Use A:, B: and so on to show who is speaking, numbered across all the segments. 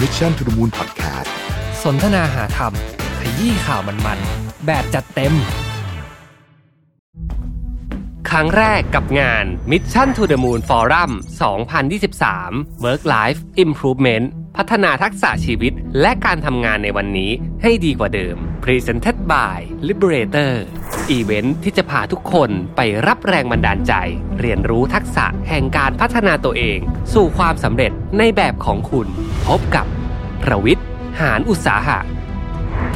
A: Mission to the Moon Podcast
B: สนทนาหาธรรม ขยี้ข่าวมันๆ แบบจัดเต็ม ครั้งแรกกับงาน Mission to the Moon Forum 2023 Work Life Improvement พัฒนาทักษะชีวิตและการทำงานในวันนี้ให้ดีกว่าเดิม Presented by Liberator อีเวนท์ที่จะพาทุกคนไปรับแรงบันดาลใจ เรียนรู้ทักษะแห่งการพัฒนาตัวเอง สู่ความสำเร็จในแบบของคุณ พบกับประวิทย์หานอุตสาหะ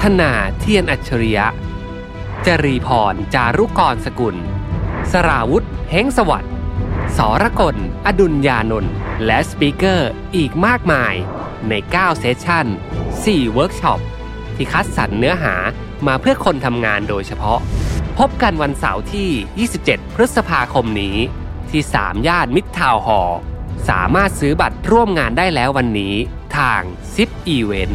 B: ธนาเทียนอัจฉริยะ จรีพร จารุกรสกุล สราวุธเฮงสวัสดิ์สรกล อดุลยานนท์ และสปีกเกอร์อีกมากมายใน 9 เซสชั่น 4 เวิร์กช็อป ที่คัดสรรเนื้อหามาเพื่อคนทำงานโดยเฉพาะ พบกันวันเสาร์ที่ 27 พฤษภาคมนี้ ที่ 3 ย่านมิตรทาวน์หอลล์สามารถซื้อบัตรร่วมงานได้แล้ววันนี้ ทาง ZIP Event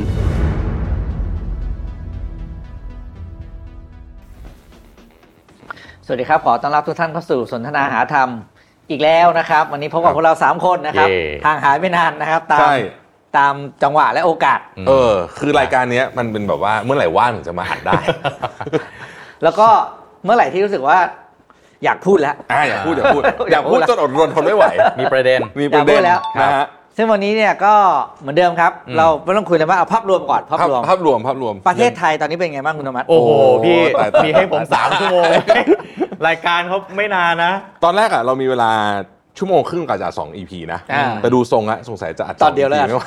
C: สวัสดีครับ ขอต้อนรับทุกท่านเข้าสู่สนทนาหาธรรมอีกแล้วนะครับ วันนี้พบกับพวกเรา 3 คนนะครับ
D: เย่
C: ทางหายไม่นานนะครับ ตาม
E: ใช่
C: ตามจังหวะและโอกาส
E: เออ คือรายการเนี้ยมันเป็นแบบว่าเมื่อไหร่ว่างถึงจะมาหัดได้
C: แล้วก็เมื่อไหร่ที่รู้สึกว่าอยากพูดแล้ว
E: อ่ะอย่าพูดอย่าพูด
C: อ
E: อย่
C: า
E: ย่า
C: พู
E: พู
C: ด
E: ด
C: ละ
E: จนอดรนทนไม่ไหว
D: มีประเด็น
E: มีประเด็
C: อย่าพู
E: น
C: ดแล้ว
E: นะฮะ
C: ซึ่งวันนี้เนี่ยก็เหมือนเดิมครับ
D: อืม
C: เราไม่ต้องคุยเลยว่าเอาภาพรวมก่อนภาพ
E: ภาพ
C: รวม
E: ภาพรวมภาพรวม
C: ประเทศไทยตอนนี้เป็นไงบ้างคุณธรรมัต
D: โอ้โห
E: โอ้โห
D: พี่
E: ตายตาย
D: มีให้ผมสามชั่วโมง รายการเขาไม่นานนะ
E: ตอนแรกอ่ะเรามีเวลาชั่วโมงครึ่งกับจ่าสองอีพีนะ
C: า
E: แต่ดูทรงอะสงสัยจะอัด
C: ตอนเดียวแล้ว
E: สง EP ไม่ไห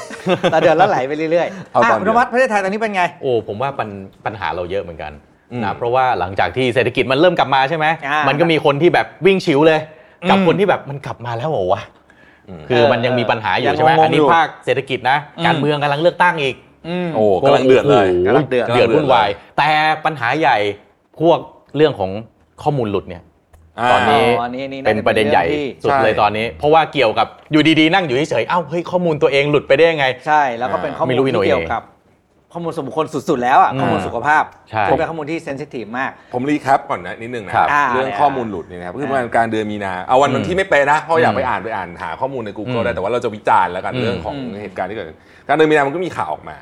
C: ตอนเดียวแล้วไหลไปเรื่อยๆ
E: เอาตอนเดียว
C: อ่ะคุณธรรมัตประเทศไทยตอนนี้เป็นไง
D: โอ้ ผมว่าปัญปัญหาเราเยอะเหมือนกัน
E: อืม
D: นะ เพราะว่าหลังจากที่เศรษฐกิจมันเริ่มกลับมาใช่ไหม
C: อ่ามั
D: มันก็มีคนที่แบบวิ่งชิวเลย กับ
C: อืม
D: คนที่แบบมันกลับมาแล้วเหรอวะ คือ
C: เออ
D: มันยังมีปัญหาอ
C: ยั
D: ยู่
C: ง
D: ใช่ไหม
C: งงๆ
D: อันนี้
C: อยู่
D: ภาคเศรษฐกิจนะ
C: อืม
D: การเมืองกำลังเลือกตั้งอีก
C: อืม
E: โอ้กำลังเดือดเลย
D: โโห
C: กำลังเดือด
D: เดือดวุ่นวาย แต่ปัญหาใหญ่พวกเรื่องของข้อมูลหลุดเนี่ย
E: า
D: ตอนนี้
C: อ๋ออันนี้นี่น่า
D: เป็นประเด็นใหญ่
C: จะเป็นเรื่องที่
D: สุด
E: ใช่
D: เลยตอนนี้ เพราะว่าเกี่ยวกับอยู่ดีๆ นั่งอยู่เฉยๆเอ้าเฮ้ยข้อมูลตัวเองหลุดไปได้ยังไง
C: ใช่แล้วก็เป็นข้อมูล
D: ไม่รู้อีโหน่
C: ที่
D: อย
C: เกี่ยวกับ ข้อมูลส่วนบุคคลสุดๆแล้วอ่ะ
D: อืม
C: ข้อมูลสุขภาพ
D: ใช่
C: ซึ่งเป็นข้อมูลที่เซนซิทีฟมาก
E: ผมรีแคปก่อนนะนิดนึงนะครับ
C: อ่า
E: เรื่องข้อมูลหลุดเนี่ยนะครับคือประมาณกลารเดือนมีนาเอาวัน
D: อืม
E: วันที่ไม่เป๊ะนะเพราะอยาก
D: อืม
E: ไปอ่านไปอ่านหาข้อมูลใน
D: อื
E: Google
D: ม
E: ได้แต่ว่าเราจะวิจารณ์แล้วกัน
D: อืม
E: เรื่องของ
C: อืม
E: เหตุการณ์ที่เกิดขึ้นกลารเดือนมีนามันก็มีข่าวออกมา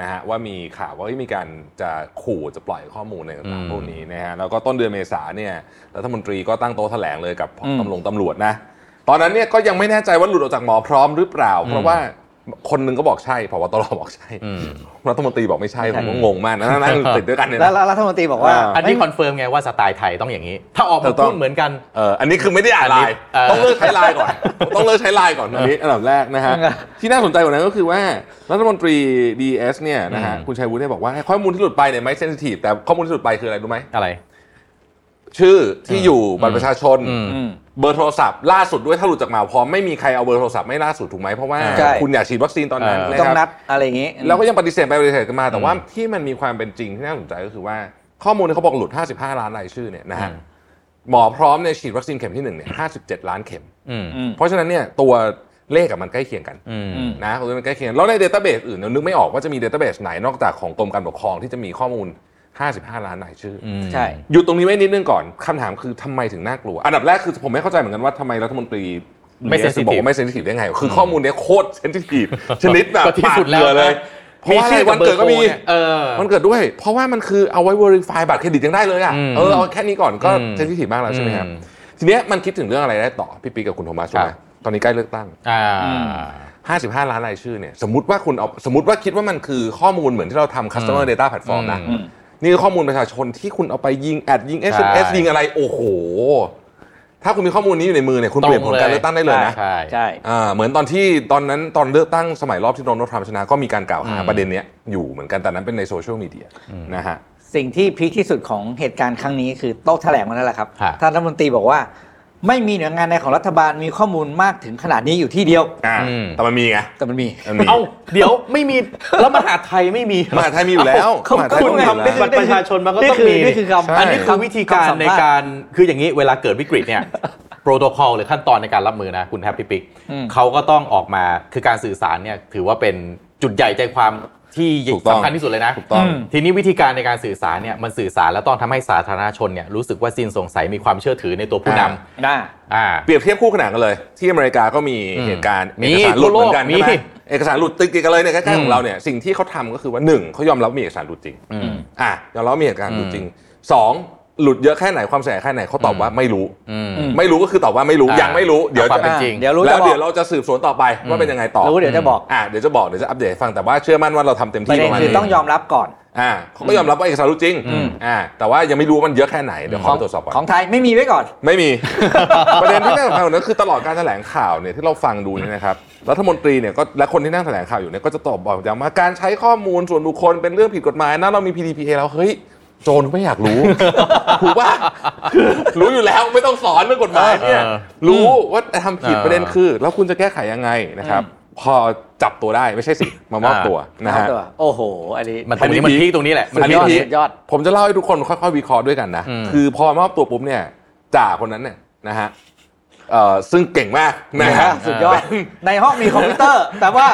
E: นะฮะว่ามีข่าวว่าเอ้ยมีการจะขู่จะปล่อยข้อมูลในต่างๆพวกนี้นะฮะแล้วก็ต้นเดือนเมษาเนี่ยรัฐมนตรีก็ตั้งโต๊ะแถลงเลยกับตำรวจตำรวจนะตอนนั้นเนี่ยก็ยังไม่แน่ใจว่าหลุดออกจากหมอพร้อมหรือเปล่า เพราะว่าคนหนึงก็บอกใช่พบตรบอกใช่
D: อืม
E: รัฐมนตรีบอกไม่ใช่ผมก็งงมากนะนั่งติดด้วยกันเนี่ย
C: แล้
E: นะ
C: วแล้วรัฐมนตรีบอกว่า
E: อ่า
D: อันนี้
C: เฮ้ย
D: คอนเฟิร์มไงว่าสไตล์ไทยต้องอย่างนี้ ถ้าออก
E: ถู
D: มาก
E: ต้อง
D: พูดเหมือนกัน
E: เอออันนี้คือไม่ได้อ่านไลน์
D: อันนี้เออ
E: ต้องเลิกใช้ไลน์ก่อน ต้องเลิกใช้ไลน์ก่อนอันนี้อันดับแรกนะฮะ
C: เออ
E: ที่น่าสนใจกว่านั้นก็คือว่ารัฐมนตรี DS เนี่ยนะฮะ คุณชัยวุฒิเนี่ยบอกว่าข้อมูลที่หลุดไปเนี่ยไม่เซนซิทีฟแต่ข้อมูลที่หลุดไปคืออะไรรู้ไหม
D: อะไร
E: ชื่อที่อยู่บัตรประชาชน
D: อืม
C: อืม
E: เบอร์โทรศัพท์ล่าสุดด้วยถ้าหลุดจากหมาพร้อมไม่มีใครเอาเบอร์โทรศัพท์ไม่ล่าสุดถูกไหมเพราะว่า
C: ใช่
E: คุณอยากฉีดวัคซีนตอนนั้น
D: เออ
E: นะ
C: ต้อง
E: ค
C: นั
E: รั
C: ด
E: บ
C: อะไรอย่างงี้
E: แล้วก็ยังปฏิเสธไปปฏิเสธกันมา แต่ว่าที่มันมีความเป็นจริงที่น่าสนใจก็คือว่าข้อมูลที่เขาบอกหลุด 55 ล้านรายชื่อเนี่ยนะฮะหมอพร้อมเนี่ยฉีดวัคซีนเข็มที่หนึ่งเนี่ย57 ล้านเข็ม
D: อืม
C: อืม
E: เพราะฉะนั้นเนี่ยตัวเลขกับมันใกล้เคียงกัน
D: อืม
C: อืม
E: นะตัวเลขมันใกล้เคียงแล้วในเดต้าเบสอื่นเรานึกไม่ออกว่าจะมีเดต้าเบสไหนนอกจากของกรมการปกครองที่จะมีข้อมูล 55 ล้านรายชื่ออ
C: ใช่
E: หยุดตรงนี้ไว้นิดนึงก่อนคำถามคือทำไมถึงน่ากลัว อันดับแรกคือผมไม่เข้าใจเหมือนกันว่าทำไมรัฐมนตรี
D: ไม่ sensitive
E: บอกว่าไม่เซนซิทีฟได้ไง คือข้อมูลเนี้ยโคตรเซนซิ ทีฟชนิดแบบ
D: ก็ที่สุดแล้ว
E: ปากเหงื่อเลย
D: นะ
E: เพราะว่าอะไร
D: ชื่อ
E: วันเกิดก็มี
D: บอร์โทรเนี่ยเออ
E: มันเกิดด้วย เพราะว่ามันคือเอาไว้ verify บัตรเครดิตยังได้เลยอ่ะ
D: อืม
E: เออเอาแค่นี้ก่อนก็
D: อืม
E: เซนซิทีฟมากแล้วใช่ไหมครับ
D: อืม
E: ทีเนี้ยมันคิดถึงเรื่องอะไรได้ต่อ พี่ปีกับคุณโทมัสใช่ไหม
D: ครับ
E: ตอนนี้ใกล้เลือกตั้ง
D: อ่า
C: อืม
E: 55 ล้านรายชื่อเนี่ยสมมติว่าคุณเอาสมมติว่าคิดว่ามันคือข้อมูลเหมือนที่เราทำ customer data platform นะ
D: อืม
E: นี่คือข้อมูลประชาชนที่คุณเอาไปยิงแอดยิง SMS
D: ใช่
E: ยิงอะไร โอ้โห ถ้าคุณมีข้อมูลนี้อยู่ในมือเนี่ยคุณเปลี่ยนผลการเลือกตั้งได้เลยนะ
D: ใช่ใช่
C: ใช่
E: อ่าเหมือนตอนที่ตอนนั้นตอนเลือกตั้งสมัยรอบที่โดนัลด์ทรัมป์ชนะก็มีการกล่าวหา
D: อืม
E: ประเด็นเนี้ยอยู่เหมือนกันแต่นั้นเป็นในโซเชียลมีเดียนะฮะ
C: สิ่งที่พีคที่สุดของเหตุการณ์ครั้งนี้คือโต๊ะแถลงวันนั้นแหละครับ
D: ฮะ
C: ท่านรัฐมนตรีบอกว่า ไม่มีหน่วยงานใดของรัฐบาลมีข้อมูลมากถึงขนาดนี้อยู่ที่เดียว
E: อ่า
D: อืม
E: แต่มันมีไง
C: แต่มันมี
E: มันมี
D: เอ้าเดี๋ยวไม่มี แล้วมหาไทยไม่มี
E: มหาไทยมีอยู่แล้ว
C: เขา
E: มหาไทย
C: เขา
D: คุณ
E: มีอยู่
D: ทำเป็น
E: แล้ว
D: บัตรประชาชนมันก็
C: นี่
D: ต้อง
C: คือ
D: มี
C: นี่คือคำ
E: ใช่
D: อันนี้คือวิธีการ
C: คำสัมภาษณ์
D: ในการคืออย่างนี้เวลาเกิดวิกฤต เนี่ยโปรโตคอลหรือขั้นตอนในการรับมือนะคุณแฮปปี้ปิก
C: อืม
D: เขาก็ต้องออกมาคือการสื่อสารเนี่ยถือว่าเป็นจุดใหญ่ใจความที่
E: ถูกต้อง
D: สำคัญที่สุดเลยนะ
E: ถูกต้อง
C: อืม
D: ทีนี้วิธีการในการสื่อสารเนี่ยมันสื่อสารแล้วต้องทำให้สาธารณชนเนี่ยรู้สึกว่าสิ้นสงสัยมีความเชื่อถือในตัวผู้นำ
E: อ่า
C: ได้
D: อ่า
E: เปรียบเทียบคู่ขนานกันเลย ที่อเมริกาก็มี
D: อืม
E: เหตุการณ์
D: มี
E: เอกสารหลุดเหมือนกัน
D: มี
E: ใช่ไหม
D: มี
E: เ เอกสารหลุดติดกันเลยเนี่ยใกล้ๆของเราเนี่ยสิ่งที่เขาทำก็คือว่าหนึ่งเขายอมรับว่ามีเอกสารหลุดจริง
D: อืม
E: อ่ะยอมรับว่ามีเหตุการณ์ห
D: อืม
E: ลุดจริงสองหลุดเยอะแค่ไหนความเสียหายแค่ไหนเขาตอบว่าไม่รู้
D: อืม
C: อืม
E: ไม่รู้ก็คือตอบว่าไม่รู้
D: อ่ายั
E: ยังไม่รู้เดี๋ยว
D: เอาความ
E: จะ
D: เป็นจริง
C: เดี๋ยวรู้
E: แล้
C: จะ
E: ว
C: บอ
E: เดี๋
C: ก
E: ยวเราจะสืบสวนต่อไปว่าเป็นยังไงต่อ
C: รู้เดี๋ยวจะบอก
E: อ่ะเดี๋ยวจะบอกเดี๋ยวจะอัปเดตให้ฟังแต่ว่าเชื่อมั่นว่าเราทำเต็ม
C: ประ
E: ที่ป
C: เด็น
E: ระมาณ
C: คือ
E: นี้
C: ต้องยอมรับก่อน
E: อ่าเขาก็ยอมรับว่าเอกสารรู้จริง
C: อืม
E: อ่าแต่ว่ายังไม่รู้ว่ามันเยอะแค่ไหนเดี๋ยวขอไปตรวจสอบก่อน
C: ของไทยไม่มีไว้ก่อน
E: ไม่มี ประเด็นที่น่าสนใจกว่านั้นคือตลอดการแถลงข่าวเนี่ยที่เราฟังดูเนี่ยนะครับรัฐมนตรีเนี่ยก็และคนที่นั่งแถลงข่าวอยู่เนี่ยก็จะตอบบอกย้ำว่าการใช้ข้อมูลส่วนบุคคลเป็นเรื่องผิดกฎหมายนะเรามี PDPA แล้วเฮ้ยโจรก็ไม่อยากรู้ ถูกป่ะคือรู้อยู่แล้วไม่ต้องสอนเรื่องกฎหมายเนี่ย
D: เออ
E: รู้ว่าทำผิด
D: เออ
E: ประเด็นคือ แล้วคุณจะแก้ไขยังไงนะครับ พอจับตัวได้ไม่ใช่สิมามอบตัวนะฮะ
C: โอ้โห อันนี้
D: มันตรงนี้
E: อั
D: มัน
E: นนี้
D: พีคตรงนี้แหละมัน
E: อัน
D: พี
E: นี้
D: คตรง
E: พี่
D: นี้
C: สุดยอด
E: ผมจะเล่าให้ทุกคนค่อยๆวิเคราะห์ด้วยกันนะ
D: อืม
E: คือพอมอบตัวปุ๊บเนี่ยจ่าคนนั้นเนี่ยนะฮะเอ่อซึ่งเก่งมากนะฮะ
C: สุดยอด ในห้องมีคอมพิวเตอร์ แต่ว่า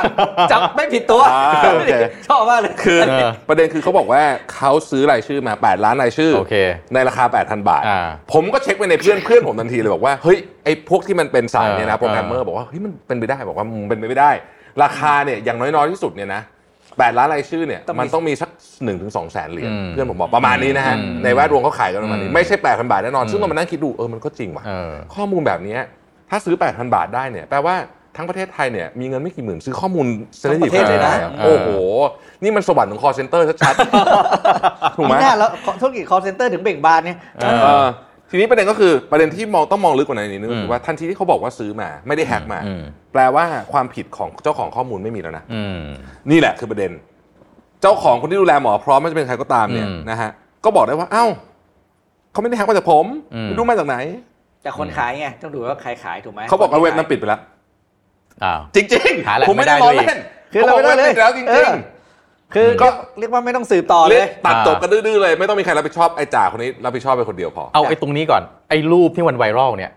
C: จับไม่ผิดตัว
E: อ่าโอเค
C: ชอบมากเลย
E: คือ
D: เออ
E: ประเด็นคือเขาบอกว่าเขาซื้อรายชื่อมา 8 ล้านรายชื่อ
D: โอเค
E: ในราคา 8,000 บาท
D: อ่า
E: ผมก็เช็คไปในเพื่อนเพื่อนผมทันทีเลยบอกว่า เฮ้ย ไอ้พวกที่มันเป็นสายเนี่ยนะ
D: เออ
E: โปรแกรมเมอร์บอกว่า เฮ้ย มันเป็นไปได้บอกว่ามันเป็นไปไม่ได้ ราคาเนี่ยอย่างน้อยๆที่สุดเนี่ยนะแปดล้านรายชื่อเนี่ยมันต้องมีสัก1นถึงสองแสนเหรียญ
D: อืม
E: เพื่อนผมบอกประมาณนี้นะฮะ
D: อืม
E: ในแวดวงเขาขายกันประมาณนี้
D: อืม
E: ไม่ใช่ 8,000 บาทแน่นอน ซึ่ง
D: อืม
E: เรามานั่งคิดดูเออมันก็จริงว่ะ
D: เออ
E: ข้อมูลแบบเนี้ยถ้าซื้อ 8,000 บาทได้เนี่ยแปลว่าทั้งประเทศไทยเนี่ยมีเงินไม่กี่หมื่นซื้อข้อมูล sensitive
D: ทั้งประเทศเลยนะ
E: ได้หรอโอ้โหนี่มันสวรรค์ของ call center ชัด ๆถูกไหม
C: ไม่น่าแล้วธุรกิจ call center ถึงเบ่งบานเนี่ย
D: เออ
E: เออทีนี้ประเด็นก็คือประเด็นที่มองต้องมองลึกกว่านั้นนิดนึง
D: อืม
E: คือว่าทันทีที่เขาบอกว่าซื้อมาไม่ได้แฮกมา
D: อืม
E: แปลว่าความผิดของเจ้าของข้อมูลไม่มีแล้วนะ
D: อืม
E: นี่แหละคือประเด็น เจ้าของคนที่ดูแลหมอพร้อมไม่ว่าจะเป็นใครก็ตามเนี่ย
D: อืม
E: นะฮะก็บอกได้ว่าเอ้าเขาไม่ได้แฮกมาจากผม
D: อืม
E: ไม่รู้มาจากไหน
C: แต่คนขายไง ต้องดูว่าใครขายถูกไหม
E: เขาบอกว่าเว็บนั้นปิดไปแล้ว
D: อ้าว
E: จริง
D: หาแหล่ง
E: ผมไม่ได้
D: ไม่
E: ล้อ
D: ได้เลย
E: เล่น
C: คือเรา
E: เขาบอกว่า
C: ไม่ได้เลย
E: ปิดแล้วจ
C: เอ
E: ริง
C: อ คือก็เรียกว่าไม่ต้องสืบต่อเล
E: ๆเล่
C: ย
E: นตัดจบกันดื้อๆเลย ไม่ต้องมีใครรับผิดชอบไอ้จ่าคนนี้รับผิดชอบไปคนเดียวพอ
D: เอาไอ้ตรงนี้ก่อนไอ้รูปที่มันไวรัลเนี่ย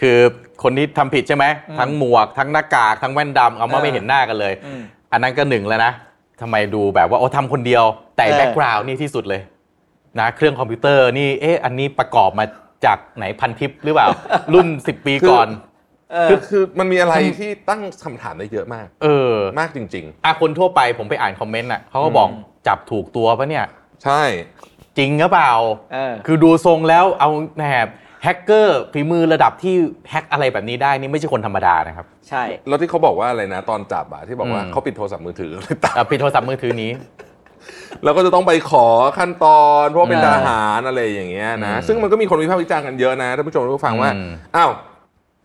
D: คือคนที่ทำผิดใช่ไหม
C: อืม
D: ทั้งหมวกทั้งหน้ากากทั้งแว่นดำเอามา
C: เออ
D: ไม่เห็นหน้ากันเลย
C: อืม
D: อันนั้นก็หนึ่งแล้วนะทำไมดูแบบว่าโอ้ทำคนเดียว แต่
C: เออ
D: แบ็กกราวน์นี่ที่สุดเลยนะเครื่องคอมพิวเตอร์นี่เอ๊ะอันนี้ประกอบมาจากไหนพันทิปหรือ เปล่า รุ่น 10 ปีก่อน
C: เออ
E: คือคือมันมีอะไรที่ตั้งคำถามได้เยอะมาก
D: เออ
E: มากจริง
D: อ่ะคนทั่วไปผมไปอ่านคอมเมนต์อ่ะเขาก็บอก
C: อืม
D: จับถูกตัวปะเนี่ย
E: ๆ ใช่
D: จริงหรือเปล่า
C: เออ
D: คือดูทรงแล้วเอาแหนบแฮกเกอร์ฝีมือระดับที่แฮกอะไรแบบนี้ได้นี่ไม่ใช่คนธรรมดานะครับ
C: ใช่
E: แล้วที่เขาบอกว่าอะไรนะตอนจับอะที่บอกว่า
D: อืม
E: เขาปิดโทรศัพท์มือ ถือ
D: อ่ะปิดโทรศัพท์มือถือหนี้
E: แล้วก็จะต้องไปขอขั้นตอนเพราะว่าเป็น
D: เออ
E: ทหารอะไรอย่างเงี้ยนะ
D: อืม
E: ซึ่งมันก็มีคนวิพากษ์วิจารณ์กันเยอะนะท่านผู้ชมท่านผู้ฟังว่า
D: อืม
E: อ้าว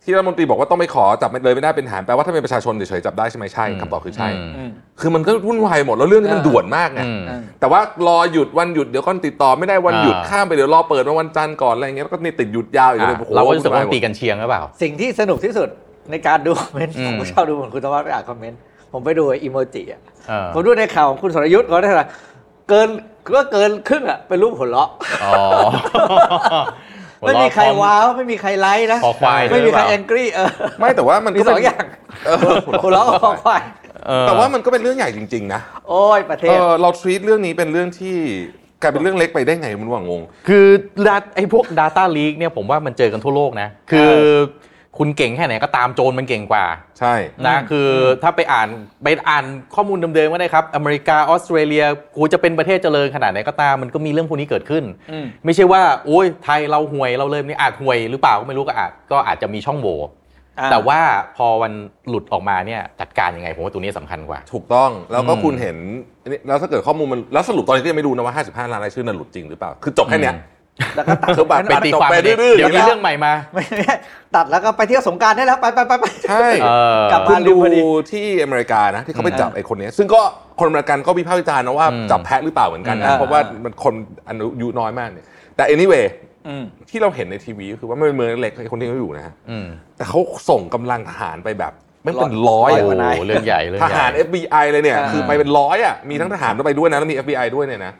E: ที่รัฐมนตรีบอกว่าต้องไปขอจับเลยไม่ได้เป็นทหารแปลว่าถ้าเป็นประชาชนเฉยๆจับได้ใช่ไหมใช่
D: อืม
E: คำตอบคือใช่
D: อืม
C: อืม
E: คือมันก็วุ่นวายหมดแล้วเรื่องนี้มัน
C: เออ
E: ด่วนมากไง
D: อืม
C: เออ
E: แต่ว่ารอหยุดวันหยุดเดี๋ยวก็ติดต่อไม่ได้วันหยุด
D: อ่า
E: ข้ามไปเดี๋ยวรอเปิดมาวันจันทร์ก่อนอะไรอย่างเงี้ยแล้วก็นี่ติดหยุดยาวอีกเลยโอ้โห
D: เราก็รู้สึกว่า
E: วุ่นวายหมด
D: ตีกันเชียงหรือเปล่า
C: สิ่งที่สนุกที่สุดในการดูคอมเมนต์
D: อืม
C: ผมก็ชอบดูเหมือนคุณธวัฒน์ไปอ่านคอมเมนต์ ผมไปดูไอ้อีโมจิอ่ะ
D: เออ
C: ผมดูในข่าวของคุณสรยุทธ์เขาได้เท่าไหร่เกินก็เกินครึ่งอ่ะ เป็นรูปหัวเราะ
D: อ๋อหัว
C: ไม่
D: เราะ
C: มีใคร
D: พอ
C: ว้าว ไม่มีใครไลค์นะ
D: คอควายด้วย
C: ไม่มีใคร
D: หรือเปล่า
C: แองกี้เออ
E: ไม่แต่ว่ามันก็
C: มี
E: เป็น
C: สองอย่าง
E: เออ
C: หัวเราะกับคอควาย
D: เออ
E: แต่ว่ามันก็เป็นเรื่องใหญ่จริงๆนะ
C: โอ้ยประเท
E: เอ
C: ศ
E: อเราท e ีตเรื่องนี้เป็นเรื่องที่กลายเป็นเรื่องเล็กไปได้ไงมันว่างง
D: คือดัไอ้พวก Data Leak เนี่ยผมว่ามันเจอกันทั่วโลกนะ คือคุณเก่งแค่ไหนก็ตามโจรมันเก่งกว่า
E: ใช่
D: นะ
C: อืม
D: คือถ้าไปอ่านไปอ่านข้อมูลเดิมๆก็ได้ครับ อเมริกาออสเตรเลียกูจะเป็นประเทศเจริญขนาดไหนก็ตามมันก็มีเรื่องพวกนี้เกิดขึ้น
C: อืม
D: ไม่ใช่ว่าโอ้ยไทยเราห่วยเราเลยนี่อาจห่วยหรือเปล่าก็ไม่รู้ก็อาจก็อาจจะมีช่องโหว่
C: อ่ะ
D: แต่ว่าพอวันหลุดออกมาเนี่ยจัดการยังไงผมว่าตัวนี้สำคัญกว่า
E: ถูกต้องแล้วก็
D: อืม
E: คุณเห็นอันนี้แล้วถ้าเกิดข้อมูลมันแล้วสรุปตอนนี้ก็ยังไม่รู้นะว่า 55 ล้านรายชื่อนั้นหลุดจริงหรือเปล่า คือจบแค่เนี้ย
D: อื
C: แล้วก็ตัด
E: คือ แบบ
D: ไปตี
E: จบ
D: ความ
E: ไป
D: กันเอง
E: ดื้อๆอ
D: เดี๋ยว
E: ย่าง
D: มี
E: เงี้ย
D: เรื่องใหม่มา
C: ไม่ไม่ตัดแล้วก็ไปเที่ยวสงกรารได้แล้ว ไปไปไปไป
E: ใช่
D: เออ
C: กลับ
E: คุ
C: มา
E: ณดูที่อเมริกานะที่เขาไปจับไอ้คนเนี้ยซึ่งก็คนอเมริกันก็วิพากษ์วิจารณ์นะว่า
D: อืม
E: จับแพะหรือเปล่าเหมือนกัน
C: อื
E: นะ
C: ม
E: เพราะว่ามันคนอายุน้อยมากเนี่ยแต่ anyway
C: อืม
E: ที่เราเห็นในทีวีก็คือว่าไม่เป็นเมืองเล็กไอ้คนที่เขาอยู่นะฮะ
D: อืม
E: แต่เขาส่งกำลังทหารไปแบบไม่เป็นร้อย
C: ร้
E: อะ
C: ย
D: โอ้
C: กว่า
D: โหเรื่องใหญ่เรื่อง
E: ท
D: ให
E: หา
D: ญ่
E: ร FBI เลยเนี่ย
C: อ่า
E: คือไปเป็นร้อยอ่ะมีทั้งทหารไปด้วยนะ แล้วมี FBI ด้วยเนี่ยนะ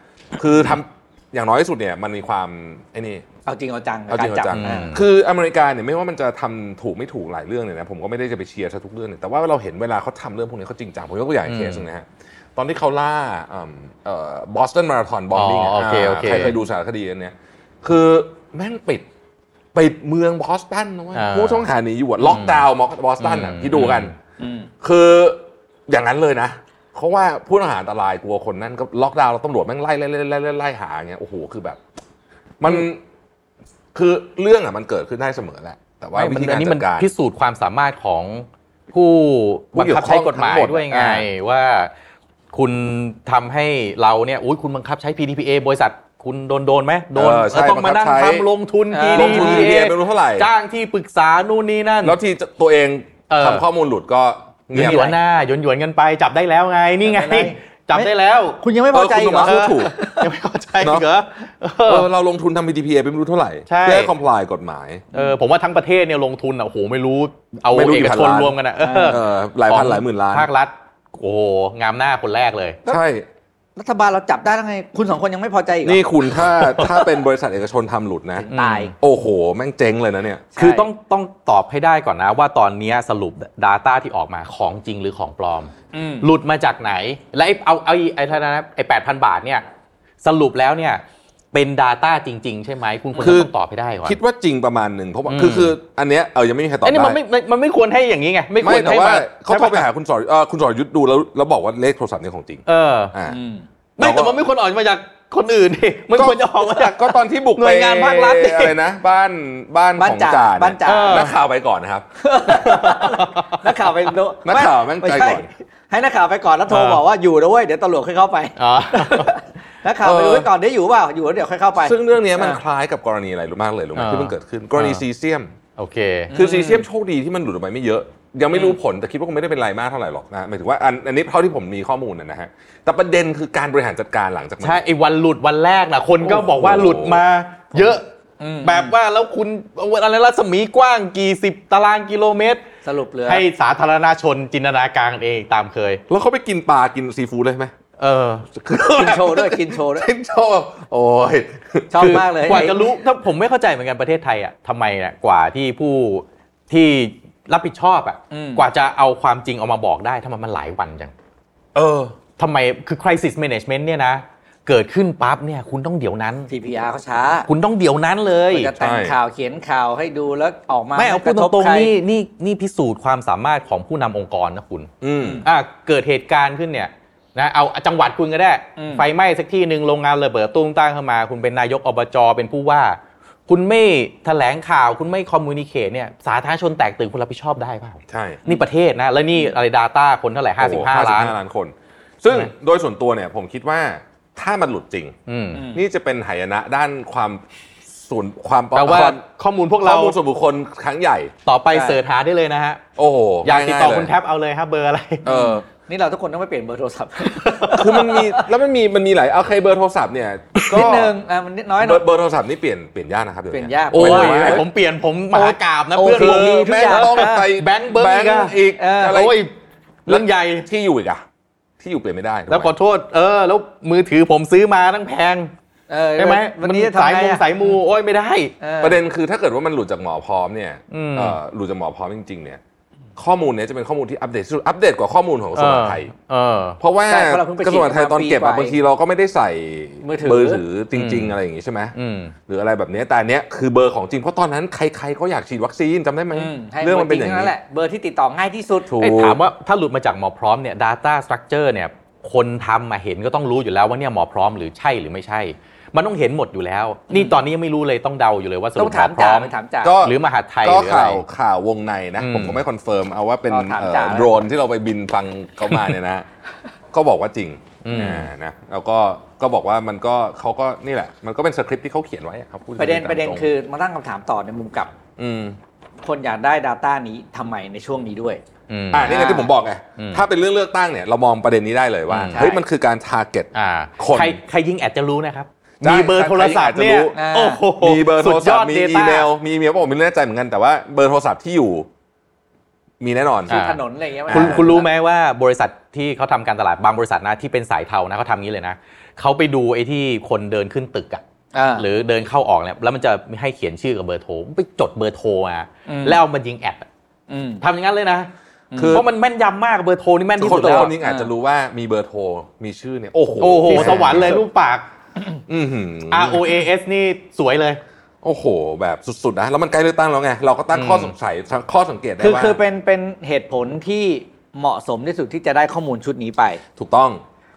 E: คือทำอย่างน้อยที่สุดเนี่ยมันมีความไอ้นี่
C: เอาจริงเอาจังกับ
E: เอาจริ
C: ก
E: งเอาจัง
C: อ่ะ
D: ม
E: คืออเมริกาเนี่ยไม่ว่ามันจะทำถูกไม่ถูกหลายเรื่องเนี่ยนะผมก็ไม่ได้จะไปเชียร์ซะทุกเรื่องเนี่ยแต่ว่าเราเห็นเวลาเขาทำเรื่องพวกนี้เขาจริงจังผมยกตัวอย่าง
D: อืม
E: เคสหนึงนะฮะตอนที่เขาล่าบอสตันมาราธอนบอมบิง
D: อ๋อโอเคโอเค
E: ใครเคยดูสารคดีอันเนี้ยคือแม่งปิดปิดเมืองบอสตันนะเว้ย
D: อ่า
E: ผู้ต้องหาหนีอยู่อะล็อกดาวน์บอสตันอ่ะ
D: อืม
E: พี่ดูกัน
C: อืม
E: คือ อย่างนั้นเลยนะเขาะว่าผู้ต้องหาอันตรายกลัวคนนั้นก็ล็อกดาวน์แล้วตำรวจแม่งไล่ไล่ไล่ไล่ไล่ไล่หาอย่างเงี้ยโอ้โหคือแบบ มันคือเรื่องอ่ะมันเกิดขึ้นได้เสมอแหละ แต่ว่า
D: ไม่
E: วิ
D: มัน
E: ธี
D: อั
E: กาน ร
D: นี้
E: จั
D: มัน
E: ดการ
D: พิสูจน์ความสามารถของผู้
E: ผู้
D: บัง
E: เกี่ยว
D: คับใช้กฎหมาย
E: ข้องทั้งหมด
D: ด้วยไง
E: อ่า
D: ว่าคุณทำให้เราเนี่ยอุ้ยคุณบังคับใช้ PDPA บริษัทคุณโดนโดนไหมโดน
E: เออใช่
D: แล้วต้องมานั่ง
E: บังคับใช้
D: ทำลงทุน
C: เออ
E: ลงทุน
D: PDPA
E: เบียร์ไม่รู้เท่าไหร่
D: จ้างที่ปรึกษานู่นนี่นั่น
E: แล้วที่ตัวเอง
D: เออ
E: ทำข้อมูลหลุดก็
D: หยวน
E: เงียบ
D: หยวนๆหน้าหยวนหยวนๆกันไปจับได้แล้วไงนี่ไง
C: จับได้แล้ว
D: จับได้แล้ว
C: คุณยังไม่
E: เอ
C: พอ
E: อ
C: ใจ
E: คุณ
C: อี
E: ต้อก ง
C: เหร
E: มา
C: อ
E: พูดถูก
D: ยังไม่เข้า ใจอีกเหรอเออ
E: เออเราลงทุนทำ PDPA ไปไม่รู้เท่าไหร่
D: ใช่
E: เพื่อให้ comply กฎหมาย
D: เออผมว่าทั้งประเทศเนี่ยลงทุนอ่ะโอ้โหไม่รู้เอา
E: ไม่รู้
D: เอ
E: กี่
D: ก
E: พัน
D: ชน
E: ล้าน
D: รวมกันอ่ะเออ
E: เออหลายพันหลายหมื่นล้าน
D: ภาครัฐโอ้โหงามหน้าคนแรกเลย
E: ใช่
C: รัฐบาลเราจับได้แล้วไง คุณสองคนยังไม่พอใจอีกเหรอ
E: นี่คุณถ้า ถ้าเป็นบริษัทเอกชนทำหลุดนะ
C: ตาย
E: โอ้โห แม่งเจ๊งเลยนะเนี่ย
D: คือต้องต้องตอบให้ได้ก่อนนะว่าตอนเนี้ยสรุป Data ที่ออกมาของจริงหรือของปลอม หลุดมาจากไหน และไอ้เอาเอาไอ้เท่านั้นนะไอ้แปดพันบาทเนี่ยสรุปแล้วเนี่ยเป็น Data จริง ๆ ใช่ไหมคุณควร
E: คือ
D: จะต้องตอบให้ได้ก่อน
E: คิดว่าจริงประมาณหนึ่งเพราะว่า
D: อืม
E: คือคืออันเนี้ยเออยังไม่มีใครตอบ
D: ไอ้นี่มัน
E: ได้
D: ไม่ไม่มันไม่ควรให้อย่างนี้ไงไม่คว
E: ไม่
D: ร
E: แต่
D: ให้
E: ว่าม เขาโทรไปหาคุณสรเอ่อคุณสรยุทธดูแล้วแล้วบอกว่าเลขโทรศัพท์เนี่ยของจริง
D: เออ
E: อ่า
D: ไม่
E: เราก็
D: แต่มันไม่ควรออกมาจากคนอื่นดิมันควรจะออกมาจาก
E: ก็ตอนที่บุก
D: หน่วยงานภาครัฐดิ
E: ไปอะไรนะ บ้านบ้าน
C: บ้าน
E: ของ
C: จ่า
E: จ่า
C: บ้านจ่า
E: เออนักข่าวไปก่อนนะครับ
C: นักข่าวไปดู
E: นักข่าวแม่งใจก่อน
C: ไไม่ใช่ให้นักข่าวไปก่อนแล้วโทรบอกว่าอยู่นะเว้ยเดี๋ยวตำรวจค่อยเข้าไป
D: อ๋อ
C: นักข่าวไปดูไว้ก่อนได้อยู่เปล่าอยู่แล้วเดี๋ยวค่อยเข้าไป
E: ซึ่งเรื่องเนี้ยมัน
C: อ่า
E: คล้ายกับกรณีอะไรรู้มากเลยรู้ไหม
D: อ่า
E: ที่เพิ่งเกิดขึ้นกรณีซีเซียม
D: โอเค
E: คือซีเซียมโชคดีที่มันหลุดออกไปไม่เยอะ ยังไม่รู้ผลแต่คิดว่าคงไม่ได้เป็นไรมากเท่าไหร่หรอกนะหมายถึงว่าอันอันนี้เท่าที่ผมมีข้อมูลนะนะฮะแต่ประเด็นคือการบริหารจัดการหลังจากนั้น
D: ใช่ไอ้วันหลุดวันแรกนะคนก็
E: โอ้โห
D: บอกว่าหลุดมาเยอะ แบบว่าแล้วคุณอะไรรัศมีกว้างกี่สิบตารางกิโลเมตร
C: สรุปเหลย
D: ให้สาธารณชนจินตนาการเองตามเคย
E: แล้วเขาไปกินปลากินซีฟู้ดเลยไหม
D: เออ
C: กินโชว์ด้วยกินโชว์ด้วย
E: กินโชว์โอ้ย
C: ชอบ
D: คื
C: มากเลย
D: กว่าจะรู้ถ้าผมไม่เข้าใจเหมือนกันประเทศไทยอ่ะทำไมเนี่ยกว่าที่ผู้ที่รับผิดชอบอ่ะกว่าจะเอาความจริงออกมาบอกได้ทำไมมันหลายวันจัง
E: เออ
D: ทำไมคือ crisis management เนี่ยนะ เกิดขึ้นปั๊บเนี่ยคุณต้องเดี๋ยวนั้น
C: ทีพีอาร์เขาช้า
D: คุณต้องเดี๋ยวนั้นเลย
C: จะแต่ง
E: ใช่
C: ข่าวเขียนข่าวให้ดูแล้วออกมา
D: ไม่เอาพูด
C: กะทบ
D: ตรง
C: ใค
D: ๆนี่นี่นี่พิสูจน์ความสามารถของผู้นำองค์กรนะคุณ
E: อืม
D: อ่ะเกิดเหตุการณ์ขึ้นเนี่ยนะเอาจังหวัดคุณก็ได้
C: อืม
D: ไฟไหม้สักที่หนึ่งโรงงานระเบิดตุ้มตั้งเข้ามา คุณเป็นนายกอบจเป็นผู้ว่า คุณไม่แถลงข่าวคุณไม่คอมมูนิเคชเนี่ยสาธารณชนแตกตื่นคุณรับผิดชอบได้เปล่า
E: ใช่
D: นี่ประเทศนะ แล้วนี่อะไร Data คนเท่าไหร่
E: โอ้โ
D: 55ล้าน
E: 55ล้านคน ซึ่ง
D: ใช่ไหม
E: โดยส่วนตัวเนี่ยผมคิดว่าถ้ามันหลุดจริง
D: อืม
C: อืม
E: นี่จะเป็นหายนะด้านความส่วนความ
D: แปลว่า
E: คม
D: ข้อมูลพวก
E: ข้
D: เรา
E: อมูลส่วนบุคคลครั้งใหญ่
D: ต่อไป
C: ใช่
D: เสิร์ชหาได้เลยนะฮะ
E: โอ้โห
D: อยากติดต่อ
E: ง่ๆเลย
D: คุณแท็บเอาเลยฮะเบอร์อะไร
E: เออ
C: นี่เราทุกคนต้องไปเปลี่ยนเบอร์โทร ศัพท์
E: คือมันมี แล้วมันมีมันมีหลายเอาใครเบอร์โทรศัพท์เนี่ยก็
C: นิดนึงอ่ะมันนิดน้อยห
E: เบ
C: น่
E: อ
C: อ
E: ร์
C: ย
E: เบอร์โทรศัพท์นี่เปลี่ยนเปลี่ยนยากนะครับดี๋ว
C: เปลี่ยนยาก
D: โอ้ย
E: เปลี่นาก
D: ผมเปลี่ยนผมมหากราบนะ
C: โอ้
D: เพื่อน
E: คือ
D: ผมมีทุก
E: แม่
D: อย่าง ง
E: ต้องไป
D: แบงค์เบิร์
E: แบ
D: ก
E: ง
D: อะ
E: ค์อีก
C: เอออ
E: อะไร
D: โอ้ยเรื่องใหญ่
E: ที่อยู่อีกอะที่อยู่เปลี่ยนไม่ได้ถูกไหม
D: แล้วขอโทษเออ แล้วมือถือผมซื้อมาตั้งแพง
C: เออ
D: ใช่ไหม
C: วันนี้จะทำ
D: สาย
C: ไง
D: มง
C: อ่ะ
D: สายมูโอ้ยไม่ได้
C: ออ
E: ประเด็นคือถ้าเกิดว่ามันหลุดจากหมอพร้อมเนี่ย
D: อืม
E: เอ่อหลุดจากหมอพร้อมจริง ๆ เนี่ย ข้อมูลเนี้ยจะเป็นข้อมูลที่อัปเดตที่สุดอัปเดตกว่าข้อมูลของกระทรวงมหาดไทย
D: เออ
E: เพราะว่า
C: ใช่เพราะเราเพิ่งไป
E: กระทรวงมหาดไทยตอนเก็บอะ
C: ฉีดมาปีกว่า
E: บางทีเราก็ไม่ได้ใส่
C: มือถือ
E: เบอร์ถือจริง
D: อื
E: ๆ
D: ม
E: อะไรอย่างงี้ใช่ไหม
D: อืม
E: หรืออะไรแบบเนี้ยแต่อันเนี้ยคือเบอร์ของจริงเพราะตอนนั้นใครๆก็อยากฉีดวัคซีนจำได้ไหม
C: อืมให้
E: เรื่อง
C: เบอ
E: มัน
C: ร์จ
E: เป็
C: ริง
E: นอย่าง
C: นั่นแหละ เบอร์ที่ติดต่อง่ายที่สุด
E: ถูก
D: เอ้ยถามว่าถ้าหลุดมาจากหมอพร้อมเนี่ย Data Structure เนี่ยคนทำมาเห็นก็ต้องรู้อยู่แล้วว่าเนี่ยหมอพร้อมหรือใช่หรือไม่ใช่ มันต้องเห็นหมดอยู่แล้ว นี่ตอนนี้ยังไม่รู้เลยต้องเดาอยู่เลยว่าส
C: ต้
D: รุ
C: อ
D: ป
C: ง
D: หม
C: ถา
D: อ
C: ม
D: พ
C: จ่า
D: ร้อม
C: ไปถามจ่า
E: ก็
D: หรือมหาดไทย
E: ก็
D: หรืออะไร
E: ข่าวข่าววงในนะ
D: อืม
E: ผมก็ไม่คอนเฟิร์มเอาว่าเป็น
C: ก็ถาม
E: เอ่อ
C: จ๋าแล้ว
E: โดรนที่เราไปบินฟังเขามาเนี่ยนะ ก็บอกว่าจริงอ่านะแล้วก็ก็บอกว่ามันก็เขาก็นี่แหละ มันก็เป็นสคริปต์ที่เขาเขียนไว้อะครับพู
C: ประเด็น
E: ตาม
C: ประเด็น
E: ตง
C: คือมาตั้งคำถามต่อในมุมกลับ
E: ม
C: คนอยากได้ Data นี้ทำไมในช่วงนี้ด้วย
D: อืม
E: อ่านี่ไงที่ผมบอกไง
D: อืม
E: ถ้าเป็นเรื่องเลือกตั้งเนี่ยเรามองประเด็นนี้ได้เลยว่า
D: อืม
E: เฮ้ย
C: ใช่
E: มันคือการ target
D: อ่า
E: คน
D: ใครใครยิงแอดจะรู้นะครับ
E: ใช่
D: มีเบอร์โทรศัพท์เนี่ย
E: ใครยิงแอดจะรู้
D: อ่าโอ้โห
E: มีเบอร์โทรศัพท์มี
D: สุดยด
E: อี
D: data
E: เมลมีอีเมลผมไม่แน่ใจเหมือนกันแต่ว่าเบอร์โทรศัพท์ที่อยู่ มีแน่นอน
D: อ่า
C: ถนนอะไรอย่างเงี้ยมัน
D: คุณคุณรู้ไหมว่าบริษัทที่เขาทำการตลาดบางบริษัทนะที่เป็นสายเทานะเขาทำงี้เลยนะเขาไปดูไอ้ที่คนเดินขึ้นตึกอะ
C: อ่า
D: หรือเดินเข้าออกเนี่ยแล้วมันจะให้เขียนชื่อกับเบอร์โทรไปจดเบอร์โทรมา
C: อืม
D: แล้วเอามายิงแอดอะ
C: อืม
D: ทำอย่างนั้นเลยนะ
E: คือ
D: เพราะมันแม่นยำมากเบอร์โทรนี่แม่นที่
E: คน
D: สุดแล้ว
E: คนนี้อาจจะรู้ว่ามีเบอร์โทรมีชื่อเนี่ยโอ้โห
D: โอ้โห
E: ที่แพง
D: สวรรค์เลยรูปปาก
E: อื้อหื
D: R O A S นี่สวยเลย
E: โอ้โห แบบสุด ๆ นะ แล้วมันใกล้เลือกตั้งแล้วไง เราก็ตั้งข้อสงสัยข้อสังเกตได้
C: คือ
E: ว่า
C: คือเป็นเป็นเหตุผลที่ เหมาะสมที่สุดที่จะได้ข้อมูลชุดนี้ไป
E: ถูกต้อง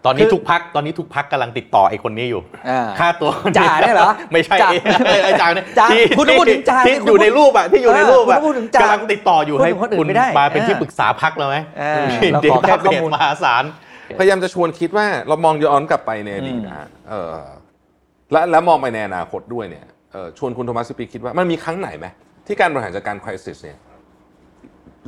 D: ตอนนี้
C: คือ
D: ทุกพักตอนนี้ทุกพักกำลังติดต่อไอ้คนนี้อยู่
C: อ่า
D: ค่าตัว
C: จ่าเนี่ยเหรอ
D: ไม่ใช่
C: จ่า
D: ไอ้ไอ้จ่าเนี่ย
C: จ่า
D: ที่
C: คุณต้องพูดถึงจ่า
D: ที่
C: สิคุณ
D: อยู่ในรูปอะที่อยู่ในรูปอะ
C: เออคุณต้องพูดถึงจ่าก
D: ำลังติดต่ออยู่
C: พูด
D: ให้
C: ถึงคนอื่น
D: คุณ
C: ไม่ได้
D: มาเป็น
C: เออ
D: ที่ปรึกษาพักแล้วไหม
C: เออเรา
D: เด็ก
C: ขอแค่ข้
D: แค่ข้
C: อ
D: อ
C: มู
D: มู
C: ล
D: ลมหาศาล
E: พยายามจะชวนคิดว่าเรามองย้อนกลับไปในอดีตนะฮะเออและและมองไปในอนาคตด้วยเนี่ยเออชวนคุณโทมัสสปีคิดว่ามันมีครั้งไหนไหมที่การบริหารจัดการคริส i สเนี่ย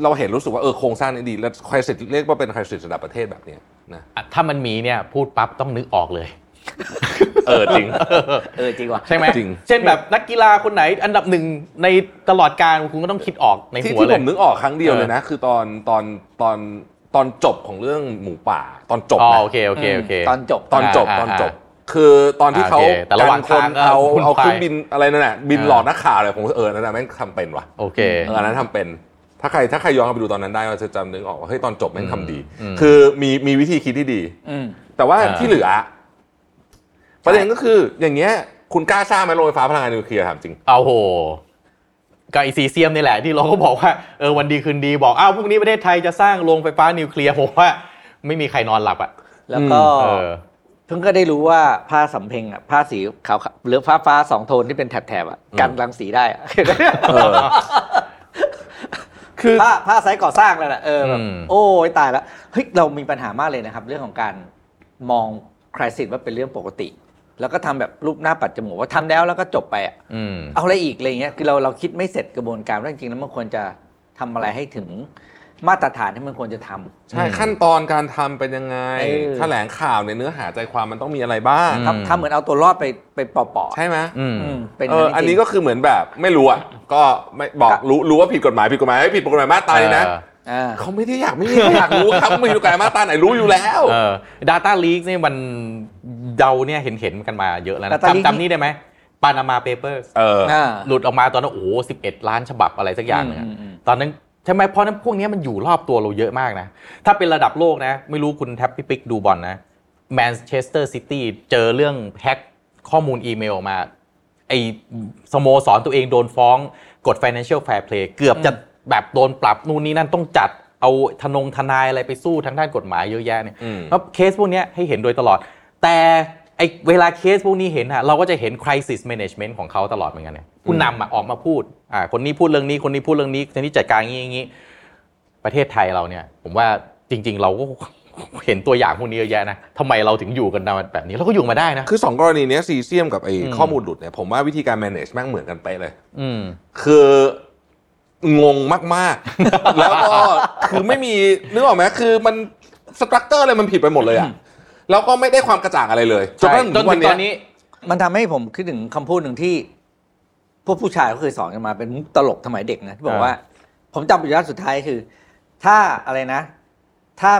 E: เราเห็นรู้สึกว่าเออโครงสร้างนี้ดีแล้วคริส i สเรียกว่าเป็นคริส i สระดับประเทศแบบเนี้ยนะ
D: อ่ะถ้ามันมีเนี่ยพูดปั๊บต้องนึกออกเลย
E: เออ จริง
C: เออจริงว่ะ
D: ใช่ไหม
E: จริง
D: เช่นแบบนักกีฬาคนไหนอันดับหนึ่งในตลอดการคุณก็ต้องคิดออกใน
E: ที่
D: หัว
E: ที่
D: เล
E: ผ
D: ย
E: มนึกออกครั้งเดียวเลยนะ คือตอนตอนตอนตอนจบของเรื่องหมูป่า ตอนจบ
D: อ๋อ
E: นะ
D: โอเคโอเคโอเค
C: ตอนจบ
E: ตอนจบ
D: อ่า
E: ตอนจบ
D: อ่า
E: คือตอนที่
D: อ่า
E: เขา
D: โอเคแต่ระหว่าง
E: คน
D: ทางก็
E: เอา
D: วุ่น
E: เอา
D: วาย
E: ขึ้นบินอะไรนั่นน่ะบิน
D: อ่า
E: หลอกนักข่าวอะไรผมเออนั่นน่ะแม่งทำเป็นวะ
D: โอเค
E: เอออันนั้นทำเป็น ถ้าใครถ้าใครย้อนกลับไปดูตอนนั้นได้ก็จะจำนึกออกว่าเฮ้ยตอนจบแม่งทำดี
D: อืม
E: คือมีมีวิธีคิดที่ดี
C: อืม
E: แต่ว่า
D: อ่า
E: ที่เหลือ ประเด็นก็คืออย่างเงี้ยคุณกล้าสร้างไหมโรงไฟฟ้าพลังงานนิวเคลียร์ถามจริง
D: เอาโหกับไอซีเซียมนี่แหละที่เราก็บอกว่าเออวันดีคืนดีบอกอ้าวพรุ่งนี้ประเทศไทยจะสร้างโรงไฟฟ้านิวเคลียร์ผมว่า ไม่มีใครนอนหลับอ่ะ
C: แล้วก็
D: เออ
C: เพิ่งก็ได้รู้ว่าผ้าสำเพ็งอ่ะผ้าสีขาวๆหรือผ้าฟ้าสองโทนที่เป็นแถบๆอ่ะกันรังสีได้อะ
E: คือ
C: ผ้าผ้าไซส์ก่อสร้างแล้วแหละเออแบบ
D: อืม
C: โอ้ยตายแล้วเฮ้ยเรามีปัญหามากเลยนะครับ เรื่องของการมองคริสิตว่าเป็นเรื่องปกติ แล้วก็ทำแบบรูปหน้าปัดจมูกว่าทำแล้วแล้วก็จบไปอะ
D: อืม
C: เอาอะไรอีกอะไรเงี้ยคือเราเราคิดไม่เสร็จกระบวนการว่าจริงๆแล้วมันควรจะทำอะไรให้ถึงมาตรฐานที่มันควรจะทำ
E: ใช่
D: อืม
E: ขั้นตอนการทำเป็นยังไง
C: เออ
E: แถลงข่าวในยเนื้อหาใจความมันต้องมีอะไรบ้าง
D: อืม
C: ทำทำเหมือนเอาตัวรอดไปไปเปาะๆ
E: ใช่ไหม
D: อืม
C: อืมเป็น
E: เอออัน
C: จริง
E: นี้ก็คือเหมือนแบบไม่รู้อ่ะก็ไม่บอก
C: ก็
E: รู้รู้ว่าผิดกฎหมายผิดกฎหมายไม่ผิดกฎหมายมาตรานี้นะ
C: อ่า
E: เขาไม่ได้อยากไม่มีใครอยากรู้ครับไม่มีกฎหมายมาตราไหนรู้อยู่แล้ว
D: เออ Data Leak นี่มันเดาเนี่ยเห็นเห็นๆกันมาเยอะแล้วนะ
C: Data Leak
D: จำจำนี่ได้ไหมปานามาเปเปอร์
E: เออ
C: อ่า
D: หลุดออกมาตอนนั้นโอ้โห11 ล้านฉบับอะไรสักอย่างเนี่ย
C: อืมอืม
D: ตอนนั้นใช่ไหมเพราะนั้นพวกเนี้ยมันอยู่รอบตัวเราเยอะมากนะ ถ้าเป็นระดับโลกนะ ไม่รู้คุณแท็บพี่ปิ๊กดูบอลนะแมนเชสเตอร์ซิตี้เจอเรื่องแฮ็กข้อมูลอีเมลมา ไอสโมสรตัวเองโดนฟ้องกด Financial Fair Play เกือบจะแบบโดนปรับนู่นนี่นั่นต้องจัดเอาทนงทนายอะไรไปสู้ทางด้านกฎหมายเยอะแยะเนี่ย
E: อืม
D: เพราะเคสพวกเนี้ยให้เห็นโดยตลอด แต่ไอเวลาเคสพวกนี้เห็นอะเราก็จะเห็น crisis management ของเขาตลอดเหมือนกันเนี่ยผู้นำอะออกมาพูดอ่าคนนี้พูดเรื่องนี้คนนี้พูดเรื่องนี้คนนี้จัดการอย่างนี้อย่างนี้ ประเทศไทยเราเนี่ย ผมว่าจริง ๆ เราก็ เห็นตัวอย่างพวกนี้เยอะแยะนะทำไมเราถึงอยู่กันมาแบบนี้เราก็อยู่มาได้นะ
E: คือสองกรณีเนี้ยซีเซียมกับไอ้
D: อืม
E: ข้อมูลหลุดเนี่ยผมว่าวิธีการ manage แม่งเหมือนกันไปะเลย
D: อืม
E: คืองงมากๆ แล้วก็คือไม่มีนึกออกไหมคือมันสตรัคเตอร์อะไรมันผิดไปหมดเลยอะแล้วก็ไม่ได้ความกระจ่างอะไรเลยจนกระทั่ง
D: จ
E: ถึ
D: น
E: งวั
D: ถึ
E: น
D: ง
E: เนี้
D: ต
E: ย
D: อนนี้
C: มันทำให้ผมคิดถึงคำพูดหนึ่งที่ พวกผู้ชายเขาเคยสอนกันมาเป็นมุกตลกสมัยเด็กนะที่บอกว่า ผมจำประโยคสุดท้ายคือ ถ้าอะไรนะ ถ้า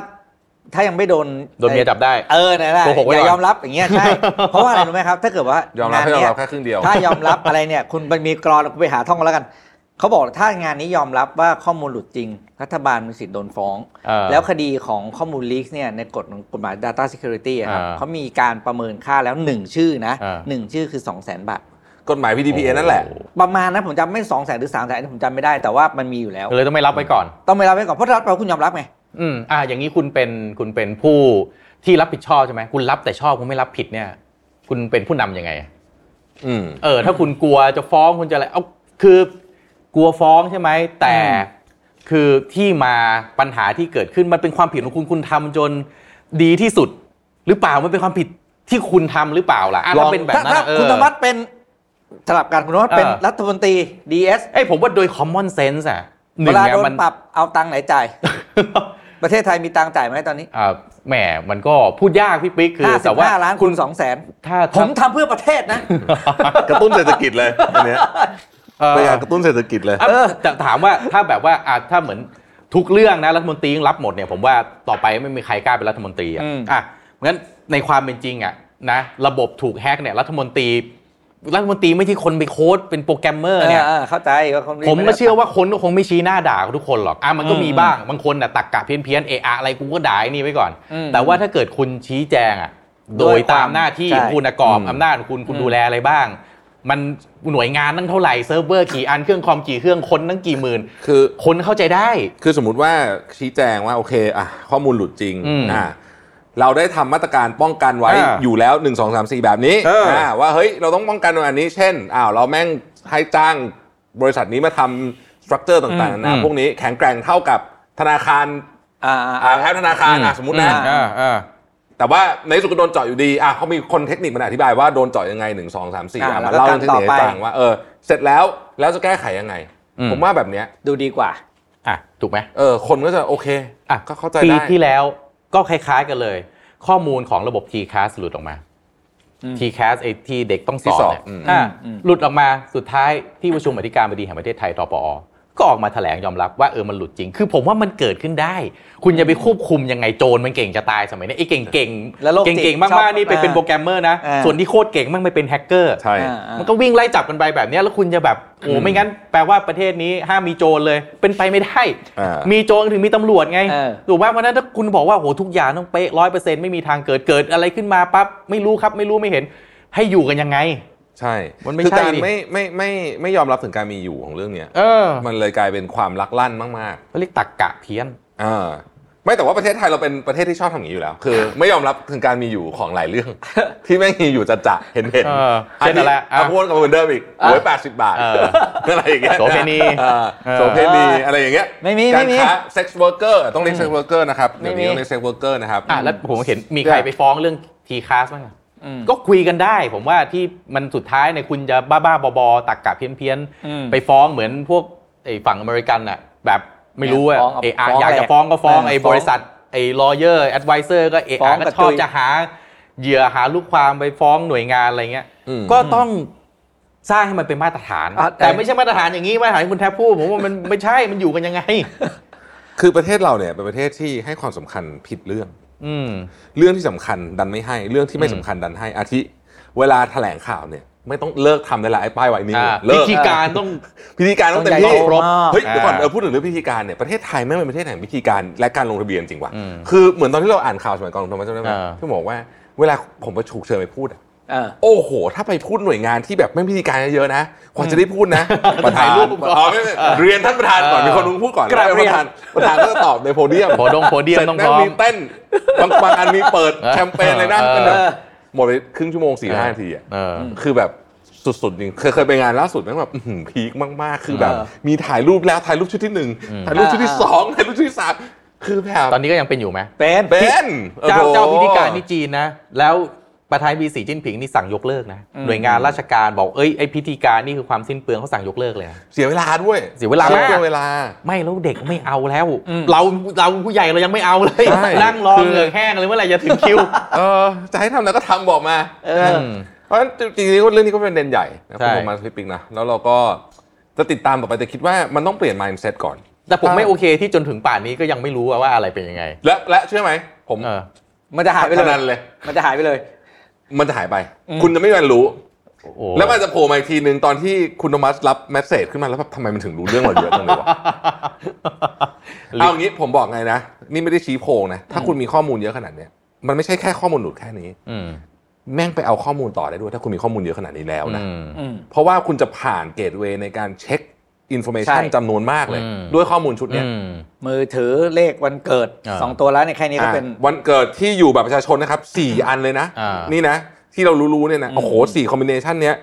C: ถ้ายังไม่โดน
D: โดนเมียจับได้
C: เออนั่นแหละ
D: โกหกไว้
C: อย่า
D: ก่อน
C: ยอมรับอย่างเงี้ยใช่ เพราะว่าอะไรรู้ไหมครับ ถ้าเกิดว่าย ย
E: อมรับให้ยอม
C: เนี้
E: รับแค่ครึ่งเดียว
C: ถ้ายอมรับอะไรเนี่ย คุณมันมีกรอนคุณไปหาท่องกันแล้วกันเขาบอกถ้างานนี้ยอมรับว่าข้อมูลหลุดจริง รัฐบาลมีสิทธิ์โดนฟ้อง
D: เออ
C: แล้วคดีของข้อมูลลีกเนี่ยในกฎของกฎหมาย Data Security อะครับ
D: อ่า
C: เขามีการประเมินค่าแล้ว 1 ชื่อนะ
D: อ่า
C: หนึ่งชื่อคือ 2 0 0 0 0 0 บาท
E: กฎหมาย PDPA นั่นแหละ
C: ประมาณนะผมจำไม่ 2 0 0 0 0 0 หรือ 3 0 0 0 0 ผมจำไม่ได้แต่ว่ามันมีอยู่แล้ว
D: เลยต้องไม่รับไว้ก่อน
C: ต้องไปรับไว้ก่อนเพราะรับไปคุณยอมรับไง
D: อืมอ่าอย่างนี้คุณเป็นคุณเป็นผู้ที่รับผิดชอบใช่ไหมคุณรับแต่ชอบคุณไม่รับผิดเนี่ย คุณเป็นผู้นำยังไงอะ
E: อืม
D: เออถ้าคุณกลัวจะฟ้องคุณจะอะไรเอาคือกลัวฟ้องใช่ไหมแต่
C: อืม
D: คือที่มาปัญหาที่เกิดขึ้นมันเป็นความผิดของคุณคุณทำจนดีที่สุด หรือเปล่ามันเป็นความผิดที่คุณทำหรือเปล่าล่ะะ
E: ลอง
D: ถ้าเป็นแบบ
C: ถ้า
D: นั้น
C: ถ้า
D: อะเออ
C: คุณธรรมัตเป็นสลับกันคุณธรรมัตเป็น
D: เออ
C: รัฐมนตรีดีเอส
D: เอ้ยผมว่าโดย common sense อะห
C: เว
D: นึ่ง
C: ลา
D: เนี่ย
C: โด
D: มัน น
C: ปรับเอาตังค์ไหนจ่าย ประเทศไทยมีตังค์จ่ายไหมตอนนี้
D: อ่าแหมมันก็พูดยากพี่ปิ๊กคือแต่ว่า
C: ห้าล้านคุณสองแสน
D: ถ้า
C: ผ
D: ถ้าม
C: ทำเพื่อประเทศนะ
E: กระตุ้นเศรษฐกิจเลยอันเนี้ย
D: เออ
E: พยายามกระตุ้นเศรษฐกิจเลย
D: เออแต่ถามว่าถ้าแบบว่าอ่ะถ้าเหมือนทุกเรื่องนะรัฐมนตรีรับหมดเนี่ยผมว่าต่อไปไม่มีใครกล้าเป็นรัฐมนตรีอ่ะ
C: อืม
D: อ่ะงั้นในความเป็นจริงอ่ะนะระบบถูกแฮกเนี่ยรัฐมนตรี รัฐมนตรีไม่ใช่คนไปโค้ดเป็นโปรแกรมเมอร์เนี่ย
C: เออเข้าใจว่าคนนี้
D: ผม
C: ไได้
D: ก็เชื่อว่าคนก็คงไม่ชี้หน้าด่าทุกคนหรอกอ่ะมันก็
C: อืม
D: มีบ้างบางคนน่ะตักกะเพี้ยนเพี้ยนๆเอะอะอะไรกูก็ด่าไอ้นี่ไว้ก่อน
C: อืม
D: แต่ว่าถ้าเกิดคุณชี้แจงอ่ะโด
C: ด้วย ยความ
D: ตามหน้าที่
C: ใช่
D: คุณน่ะกรอบ
E: อืม
D: อำนาจของคุณคุณดูแลอะไรบ้าง มันหน่วยงานตั้งเท่าไหร่เซิร์ฟเวอร์กี่อันเครื่องคอมกี่เครื่องคนตั้งกี่หมื่น
E: คือ
D: คนเข้าใจได้
E: คือสมมติว่าชี้แจงว่าโอเคอ่ะข้อมูลหลุดจริง
D: อืม
E: อ่ะเราได้ทำมาตรการป้องกันไว้
D: อ่า
E: อยู่แล้ว 1 2 3 4 แบบนี้
D: เอออ่
E: ะว่าเฮ้ยเราต้องป้องกันอันนี้ เช่นอ้าวเราแม่งให้จ้างบริษัทนี้มาทำสตรัคเจอร์ต่างๆ
D: อืม
E: นานา
D: อืม
E: พวกนี้แข็งแกร่งเท่ากับธนาคาร
C: อ่า
E: อ่าแอปธนาคารอ่ะสมมตินะ
D: อือ่าอ่า
E: แต่ว่าในที่สุดก็โดนเจาะอยู่ดีอ่ะเขามีคนเทคนิคมันอธิบายว่าโดนเจาะยังไง1 2 3 4อ่ะมาเล่าเรื่องเทคนิคให้ฟังว่าเออเสร็จแล้วแล้วจะแก้ไขยังไง
D: อืม
E: ผมว่าแบบเนี้ย
C: ดูดีกว่า
D: อ่ะถูกไหม
E: เออคนก็จะโอเค
D: อ่ะ
E: ก็เข้าใจ
D: ปี
E: ได้
D: ที่แล้วก็คล้ายๆกันเลย ข้อมูลของระบบ TCAS หลุดออกมา
C: อืม
D: TCAS ไอ้ที่เด็กต้องส
E: ที่
D: อบ
E: สอบ
D: เนี่ย
E: อืม
D: อ่ะ
C: อืม
D: หลุดออกมาสุดท้ายที่ประชุมอธิการบดีแห่งประเทศไทยตปอ ก็ออกมาแถลงยอมรับว่าเออมันหลุดจริง คือผมว่ามันเกิดขึ้นได้ คุณจะไปควบคุมยังไงโจรมันเก่งจะตายสมัยนี้ไอ้เก่ง
C: แล้วโลกจิต
D: เก่ง
C: ช
D: ๆ
C: อ
D: มาก
C: บ
D: ๆนี่ไปเป็นโปรแกรมเมอร์นะ
C: อ่า
D: ส่วนที่โคตรเก่งมากไปเป็นแฮกเกอร์
E: ใช่
C: อ่าอ่า
D: มันก็วิ่งไล่จับกันไปแบบเนี้ยแล้วคุณจะแบบโอ้ไม่งั้นแปลว่าประเทศนี้ห้ามมีโจรเลย เป็นไปไม่ได้
E: อ่ามี
D: มีโจรถึงมีตำรวจไง
C: เออ
D: ถูกป่ะเพราะฉะนั้นถ้าคุณบอกว่าโหทุกอย่างต้องเป๊ะร้อยเปอร์เซ็นต์ไม่มีทางเกิดเกิดอะไรขึ้นมาปั๊บไม่รู้ครับไม่รู้ไม่เห็น ให้อยู่กันยังไง
E: ใช่
D: มันไม่
E: คือ
D: ใช่
E: การ
D: ดิ
E: ไม่ไม่ไม่ไม่ยอมรับถึงการมีอยู่ของเรื่องเนี้ย
D: เออ
E: มันเลยกลายเป็นความลักลั่นมาก
D: เขาเรียกตักกะเพี้ยน
E: ๆอ่าไม่แต่ว่าประเทศไทยเราเป็นประเทศที่ชอบทำอย่างนี้อยู่แล้ว คือ ไม่ยอมรับถึงการมีอยู่ของหลายเรื่อง ที่แม่งมีอยู่จะจะเห็นเห็น
D: เออเช่นอะไรอ่ะ
E: อ่ะพูดกันเหมือนเดิมอีกโอ้ยแปดสิบบาท
D: เออ
E: อะไรอย่างเงี้ย
D: โสเภณี
E: เออ
D: เออ
E: โสเภณีอะไรอย่างเงี้ย
C: ไม่มี
E: การ
C: ไม่มี
E: ค้าเซ็กซ์เวิร์กเกอร์ต้องเรียกเซ็กซ์เวิร์กเกอร์นะครับเดี๋ยวนี้
C: ไม่มี
E: ต้องเรียกเซ็กซ์เวิร์กเกอร์นะครับ
D: อ่ะแล้วผมเห็นมีใครไปฟ้องเรื่องทีคาสบ้างอะ
C: อืม
D: ก็คุยกันได้ ผมว่าที่มันสุดท้ายเนี่ยคุณจะบ้าบ้าๆบอๆตักกะเพี้ยนเพี้ยนๆ
C: อืม
D: ไปฟ้องเหมือนพวกไอ้ฝั่งอเมริกันอะแบบไม่รู้อะ
C: ฟ้องเอา
D: ไอ้อา
C: ฟ้อง
D: อยาก
C: แห
D: จะ
C: ละ
D: ฟ้องก็ฟ้อง
C: เออ
D: ไอ้
C: ฟ้
D: บ
C: อง
D: ริษัทไอ้ลอเยอร์แอดไวเซอร์ก็เอะ
C: ฟ้อ
D: อาง ก็
C: กระ
D: ชอบ
C: จุย
D: จะหาเหยื่อหาลูกความไปฟ้องหน่วยงานอะไรเงี้ย
E: อืม
D: ก็ต้องสร้างให้มันเป็นมาตรฐาน
C: อ่ะแต่
D: แต่ไม่ใช่มาตรฐานอย่างนี้มาตรฐานที่คุณแทบพูดผมว่ามันไม่ใช่มันอยู่กันยังไง
E: คือประเทศเราเนี่ยเป็นประเทศที่ให้ความสำคัญผิดเรื่อง
D: อืม
E: เรื่องที่สำคัญดันไม่ให้เรื่องที่ไม่สำคัญดันให้อาทิ เวลาแถลงข่าวเนี่ย ไม่ต้องเลิกทำได้ละไอ้ป้ายไวนิล
D: อ่า
E: เลิ
D: วิ
E: ก
D: ธีการต้อง
E: พิธีการต้องเต็ม
C: ต้อ
E: ที่
C: งใหญ่โตมาก
E: เฮ้ยเดี๋ยวก่อน
D: อ่า
E: เออพูดถึงเรื่องพิธีการเนี่ยประเทศไทยไม่งเป็นประเทศแห่งพิธีการและการลงทะเบียนจริงว่ะ
D: อืม
E: คือเหมือนตอนที่เราอ่านข่าวสมัยก่อนผมจำได้ไหม
D: อ่า
E: ที่บอกว่าเวลาผมไปฉุกเฉินไปพูดอะ
C: เออ
E: โอ้โห ถ้าไปพูดหน่วยงานที่แบบไม่มีพิธีการเยอะๆนะกว่าจะได้พูดนะประธาน
D: ถ่ายรูปก่อน
E: อ๋อไม่ไม่เรียนท่านประธานก่อนมีคนนึงพูดก่อน
C: กราบ
E: แล้ว
C: เรี
E: ป
C: ยน
E: ระธานประธานก็จะตอบในโพเดียม
D: โพดงโพเดียม
E: เสร็จ
D: ต้อง
E: แม่ง
D: พร้อ
E: มี
D: ม
E: เต้นบางบางอันมีเปิด แชมเปญเลยนะ
D: เออ
E: เป็นแบบ
C: เออ
E: หมดไปครึ่งชั่วโมงสี่ห้านาทีอ่ะ
D: เออ
E: คือแบบสุดๆจริงเคยเคยไปงานล่าสุดแม่งแบบอื้อหือพีคมากๆ คือแบบ
C: เออ
E: มีถ่ายรูปแล้วถ่ายรูปชุดที่หนึ่งถ่ายรูปชุดที่สองถ่ายรูปชุดที่สามคือแบบ
D: ตอนนี้ก็ยังเป็นอยู่ไหม
C: เป็น
E: เป็น
D: เจ้า
E: โอ้โห
D: เจ้าพิธีการนี่จีนนะ แล้วประธานาธิบดีสีจิ้นผิงนี่สั่งยกเลิกนะ
C: อืม
D: หน่วยงานราชการบอกเอ้ยไอพิธีการนี่คือความสิ้นเปลืองเขาสั่งยกเลิกเลยนะ
E: เสียเวลาด้วย
D: เสียเวลามาก
E: เสียเวลา
D: ไม่แล้วเด็กไม่เอาแล้ว
C: อืม
D: เราเราผู้ใหญ่เรายังไม่เอาเลย
E: ใช่
D: นั่งรอ
E: คือ
D: เหงื่อแห้งเลยเมื่อไหร่จะถึงคิว
E: เออจะให้ทำแล้วก็ทำบอกมา
C: เอออ
D: ม
E: เพราะฉะนั้นจริงๆเรื่องนี้ก็เป็นประเด็นใหญ่นะ
D: ใช่
E: คุณโทมัสฟิปปิงนะแล้วเราก็จะติดตามต่อไปแต่คิดว่ามันต้องเปลี่ยน mindset ก่อน
D: แต่ผมไม่โอเคที่จนถึงป่านนี้ก็ยังไม่รู้ว่าอะไรเป็นยังไง
E: และและเชื่อไหมผม
D: เออ
C: มันจะหายไปเล
E: พ
C: ย
E: นันเลย
C: มันจะหายไปเลย
E: มันจะหายไป
C: อืม
E: คุณจะไม่มีวันรู้
D: โอ้โห
E: แล้วมันจะโผล่มาอีกทีหนึ่งตอนที่คุณโทมัสรับเมสเซจขึ้นมาแล้วแบบทำไมมันถึงรู้เรื่องเราเยอะจังเลยวะ เอางี้ผมบอกไงนะ นี่ไม่ได้ชี้โพงนะ ถ้าคุณมีข้อมูลเยอะขนาดเนี้ยมันไม่ใช่แค่ข้อมูลหนุดแค่นี้
D: อืม
E: แม่งไปเอาข้อมูลต่อได้ด้วย ถ้าคุณมีข้อมูลเยอะขนาดนี้แล้วนะ
D: อืม
C: อืม
E: เพราะว่าคุณจะผ่านเกตเวย์ในการเช็คอินโฟเมชัน
C: ใช่
E: จำนวนมากเลย
D: อืม
E: ด้วยข้อมูลชุดเนี้ย
D: อืม
C: มือถือเลขวันเกิด
D: อ่า
C: สองตัวแล้วในยแค่นี้ก็
E: อ่ะ
C: เป็น
E: วันเกิดที่อยู่แบบประชาชนนะครับสี่อันเลยนะ
D: อ่านี่
E: นี่นะ ที่เรารู้ๆเนี่ยนะโอ้โหสี่คอมบิเนชันเนี้ย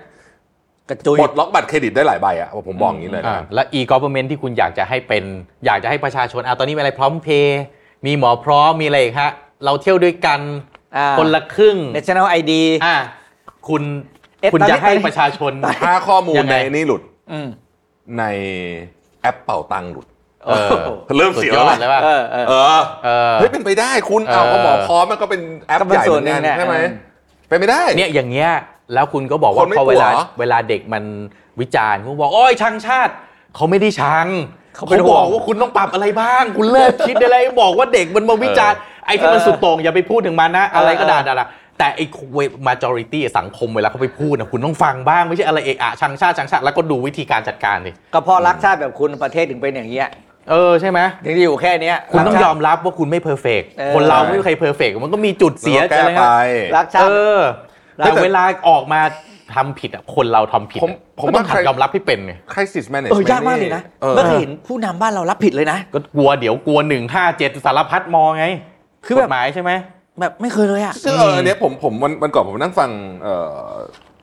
C: กระจุย
E: ปลดล็อกบัตรเครดิตได้หลายใบอ่ะผมบอกอย่างนี้เลย
D: อ่า
E: นะ
D: และ e-government ที่คุณอยากจะให้เป็น อยากจะให้ประชาชนเอาตอนนี้มีอะไรพร้อมเพย์มีหมอพร้อมมีอะไรอีกฮะ เราเที่ยวด้วยกัน
C: อ่า
D: คนละครึ่ง
C: National ID
D: อ่าคุณ
C: เอ๊ะ
D: คุณ
C: ตอนนี้
D: จะ
C: ต
D: ให้
C: อนนี้
D: ประชาชน
E: ถ้าข้อมูล
D: ยัง
E: ใน
D: ไง
E: นี่หลุด
C: อืม
E: ในแอปเป่าตังค์หลุด
D: เออ
C: โอ้โห
E: เริ่มเสียแล้ว
D: ด
E: นะ
D: อดเลยว่า
C: เออเออ
E: เออ
D: เออ
E: เฮ้ยเป็นไปได้คุณ
D: เออ
E: เอาก็หมอพร้อมมันก็เป็นแอป
C: ก็เป็น
E: ใหญ่
C: ส่
E: เห
C: ว
E: มื
C: น
E: อน
C: หนึ่
E: กั
C: ง
E: น
C: แหละ
E: ใช่ไหม
C: เออ
E: เป็นไม่ได้
D: เนี่ยอย่างเงี้ยแล้วคุณก็บอกว่า
E: คนไม่
D: พอเวลา
E: หัว
D: เวลาเด็กมันวิจารณ์คุณบอกโอ้ยช่างชาติ เขาไม่ได้ชัง
C: เขา
D: เขา
C: เป็นห่
D: บ
C: วง
D: อกว่าคุณต้องปรับอะไรบ้าง คุณเลิกคิดได้แล้วไอ้บอกว่าเด็กมันมาวิจารณ์ไอ้ที่มันสุดโต่งอย่าไปพูดถึงมันนะ อะไรก็ด่าด่าแต่ไอ้ majority สังคมเวลาเขาไปพูดนะคุณต้องฟังบ้างไม่ใช่อะไรเอะอะชังชาติชังชาติแล้วก็ดูวิธีการจัดการดิ
C: ก็เพอรักชาติแบบคุณประเทศถึงเป็นอย่างเงี้ย
D: เออใช่ไหม
C: ถึงจะอยู่แค่เนี้ย
D: คุณต้อง
C: รัก
D: ย
C: ชา
D: อมรับว่าคุณไม่เพอร์เฟก
C: เออ
D: คนเราไม่มีใครเพอร์เฟกมันก็มีจุดเสีย
E: แล้วก็แก้
D: อะไร
E: ไป
D: นะ
C: รักชา
D: เอ
C: ติ
D: อ
C: รัก
D: แต่เวลาออกมา ทำผิดอ่ะคนเราทำผิด
E: ผม
D: อะ
E: ผม
D: ก็ต้อง
E: ว่า
D: หัด
E: ใคร
D: ยอมรับให้เป็นไง
E: crisis
C: เอ
E: management
C: อยากมากเลยนะ
E: ออ
C: ไม่เคยเห็นผู้นำบ้านเรารับผิดเลยนะ
D: ก็กลัวเดี๋ยวกลัวหนึ่งห้าเจ็ดสารพัดมองไง
C: คือแบบ
D: กฎหมายใช่ไหม
C: แบบไม่เคยเลยอ่ะ
E: ซึ่งเอออนเนี้ยผมผมวันวันก่อนผมนั่งฟังเอ่อ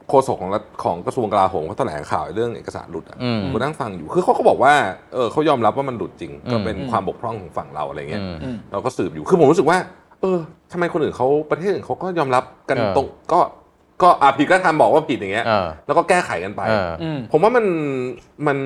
E: โฆษกของรัฐของกระทรวงกลาโหมเขาแถลงข่าวเรื่องเอกสารหลุดอ่ะ
D: อืม
E: ผมนั่งฟังอยู่คือเขาก็บอกว่าเออเขายอมรับว่ามันหลุดจริง ก็เป็น
C: อืม
E: ความบกพร่องของฝั่งเราอะไรเงี้ย
D: อืม
C: อืม
E: เราก็สืบอยู่คือผมรู้สึกว่า เออทำไมคนอื่นเขาประเทศอื่นเขาก็ยอมรับกัน
D: เออ
E: ตรงก็ก็อ่ะผิดก็ทำบอกว่าผิดอย่างเงี้ย
D: เออ
E: แล้วก็แก้ไขกันไป
D: เออ
C: อืม
E: ผมว่ามันมัน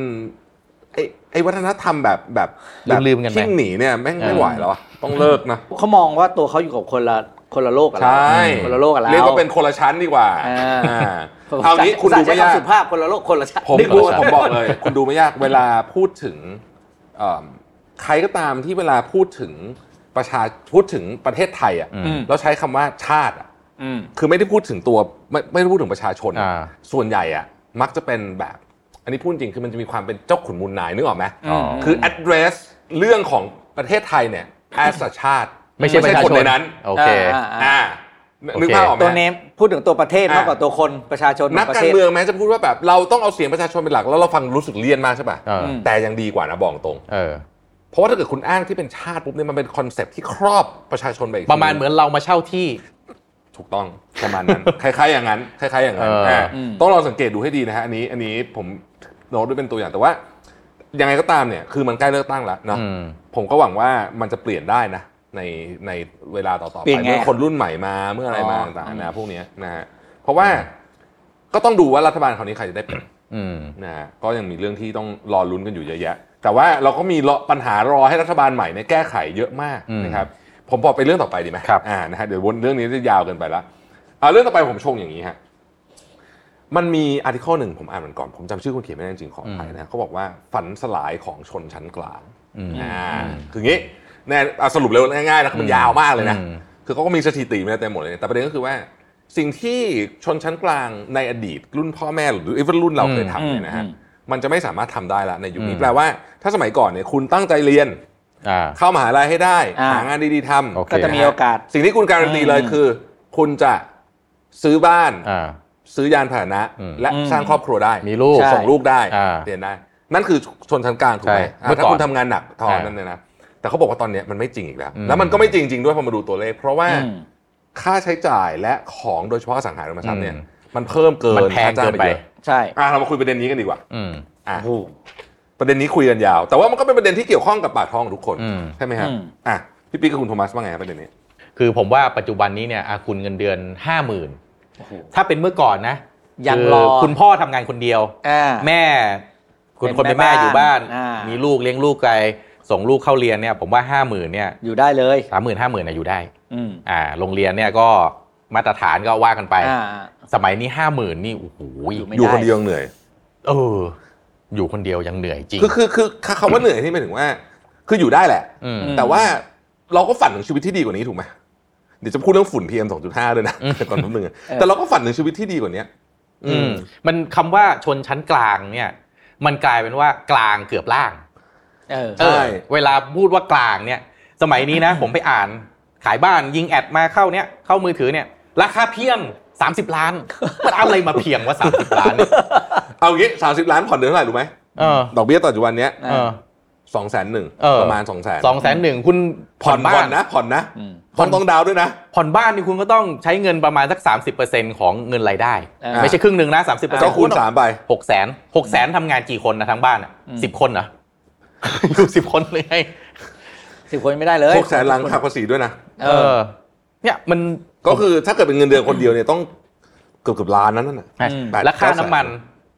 E: ไอไอวัฒนธรรมแบบแบบแบบ
D: ลืมๆกันไป
E: ชิ่งหนีเนี่ยแม่งไม่
D: เออ
E: ไหวแล้วอะต้องเลิกนะ
C: เขามองว่าตัวเขาอยู่กับคนละคนละโลกกับ
E: ใช
C: เรา
E: ่
C: คนละโลกกับเรา
E: เรียกว่าเป็นคนละชั้นดีกว่า
C: อ่า
E: อ่าเอางี้
C: ผม
E: คุณดู
C: ใช้
E: ไม่ยาก
C: คำสุภาพคนละโลกคนละชาติ
E: ผม
D: นี่
E: ดู
D: คนละชั้
E: ผ
D: น
E: มบอกเลย คุณดูไม่ยากเวลาพูดถึงเอิ่มใครก็ตามที่เวลาพูดถึงประชาพูดถึงประเทศไทยอ่ะ
C: อืม
E: เราใช้คำว่าชาติอ่ะคือไม่ได้พูดถึงตัวไม่ไม่ได้พูดถึงประชาชน
D: อ่า
E: ส่วนใหญ่อ่ะมักจะเป็นแบบ อันนี้พูดจริงคือมันจะมีความเป็นเจ้าขุนมูลนายนึกออกไหม
D: อ๋อ
E: คือ address เรื่องของประเทศไทยเนี่ย as a ชาติ
D: ไม่ใช่ประชา
E: คน
D: ชน
E: ในนั้น
D: โอเค
C: อ่า
E: อ่านึกภาพออกไหม
C: ตัวเนมพูดถึงตัวประเทศ
E: อ่ะ
C: มากกว่าตัวคนประชาชน
E: นัก
C: ประ
E: กา
C: ท
E: ร
C: ศ
E: เมืองแม้จะพูดว่าแบบเราต้องเอาเสียงประชาชนเป็นหลักแล้วเราฟังรู้สึกเลี่ยนมากใช่ป่ะ
D: เออ
E: แต่ยังดีกว่านะบอกตรง
D: เออ
E: เพราะว่าถ้าเกิดคุณอ้างที่เป็นชาติปุ๊บเนี่ยมันเป็นคอนเซปต์ที่ครอบประชาชนไปก
D: ประมาณเหมือนเรามาเช่าที่
E: ถูกต้องประมาณนั้น คล้ายๆอย่างนั้นคล้ายๆอย่างนั้น
D: เอออ่
E: าต้องลองสังเกตดูให้ดีนะฮะอันนี้อันนี้ผมโน้ตด้วยเป็นตัวอย่างแต่ว่า ยังไงก็ตามเนี่ยคือมันใกล้เลือกตั้งแล้วเนาะ
D: อืม
E: ผมก็หวังว่ามันจะเปลี่ยนได้นะ ในในเวลาต่อๆ
C: เปลี่
E: ไป
C: ยนไง
E: เมื่อคนรุ่นใหม่มาเมื่ออะไรมา
C: อ๋อ
E: ต่างๆนะพวกเนี้ยนะฮะเพราะว่าก็ต้องดูว่ารัฐบาลคราวนี้ใครจะได้เป็น
D: อืม
E: นะฮะก็ยังมีเรื่องที่ต้องรอลุ้นกันอยู่เยอะแยะ แต่ว่าเราก็มีรอปัญหารอให้รัฐบาลใหม่เนี่ยแก้ไขเยอะมาก
D: อืม
E: นะครับผมบอกไปเรื่องต่อไปดีไหม
D: ครับ
E: อ่านะฮะเดี๋ยววนเรื่องนี้จะยาวเกินไปละเอาเรื่องต่อไปผมชงอย่างนี้ฮะมันมีอาร์ติเคิลหนึ่งผมอ่านมันก่อน ผมจำชื่อคนเขียนไม่ได้จริงๆขออภัยนะฮะเขาบอกว่าฝันสลายของชนชั้นกลาง
D: อืม
E: อ่าคืองี้แน่เอาสรุปเร็วง่ายๆนะคือมันยาวมากเลยนะ
D: อืม
E: คือเขาก็มีสถิติมาเต็มหมดเลย แต่ประเด็นก็คือว่า สิ่งที่ชนชั้นกลางในอดีต รุ่นพ่อแม่หรือรุ่นเราเคยทำเนี่ยนะฮะ
C: อืม
E: มันจะไม่สามารถทำได้ละในยุคนี้แปลว่า ถ้าสมัยก่อนเนี่ยคุณตั้งใจเรียน
D: อ่า
E: เข้ามหาลัยให้ได้
C: อ่า
E: หางานดีๆท
D: โอ
E: ำ
D: เค
C: ก็จะมีโอกาส
E: สิ่งที่คุณการันตีเลยคือ คุณจะซื้อบ้าน
D: อ่า
E: ซื้อยานพาหนะ
D: อืม
E: และ
C: อืม
E: สร้างครอบครัวได้
D: มีลูก
C: ใช่
E: ส่งลูกได้
D: อ่า
E: เรียนได้ นั่นคือชนชั้นกลางถูกไหม
D: ใช่
E: อ่า
D: เมื่อ
E: ถ้า
D: ก่อน
E: คุณทำงานหนักทอน
D: อ่า
E: นั่นเนี่ยนะแต่เขาบอกว่าตอนเนี้ยมันไม่จริงอีกแล้ว
D: อืม
E: แล้วมันก็ไม่จริงจริงด้วยพอมาดูตัวเลข เพราะว่า
C: อืม
E: ค่าใช้จ่ายและของโดยเฉพาะอสังหาริมทรัพย์เนี่ย
D: อืม
E: มันเพิ่มเกิน
D: มันแพง
E: ค่าจ้า
D: เกินไป
E: ยอะ
C: ใช่
E: อ่ะเรามาคุยประเด็นนี้กันดีกว่า
D: อืม
E: อ่ะ
C: โอ้โห
E: ประเด็นนี้คุยกันยาว แต่ว่ามันก็เป็นประเด็นที่เกี่ยวข้องกับปากท้องของทุกคน
D: อืม
E: ใช่ไหมครับ
C: อืม
E: อ่ะพี่ปิ๊กกับคุณโทมัสว่าไงครับประเด็นนี้
D: คือผมว่าปัจจุบันนี้เนี่ยอาคุณเงินเดือนห้าหมื่น
C: โอ้โห
D: ถ้าเป็นเมื่อก่อนนะ
C: ยัง
D: คือ
C: รอ
D: คุณพ่อทำงานคนเดียว
C: อ่า
D: แม่คุณ
C: เป็น
D: คนเป็นแม่
C: แม่บ้าน
D: อยู่บ้าน
C: อ่ามี
D: มีลูกเลี้ยงลูกไกลส่งลูกเข้าเรียนเนี่ย ผมว่าห้าหมื่นเนี่ย
C: อยู่ได้เลย
D: สามหมื่นห้าหมื่นอยู่ได้
C: อืม
D: อ่า โรงเรียนเนี่ยก็มาตรฐานก็ว่ากันไป
C: อ่า
D: สมัยนี้ห้าหมื่นนี่โอ้โห
C: อยู่ไม่
E: อยู่คนเดียวเหนื่อย
D: เออ อยู่คนเดียวยังเหนื่อยจริง
E: คือคือคือคำว่าเหนื่อยที่หมายถึงว่า คืออยู่ได้แหละ
D: อืม
E: แต่ว่าเราก็ฝันถึงชีวิตที่ดีกว่านี้ถูกไหมเดี๋ยวจะพูดเรื่องฝุ่น PM 2.5 ด้วยนะ
D: อืม
E: ก่อนนิดนึงอะแต่เราก็ฝันถึงชีวิตที่ดีกว่านี้อื
D: อื
E: ม
D: มมันคำว่าชนชั้นกลางเนี่ย มันกลายเป็นว่ากลางเกือบล่าง
C: เออ
D: เออเวลาพูดว่ากลางเนี่ย สมัยนี้นะ ผมไปอ่านขายบ้านยิงแอดมาเข้าเนี่ย เข้ามือถือเนี่ย ราคาเพียง 30 ล้าน มันเอาอะไรมาเพียงว่า 30 ล้านเนี่ย
E: เอางี้ 30 ล้านผ่อนเดือนเท่าไหร่รู้ไหม
D: เออ
E: ดอกเบี้ยต่อจุวันเนี้ย
D: เออ
E: สองแสนหนึ่ง
D: เออ
E: ประมาณสองแสน
D: สองแสนหนึ่งคุณ
E: ผ่
D: ผ่
E: อ
D: อน
E: ผ่
D: นบ้า
E: อน
D: น
E: นะผ่อนนะ
C: อืม
E: ต้องต้องดาวน์ด้วยนะ
D: ผ่อนบ้านนี่คุณก็ต้องใช้เงินประมาณสัก 30%ของเงินรายได้
C: เออ
D: ไม่ใช่ครึ่งหนึ่งนะ 30%
E: ก็คูณสามไป
D: หกแสนหกแสนทำงานกี่คนนะทั้งบ้านอ่ะสิบคนเหรอ อยู่สิบคนเลยไง
C: สิบคนไม่ได้เลย
E: หกแสนหลังหักภาษีด้วยนะ
C: เอ
D: เอ
C: อ
D: อ เนี่ยมัน
E: ก็คือถ้าเกิดเป็นเงินเดือนคนเดียวเนี่ยต้องเกือบเกือบล้านนั้นน่ะ
D: ใช่
C: อืม
E: แปด
D: แล้วค่า
E: เก้าแสน
D: น้ำมัน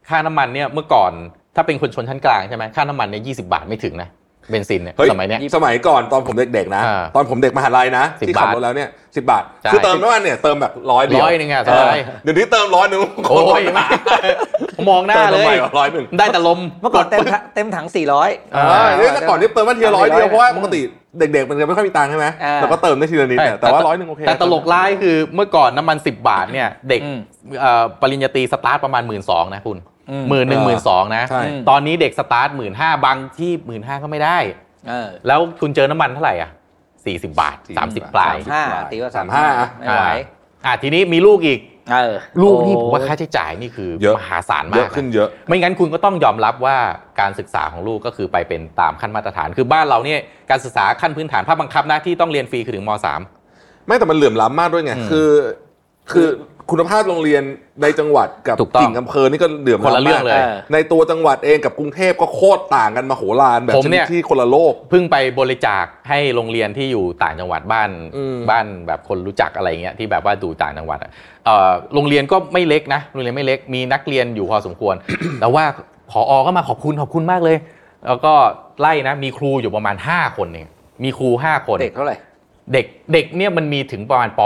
D: ค่าน้ำมันเนี่ยเมื่อก่อนถ้าเป็นคนชนชั้นกลางใช่ไหมค่าน้ำมันเนี่ยยี่สิบาทไม่ถึงนะเบนซินเนี่ย
E: เฮ้ย
D: สมัยเนี้ย
E: สมัยก่อนตอนผมเด็กๆนะ
D: อ่า
E: ตอนผมเด็กมหาลัยนะ
D: สิบ
E: ที่ขับบ
D: าท
E: รถแล้วเนี่ยสิบาท
D: ใช่
E: คือเติมน้ำมันเนี่ยเติมแบบร้อยเดียว
D: ร้อยหนึ่งอะ
E: เ
D: ร้อย
E: เดี๋ยวนี้เติมร้อยหนึ่ง
D: โอ้ย
E: คนละ
D: มองหน้าเล
E: เติมทำ
D: ยว
E: ไมะร้อยหนึ่ง
D: ได้แต่ลม
C: เมื่อก่อนเต็มถังเต็มถังสี่ร้อย
D: อ่า
E: เออเนี่ยแต่ก่อนนี่เติมมาทีละร้อยเดียวเพราะว่าปกติเด็กๆมันจะไม่ค่อยมีตังค์ใช่ไหม
C: อ่า
E: เราก็เติมได้ทีละนิดเนี่ยแต่ว่าร้อยหนึ่งโอเค
D: แต่ตลกร้ายคือเมื่อก่อนน้ำมัน 10 บาทเนี่ยเด็ก
C: อืม
D: เอ่อปริญญาตรีสตาร์ทประมาณหมื่นสองนะคุณ
C: อืม
D: หมื่นหนึ่งหมื่นสองนะ
E: ใช่
D: ตอนนี้เด็กสตาร์ทหมื่นห้าบางที่หมื่นห้าก็ไม่ได้
C: เออ
D: แล้วคุณเจอน้ำมันเท่าไหร่อ่ะ40 บาท 30 ปลาย
C: ห้าตีว่าสาม
E: ห้าอะ
C: ไม่ไหว
D: อ่าอ่าทีนี้มีลูกอีก
C: เออ
D: ลูกนี่ผมว่าค่าใช้จ่ายนี่คือ
E: เยอะ
D: มหาศาล
E: เย
D: มา
E: อะ
D: ก
E: ขึ้น
D: นะ
E: เยอะ
D: ไม่งั้นคุณก็ต้องยอมรับว่าการศึกษาของลูกก็คือไปเป็นตามขั้นมาตรฐาน คือบ้านเราเนี่ยการศึกษาขั้นพื้นฐานภาคบังคับหน้าที่ต้องเรียนฟรีคือถึงมสาม
E: ไม่แต่มันเหลื่อมล้ำมากด้วยไง
D: อืม
E: คือ คือคุณภาพโรงเรียนในจังหวัดกับ
D: ถูกต้อง
E: งอำเภอนี่ก็เหลื่อม
D: คนละ
E: ล้ำ
D: เรื่อง
E: มาก
D: เลย
C: เออ
E: ในตัวจังหวัดเองกับกรุงเทพก็โคตรต่างกันมาโหฬารแบบ
D: ผม
E: ช
D: เนี่
E: นิด
D: ย
E: ที่คนละโลก
D: เพิ่งไปบริจาคให้โรงเรียนที่อยู่ต่างจังหวัดบ้าน
E: อืม
D: บ้านแบบคนรู้จักอะไรเงี้ยที่แบบว่าดูต่างจังหวัดอะเอ่อโรงเรียนก็ไม่เล็กนะโรงเรียนไม่เล็กมีนักเรียนอยู่พอสมควร แต่ว่าผอก็มาขอบคุณขอบคุณมากเลย แล้วก็ไล่นะมีครูอยู่ประมาณ 5 คนเองมีครู 5 คน
C: เด็กเท่าไหร่
D: เด็กเด็กเนี่ยมันมีถึงประมาณป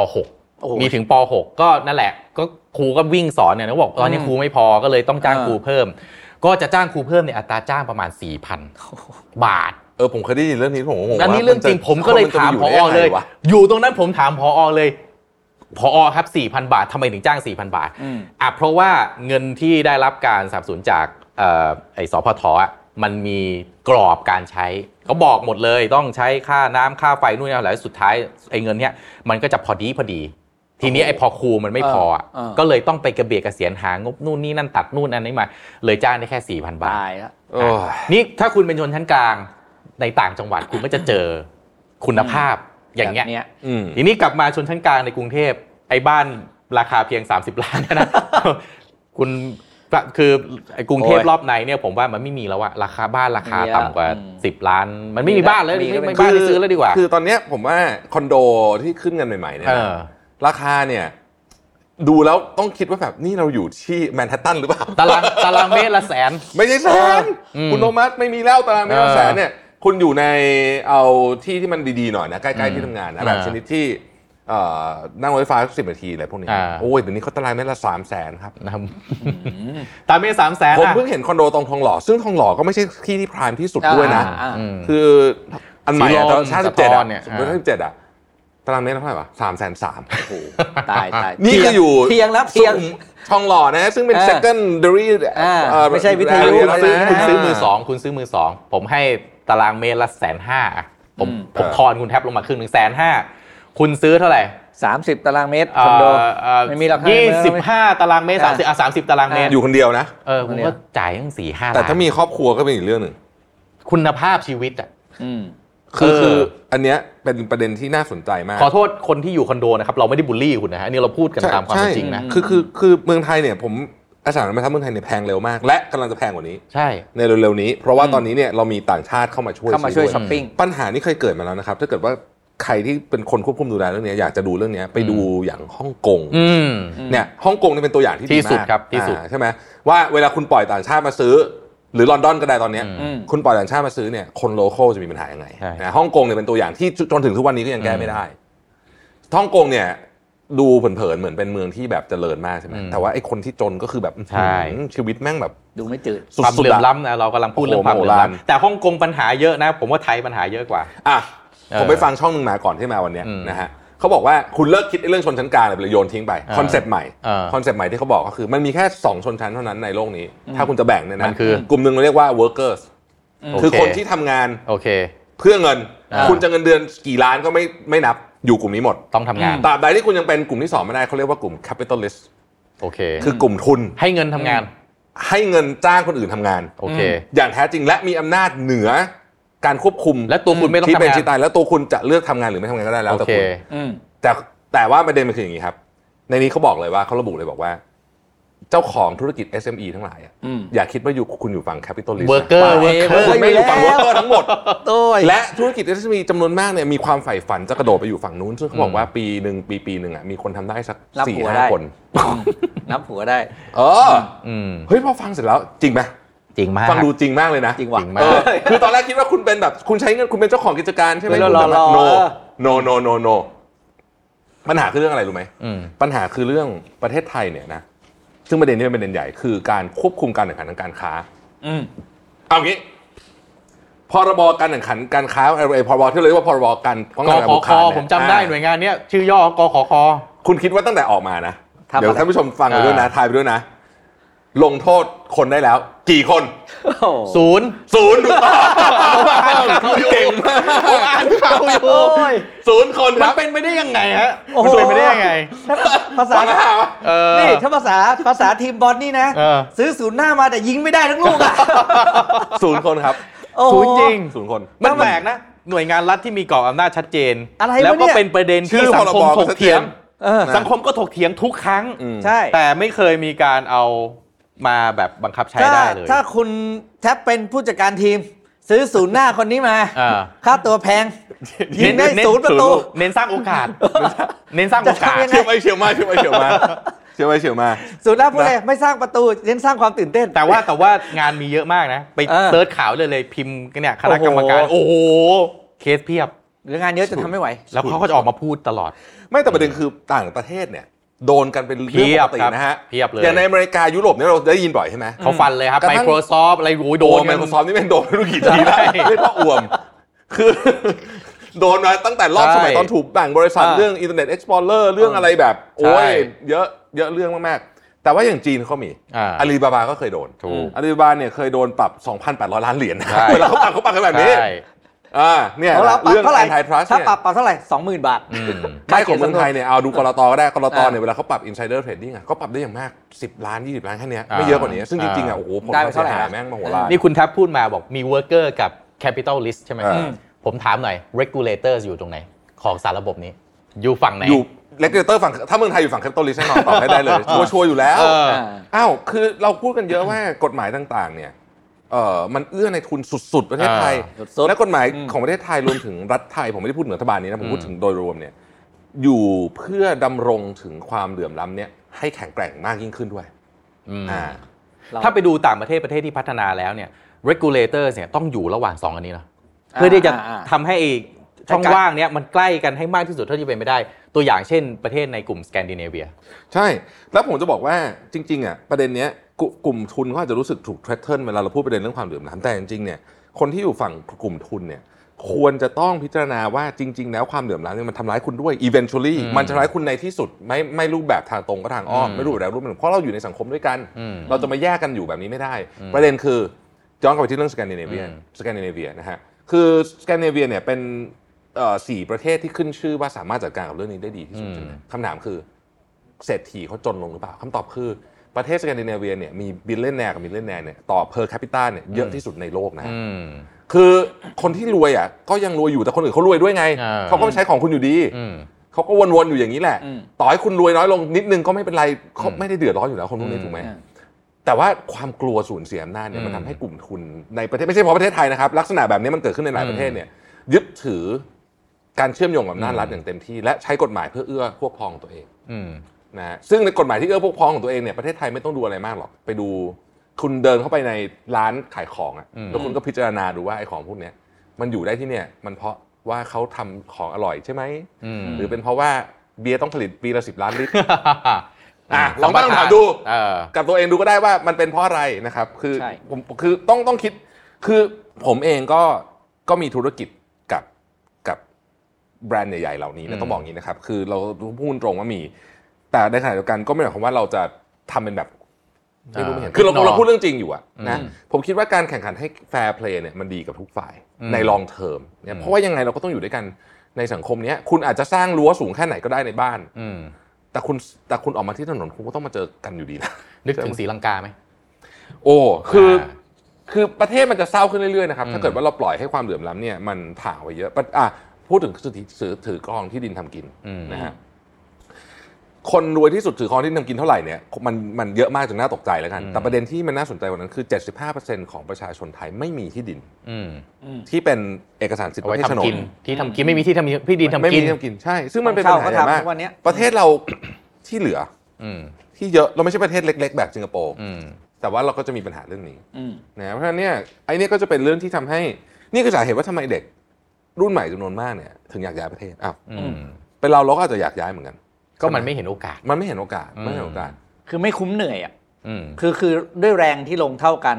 C: โอ้โห
D: .6 มีถึงป .6 ก็นั่นแหละ ก็ครูก็วิ่งสอนเนี่ยนะบอกตอนนี้ครูไม่พอก็เลยต้องจ้างครูเพิ่ม ก็จะจ้างครูเพิ่มเนี่ยอัตราจ้างประมาณ4,000บาท
E: เออผมเคยได้ยินเรื่องนี้ผมก็งง
D: อันนี้เรื่องจริงผมก็เลยถามพอเลย
E: ว่ะ
D: อยู่ตรงนั้นผมถามพอเลยพอครับ 4,000 บาททำไมถึงจ้าง 4,000 บาท
C: อืม
D: อ่ะเพราะว่าเงินที่ได้รับการสนับสนุนจากเออไอ้สพทอ่ะมันมีกรอบการใช้เขาบอกหมดเลยต้องใช้ค่าน้ำค่าไฟนู่นนี่นั่นอะไรสุดท้ายไอ้เงินเนี้ยมันก็จะพอดีพอดี ทีนี้ไอ้พอครูมันไม่พออ่ะ
C: เออเออ
D: ก็เลยต้องไปกระเบียดกระเสียนหางบนู่นนี่นั่นตัดนู่นอันนี้มา เลยจ้างได้แค่ 4,000 บาท
C: ตายแล้ว
E: โอ้ย
D: นี่ถ้าคุณเป็นชนชั้นกลางในต่างจังหวัดคุณก็จะเจอคุณภาพอย่างเงี้ย
C: แบบเนี้ย
E: อืม
D: ทีนี้กลับมาชนชั้นกลางในกรุงเทพไอ้บ้านราคาเพียง 30 ล้านนะ คุณคือไอ้กรุงเทพ
C: โอ้ย
D: รอบในเนี่ยผมว่ามันไม่มีแล้วอะราคาบ้านราคา
C: ไม่มีแล้ว
D: ต่ำกว่า
C: อืม
D: 10 ล้าน มันไม่
C: มี
D: มี
C: แล้ว
D: บ้านแล้ว
C: มีก็
D: ไม่
C: เป็น
D: ไม่บ้านที่ซื้อแล้วดีกว่า
E: คือตอนเนี้ยผมว่าคอนโดที่ขึ้นกันใหม่ๆเนี่ย
D: เอ
E: นะ
D: อ
E: ราคาเนี่ย ดูแล้วต้องคิดว่าแบบนี่เราอยู่ที่แมนฮัตตันหรือเปล่า
D: ตาราง ตารางเมตรละแสน
E: ไม่ใช่แสน
D: อืม
E: คุณโนมัสไม่มีแล้วตารางเมตรละ
D: เออ
E: แสนเนี่ย คุณอยู่ในเอาที่ที่มันดีๆหน่อยนะ ใกล้ๆ
D: อืม
E: ที่ทำงานนะแบบ
D: อ่า
E: ชนิดที่เอ่อนั่งรถไฟฟ้าสิบนาทีอะไรพวกนี้
D: อ่า
E: โอ้ยเดี๋ยวนี้เขาตารางเมตรละสามแสนครับ
D: นะครับตารางเมตรสามแสน
E: ผมเพิ่งเห็นคอนโดตรงทองหล่อ ซึ่งทองหล่อก็ไม่ใช่ที่ที่พรายที่สุดด้วยนะ
C: อ่า
D: อืม
E: คืออันใหม่อะต
D: สีลม
E: อนห้าสิบเจ็ด
D: สะท้อ
E: อะ
D: นเนี่ย
E: สมมติ
D: อ่า
E: ห้าสิบเจ็ดอะตารางเมตรเท่าไหร่วะสามแสนสาม
C: โอ้โหตายตาย
E: นี่คืออยู่
C: เพียงแล้วเพียง
E: สุขุมทองหล่อนะ ซึ่งเป็น
C: เออ
E: secondary
C: อ่า
E: เอ่อ
C: ไม่ใช่วิทยุ
E: เรีน
D: คุณ
E: แล้ว
D: ซื้อ
E: นะ
D: คุณซื้อมือสองคุณซื้อมือสองผมให้ตารางเมตรละแสนห้าผม
C: อืม
D: ผม
E: เออ
D: ทอนคุณแทบลงมาครึ่งหนึ่งแสนห้าคุณซื้อเท่าไหร่
C: สามสิบตารางเมตรคอนโด
D: เอ่อ
C: ไม่มีราคา
D: ยี่
C: ไม่มี
D: สิบห้าตารางเมตรสามสิบอ่ะสามสิบตารางเมตร
E: อยู่คนเดียวนะ
D: เออคุณก็จ่ายตั้งสี่ห้า
E: แต่ถ้ามีครอบครัวก็เป็นอีกเรื่องหนึ่ง
D: คุณภาพชีวิตอ่ะ
C: อืม
E: คือ
D: เออ
E: คืออันเนี้ยเป็นประเด็นที่น่าสนใจมาก
D: ขอโทษคนที่อยู่คอนโดนะครับ เราไม่ได้บูลลี่คุณนะฮะอันนี่เราพูดกัน
E: ใช่
D: ตามความเป็นจริงนะ
E: ใช่คือคือคือเมืองไทยเนี่ยผมอสังหาริมทรัพย์เมืองไทยเนี่ยแพงเร็วมาก และกำลังจะแพงกว่านี้
D: ใช่
E: ในเร็วๆนี้ เพราะว่าตอนนี้เนี่ยเรามีต่างชาติเข้ามาช่วย
C: เข้ามาช่วยช้อปปิ้ง
E: ปัญหานี้เคยเกิดมาแล้วนะครับ ถ้าเกิดว่าใครที่เป็นคนควบคุมดูแลเรื่องเนี้ยอยากจะดูเรื่องเนี้ยไปดูอย่างฮ่องกง
D: อืม
E: เนี่ยฮ่องกงนี่เป็นตัวอย่างที่
D: ที่
E: ดีมาก
D: สุดครับที่สุด
E: อ่าใช่ไหมว่าเวลาคุณปล่อยต่างชาติมาซื้อ หรือลอนดอนก็ได้ตอนเนี้ย
C: อืม
E: คุณปล่อยต่างชาติมาซื้อเนี่ยคนโลโก้จะมีปัญหายังไง
D: ใช่
E: นะฮ่องกงเนี่ยเป็นตัวอย่างที่จนถึงทุกวันนี้ก็ยังแก้ไม่ได้ฮ่องกงเนี่ย ดูเผินๆเหมือนเป็นเมืองที่แบบเจริญมากใช่ไหม
D: อืม
E: แต่ว่าไอ้คนที่จนก็คือแบบ
D: ใช่
E: อื้อหือชีวิตแม่งแบบ
C: ดูไม่จืด
E: สุ
D: ความ
E: ด
D: เหลื่อ
E: ๆ
D: ม
E: อะ
D: ล้ำนะเรากำลังพูดเรื่องความเหลื่อม
E: โอ้โหโหดร้าย
D: ล้ำแต่ฮ่องกงปัญหาเยอะนะ ผมว่าไทยปัญหาเยอะกว่า
E: อ่ะ
D: เออ
E: ผมไปฟังช่องหนึ่งมาก่อนที่มาวันเนี้ย
D: อืม
E: นะฮะเขาบอกว่าคุณเลิกคิดไอ้เรื่องชนชั้นกลางเลยไปเลยโยนทิ้งไป
D: เออ
E: คอนเซปต์ใหม่
D: เออ
E: คอนเซปต์ใหม่ที่เขาบอกก็คือมันมีแค่สองชนชั้นเท่านั้นในโลกนี้ ถ้าคุณจะแบ่งเนี่ยนะ
D: มันคือ
E: กลุ่มหนึ่งเราเรียกว่า workers คือ
D: โเ
E: คนที่ทำงาน
D: โอเค
E: เพื่อเงิน
D: อ่า
E: คุณจะเงินเดือนกี่ล้านก็ไม่ไม่นับอยู่กลุ่มนี้หมด
D: ต้องทำงาน
E: ตราบใดที่คุณยังเป็นกลุ่มที่สองไม่ได้เขาเรียกว่ากลุ่ม capitalist
D: โอเค
E: คือกลุ่มทุน
D: ให้เงินทำงาน
E: ให้เงินจ้างคนอื่นทำงาน
D: โอเค
E: อย่างแท้จริงและมีอำนาจเหนือการควบคุม
D: และตัวคุณไม่ต้อง
E: ที่เป็น
D: ทำงาน
E: ชีตายแล้วตัวคุณจะเลือกทำงานหรือไม่ทำงานก็ได้แล้ว
D: โอ
E: แต่
D: เค
E: คุณ
C: อืม
E: แต่แต่ว่าประเด็นมันคืออย่างนี้ครับ ในนี้เขาบอกเลยว่าเขาระบุเลยบอกว่า เจ้าของธุรกิจ SME ทั้งหลายอะ
C: อืม
E: อย่าคิดว่าอยู่คุณอยู่ฝั่งแคปิตอลิส
D: Worker
E: เวอร์เกอ
D: Worker
E: ร์ไม่อยู่ฝั่ง
C: อยู่
E: เว
C: แล้ว
E: อร์เกอร์ทั้งหมด
C: โต้ย
E: และธุรกิจ SME จำนวนมากเนี่ยมีความใฝ่ฝันจะกระโดดไปอยู่ฝั่งนู้น ซึ่งเขาบอกว่าปีหนึ่งปีปีหนึ่งอ่ะมีคนทำได้สัก
C: รับ
E: สี่
C: หัว
E: ห้า
C: ได้
E: คน
C: นับหัวได้
E: เออ
D: อืม
E: เฮ้ยพอฟังเสร็จแล้วจริงไหม
D: จริงมาก
E: ฟังดูจริงมากเลยนะ
C: จริงว่ะ
D: จริงมาก
E: เออคือตอนแรกคิดว่าคุณเป็นแบบคุณใช้เงินคุณเป็นเจ้าของกิจการใช่ไหม
C: รอ
E: คุณแต่
C: ร
E: ว่า
C: อ
E: no no no no no ปัญหาคือเรื่องอะไรรู้ไหม
D: อืม
E: ปัญหาคือเรื่องประเทศไทยเนี่ยนะซึ่งประเด็นนี้เป็นประเด็นใหญ่คือการควบคุมการแข่งขันทางการค้า
C: อืม
E: เอางี้พรบการแข่งขันการค้าไอ้พรบที่เรียกว่าพรบการป้อง
D: ก
E: กันการ
D: ข
E: บุก
D: ค
E: คานเนี่ย
D: ผมจำได้
E: อ่า
D: หน่วยงานเนี้ยชื่อย่อกขค
E: คุณคิดว่าตั้งแต่ออกมานะ
C: ทำอะไร
E: เดี๋ยวท่านผู้ชมฟังไป
D: อ่า
E: ด้วยนะทายไปด้วยนะ ลงโทษคนได้แล้ว กี่ คน
D: ศูนย์
E: ศูนย์ถูกต้อง เก่งมาก
D: อ่านข่าวอยู่
E: ศูนย์คนค
D: มัน
E: รับ
D: เป็นไปได้ยังไงฮะ
C: โอ้โห
D: มันเป็นไปได้ยังไง
C: ถ้าภาษา
E: ฟังข่าว
D: เออ
C: นี่ถ้าภาษาภาษาทีมบอลนี่นะ
D: เออ
C: ซื้อศูนย์หน้ามาแต่ยิงไม่ได้ทั้งลูกอ่ะ
E: ศูนย์คนครับ
C: โอ้โห
D: ศูนย์จริง
E: ศูนย์คน
D: มันแปลกนะ หน่วยงานรัฐที่มีกรอบอำนาจชัดเจน
C: อะไรวะเนี่ย
D: แล้วก็เป็นประเด็นที่
E: ชื่อ
D: สังคม
E: พรบ
D: ถกเถียง
E: ก็ชัดเจ
C: เออ
D: สังคมก็ถกเถียงทุกครั้ง
E: อืม
C: ใช่
D: แต่ไม่เคยมีการเอามาแบบบังคับใช้
C: ถ้า
D: ได้เลย
C: ถ้าคุณแทบเป็นผู้จัดการทีม ซื้อศูนย์หน้าคนนี้มา
D: อ่า
C: ค่าตัวแพง ยิงได้
D: เ
C: ศูนย์ประตู
D: เน้นสร้างโอกาส เน้นสร้างโอกาส
C: จะทำยังไง
E: เชี่ยวไปเชี่ยวมาเชี่ยวไปเชี่ยวมาเชี่ยวไปเชี่ยวมา
C: ศูนย์หน้าผู้เล่นไม่สร้างประตูเน้นสร้างความตื่นเต้น
D: แต่ว่าแต่ว่างานมีเยอะมากนะ ไป
C: เออ
D: เซิร์ชข่าวเลยเลยพิมพ์เนี่ยคณะกรรมการ
E: โอ้
D: โอ้
E: โห
D: โห เคสเพียบ
C: หรืองานเยอะจนทำไม่ไหว
D: แล้วเขาก็จะออกมาพูดตลอด
E: ไม่แต่ประเด็นคือต่างประเทศเนี่ย โดนกันเป็นเรื่องปกติ
D: เพียบครับ
E: นะฮะ
D: เพียบเลย
E: อย่างในอเมริกายุโรปเนี่ยเราได้ยินบ่อยใช่ไหม
D: เขาฟันเลยครับ
E: กระทั่ง
D: Microsoft อะไรโอ้ยโด
E: โด
D: น
E: น
D: กั
E: มัน นซอมนี่แม่งโดนไม่รู้กี่ทีแล้ว
D: ใช่
E: เรียกว่าอ่วม คือ โดนมาตั้งแต่รอบ
D: ใช่
E: สมัยตอนถูกแบ่งบริษัท
D: อ่า
E: เรื่อง Internet Explorer เรื่องอะไรแบบ โอ้
D: ใช่
E: ยเยอะเยอะเรื่องมาก ๆ แต่ว่าอย่างจีนเขามี
D: อ่า
E: อาลีบาบาก็เคยโดน
D: ถูก
E: อาลีบาบาเนี่ยเคยโดนปรับ 2,800 ล้านเหรียญนะ
D: ใช่
E: เวลาเขาปรับเขาปรับกันแบบนี้
D: ใช่
E: อ่าเนี่ย
C: ของเราปรับ
E: เรื่อง
C: เท่าไหร่
E: antitrust
C: ถ้า
E: เนี่ย
C: ปรับปรับเท่าไหร่สองหมื่นบาท
D: อืม
E: ไม่ของเมืองไทยเนี่ยเอาดูกรตก็ได้กรต
C: อ่า
E: เนี่ยเวลาเขาปรับ insider trading อ่ะเขาปรับได้อย่างมาก 10 ล้าน 20 ล้านแค่เนี้ย
D: อ่า
E: ไม่เยอะกว่านี้ ซึ่งจริงๆอ่ะ
D: อ่า
E: โอ้โหผลค่าเสียหายแม่งมโหฬาร
D: นี่คุณแทบพูดมาบอกมี worker กับ capitalist ใช่ไหม
E: เออ
D: ผมถามหน่อย regulators อยู่ตรงไหน ของสารระบบนี้ อยู่ฝั่งไหน
E: อยู่เลกเตอร์ฝั่งถ้าเมืองไทยอยู่ฝั่งคริปโตลิสแน่นอนตอบให้ได้เลย ชัวร์ชัวร์อยู่แล้ว
D: เออ
C: อ่า
E: อ้าวคือเราพูดกันเยอะว่ากฎหมายต่างๆเนี่ยเออมันเอื้อในทุนสุดๆ ประเทศไทย
C: อ่าสุดๆ
E: และกฎหมายของประเทศไทยรวมถึงรัฐไทย ผมไม่ได้พูดถึงรัฐบาลนี้นะผมพูดถึงโดยรวมเนี่ยอยู่เพื่อดำรงถึงความเหลื่อมล้ำเนี่ยให้แข็งแกร่งมากยิ่งขึ้นด้วย
D: อืม
E: อ่า
D: ถ้าไปดูต่างประเทศประเทศที่พัฒนาแล้วเนี่ย regulators เนี่ยต้องอยู่ระหว่าง 2 อันนี้นะเพื่อที่จะ
C: อ่าอ่า
D: ทำให้ไอ้ช่องว่างเนี่ยมันใกล้กันให้มากที่สุดเท่าที่เป็นไปได้ ตัวอย่างเช่นประเทศในกลุ่มสแกนดิเนเวีย
E: ใช่ แล้วผมจะบอกว่าจริง ๆ อ่ะ ประเด็นเนี้ยกลุกลุ่มทุนเขาอาจจะรู้สึกถูก r e ทเทิลเวลาเราพูดประเด็นเรื่องความเหลื่อมล้ำแต่จริงๆเนี่ยคนที่อยู่ฝั่งกลุ่มทุนเนี่ยควรจะต้องพิจารณาว่าจริง ๆ แล้วความเหลื่อมล้ำเนี่ยมันทำร้ายคุณด้วย eventually
D: อืม
E: มันจะร้ายคุณในที่สุด ไม่ไม่รูปแบบทางตรงก็ทางอ้อม
D: อืม
E: ไม่รูปแบบรูปแบบเพราะเราอยู่ในสังคมด้วยกัน
D: อืม
E: เราจะมาแยกกันอยู่แบบนี้ไม่ได้
D: อืม
E: ประเด็นคือย้อนกลับไปที่เรื่องสแกนดิเนเวีย
D: อืม
E: สแกนดิเนเวียนะฮะคือสแกนดิเนเวียเนี่ยเป็นเอ่อสี่ประเทศที่ขึ้นชื่อว่าสามารถจัดการกับเรื่องนี้ได้ดีที่สุด
D: อืม
E: ใช่ไหมคำถามคือ เศรษฐีเขาจนลงหรือเปล่าคำตอบคือประเทศสแกนดิเนเวียเนี่ยมีบิลเลนแนร์กับมิลเลนแนร์เนี่ยต่อ per capita เนี่ยเยอะที่สุดในโลกนะ
D: อืม
E: คือคนที่รวยอ่ะก็ยังรวยอยู่แต่คนอื่นเขารวยด้วยไง
D: อ่า
E: เขาก็ไม่ใช้ของคุณอยู่ดี
D: อืม
E: เขาก็วนๆอยู่อย่างนี้แหละ
C: อืม
E: ต่อให้คุณรวยน้อยลงนิดนึงก็ไม่เป็นไรเขา
D: อืม
E: ไม่ได้เดือดร้อนอยู่แล้วคนพวกนี้
D: อืม
E: ถูกไหม
C: อ่า
E: แต่ว่าความกลัวสูญเสียอำนาจเนี่ยมัน
D: อืม
E: ทำให้กลุ่มทุนในประเทศไม่ใช่เฉพาะประเทศไทยนะครับ ลักษณะแบบนี้มันเกิดขึ้นในหลาย
D: อืม
E: ประเทศเนี่ยยึดถือการเชื่อมโยงกับอำนาจ
D: อืม
E: รัฐอย่างเต็มที่ และใช้กฎหมายเพื่อเอื้อพวกพ้องตัวเอง
D: อืม
E: นะฮะซึ่งในกฎหมายที่เอื้อพวกพ้องของตัวเองเนี่ยประเทศไทยไม่ต้องดูอะไรมากหรอก ไปดูคุณเดินเข้าไปในร้านขายของอะ
D: อืม
E: แล้วคุณก็พิจารณาดูว่าไอ้ของพวกเนี้ยมันอยู่ได้ที่เนี่ยมันเพราะว่าเขาทำของอร่อยใช่ไหม
D: อืม
E: หรือเป็นเพราะว่าเบียร์ต้องผลิตปีละสิบล้านลิ ตร อ่ะ
D: อ่ะ
E: ลองตั้งคำถามดู
D: เออ
E: กับตัวเองดูก็ได้ว่ามันเป็นเพราะอะไรนะครับ คือ
C: ใช่
E: ผมคือต้องต้องคิด คือผมเองก็ก็มีธุรกิจกับกับแบรนด์ใหญ่ๆเหล่านี้
D: อื
E: นะ
D: ม
E: ต้องบอกอย่างนี้นะครับ คือเราพูดตรงว่ามี แต่ในขณะเดียวกันก็ไม่หมายความว่าเราจะทำเป็นแบบไม่รู้ไม่เห็นคือเราเราพูดเรื่องจริงอยู่อะนะ
D: อืม
E: ผมคิดว่าการแข่งขันให้แฟร์เพลย์เนี่ยมันดีกับทุกฝ่าย
D: อืม
E: ในลองเทอมเนี่
D: อื
E: ย
D: ม
E: เพราะว่ายังไงเราก็ต้องอยู่ด้วยกันในสังคมเนี้ยคุณอาจจะสร้างรั้วสูงแค่ไหนก็ได้ในบ้าน
D: อืม
E: แต่คุณแต่คุณออกมาที่ถนนคุณก็ต้องมาเจอกันอยู่ดีนะ
D: นึกถึงศรีลังกาไหม
E: โอ้คืออา คือประเทศมันจะเศร้าขึ้นเรื่อยๆนะครับ
D: อืม
E: ถ้าเกิดว่าเราปล่อยให้ความเหลื่อมล้ำเนี่ยมันถ่างไปเยอะปะอ่ะพูดถึงถือถือถือกองที่ดินทำกิน
D: อืม
E: นะฮะคนรวยที่สุดถือกองที่ดินทำกินเท่าไหร่เนี่ยมันมันเยอะมากจนน่าตกใจแล้วกัน
D: อืม
E: แต่ประเด็นที่มันน่าสนใจกว่านั้นคือ 75%ของประชาชนไทยไม่มีที่ดิน
D: อืม
E: ที่เป็นเอกสารสิทธิ์ป
D: เอา
E: ระ
D: ไว้
E: เภทโฉน
D: ทำ
E: ด
D: กินที่ทำกินไม่มีที่ทำพี่ดินทำ
E: ไม่
D: กิ
E: มี
D: น
E: ที่ทำกินใช่ ซึ่งมันเป็นปัญหาใหญ่มาก
C: เช่าก็ทำวันเนี้ย
E: ประเทศเรา ที่เหลือ
D: อืม
E: ที่เยอะเราไม่ใช่ประเทศเล็ก ๆ แบบสิงคโปร์
D: อืม
E: แต่ว่าเราก็จะมีปัญหาเรื่องนี้
C: อืม
E: นะเพราะฉะนั้นเนี่ยไอ้เนี่ยก็จะเป็นเรื่องที่ทำให้ นี่คือสาเหตุว่าทำไมเด็ก รุ่นใหม่จำนวนมากเนี่ยถึงอยากย้ายประเทศอ้าว
D: อืม
E: เป็นเราเราก็อาจจะอยากย้ายเหมือนกัน
D: ก็มันไม่เห็นโอกาส
E: มันไม่เห็นโอกาสไม่เห็นโอกาส
C: คือไม่คุ้มเหนื่อยอ่ะ
D: อืม
C: คือคือด้วยแรงที่ลงเท่ากัน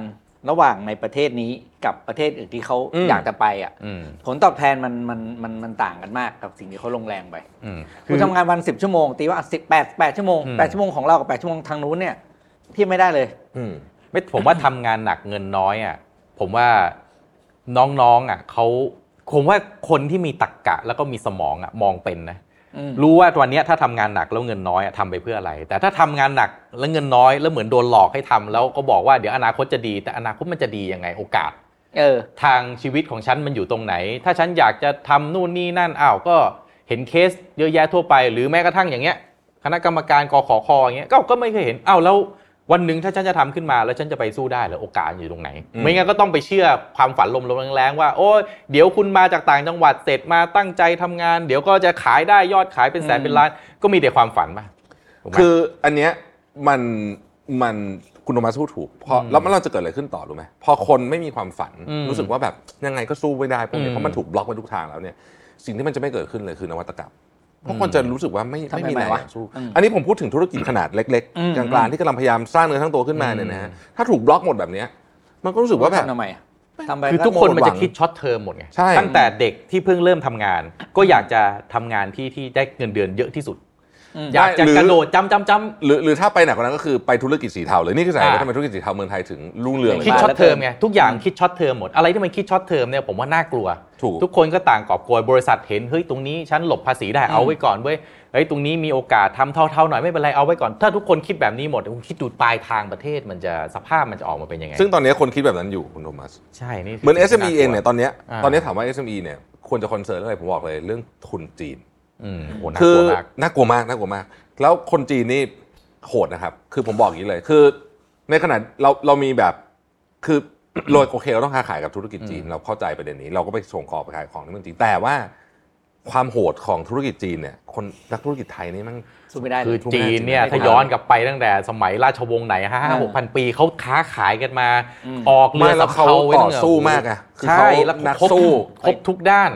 C: ระหว่างในประเทศนี้กับประเทศอื่นที่เขา
E: อืม
C: อยากจะไปอ่ะ
D: อืม
C: ผลตอบแทนมันมันมันมันต่างกันมากกับสิ่งที่เขาลงแรงไป
D: อืม
C: คุณทำงานวัน 10 ชั่วโมงตีว่าสิบแปดแปดชั่วโมง
D: อืม
C: แปดชั่วโมงของเรากับแปดชั่วโมงทางนู้นเนี่ย พี่ไม่ได้เลย
E: อืม
D: ไม่ผมว่าทำงานหนักเงินน้อยอ่ะผมว่าน้องๆอ่ะเขาผมว่าคนที่มีตรกกะแล้วก็มีสมองอ่ะมองเป็นนะ
C: อืม
D: รู้ว่าวันเนี้ยถ้าทำงานหนักแล้วเงินน้อยอะทำไปเพื่ออะไร แต่ถ้าทำงานหนักแล้วเงินน้อยแล้วเหมือนโดนหลอกให้ทำแล้วก็บอกว่าเดี๋ยวอนาคตจะดี แต่อนาคตมันจะดียังไงโอกาส
C: เออ
D: ทางชีวิตของฉันมันอยู่ตรงไหน ถ้าฉันอยากจะทำนู่นนี่นั่นอ้าวก็เห็นเคสเยอะแยะทั่วไป หรือแม้กระทั่งอย่างเงี้ย คณะกรรมการกขอคอย่างเงี้ยก็ก็ไม่เคยเห็นอ้าวแล้ววันหนึ่งถ้าฉันจะทำขึ้นมาแล้วฉันจะไปสู้ได้เหรือโอกาสอยู่ตรงไหน
E: อืม
D: ไม่งั้นก็ต้องไปเชื่อความฝันลมๆแรงๆว่า โอ้ยเดี๋ยวคุณมาจากต่างจังหวัดเสร็จมาตั้งใจทำงาน เดี๋ยวก็จะขายได้ยอดขายเป็นแสนเป็นล้าน ก็มีแต่ความฝันป่ะถูกไหม
E: คืออันเนี้ยมันมันคุณโทมัสพูดถูกเพราะ
D: อืม
E: แล้วมันเราจะเกิดอะไรขึ้นต่อรู้ไหมพอคนไม่มีความฝัน
D: อืม
E: รู้สึกว่าแบบยังไงก็สู้ไม่ได้พวกเนี้ย
D: อืม
E: เพราะมันถูกบล็อกไปทุกทางแล้วเนี่ยสิ่งที่มันจะไม่เกิดขึ้นเลยคือนวัตกรรมเพ
D: อื
E: ราะ
D: ม
E: คนจะรู้สึกว่าไม่
C: ทำไม
E: ไม่มีแรง
C: วะ
E: อยากสู้
C: อืม
E: อันนี้ผมพูดถึงธุรกิจขนาดเล็ก
C: อืม
E: ๆกลางๆที่กำลังพยายามสร้างเนื้อทั้งตัวขึ้นมาเนี่ยนะฮะถ้าถูกบล็อกหมดแบบเนี้ยมันก็รู้สึกว่าแบบ
C: ทำทำไมอะทำไป
D: คือ
C: แล้ว
D: ทุกคนมัน
E: หวั
D: จะ
E: ง
D: คิดช็อตเทอมหมดไง
E: ใช่
D: ตั้งแต่เด็กที่เพิ่งเริ่มทำงาน ก็อยากจะทำงานที่ที่ได้เงินเดือนเยอะที่สุด
C: อืม
D: อยากจะกระโดดจำจำจ
E: หรือหรือถ้าไปหนักกว่านั้นก็คือไปธุรกิจสีเทาเลยนี่คือสาเหตุ
D: อ่า
E: ว่าทำไมธุรกิจสีเทาเมืองไทยถึงรุ่งเรืองเล
D: ำ
E: ย
D: คิด
C: มา
D: ช็อต
C: แล้ว
D: เทอมไงทุกอย่าง
C: อืม
D: คิดช็อตเทอมหมดอะไรที่มันคิดช็อตเทอมเนี่ยผมว่าน่ากลัว
E: ถูก
D: ทุกคนก็ต่างกอบโกยบริษัทเห็นเฮ้ยตรงนี้ฉันหลบภาษีได้เอาไว้ก่อนเว้ยเฮ้ยตรงนี้มีโอกาสทำเท่าๆหน่อยไม่เป็นไรเอาไว้ก่อน ถ้าทุกคนคิดแบบนี้หมดคุณคิดดูปลายทางประเทศมันจะสภาพมันจะออกมาเป็นยังไง
E: ซึ่งตอนนี้คนคิดแบบนั้นอยู่คุณโทมัส
D: ใช่นี่คื
E: เหมือน
D: สิ่ที่
E: SME เองเนี่ยตอนเนี้ย
D: อ่า
E: ตอนเนี้ยถามว่า SME เนี่ยควรจะคอนเซิร์นเรื่องอะไรผมบอกเลยเรื่องทุนจีน
D: อืมโหน่า
E: คื
D: ก
E: อ
D: ลัวมาก
E: น่ากลัวมากน่ากลัวมาก แล้วคนจีนนี่โหดนะครับ คือผมบอกอย่างนี้เลยคือ ในขณะเราเรามีแบบคือ โรยโอเคเราต้องค้าขายกับธุรกิจจีน เราเข้าใจประเด็นนี้ เราก็ไปส่งของไปขายของที่เมืองจีนแต่ว่าความโหดของธุรกิจจีนเนี่ยคนนักธุรกิจไทยนี่มัน
C: สู้ไม่ได้เล
D: คือย จีนเนี่ย
E: ไม่ทัน
D: ถ้าย้อนกลับไปตั้งแต่สมัยราชวงศ์ไหนห้าหกพันปีเขาค้าขายกันมา
C: อืม
D: ออกเรื
E: ไม่
D: อ
E: แล้ว
D: สำ
E: เขา
D: เภาไว้
E: ต่อ
D: เนี่ย
E: สู้มากอะคือ
D: ใช่
E: เขา
D: แล้ว
E: นัก
D: ครบ
E: สู้
D: ครบทุกด้าน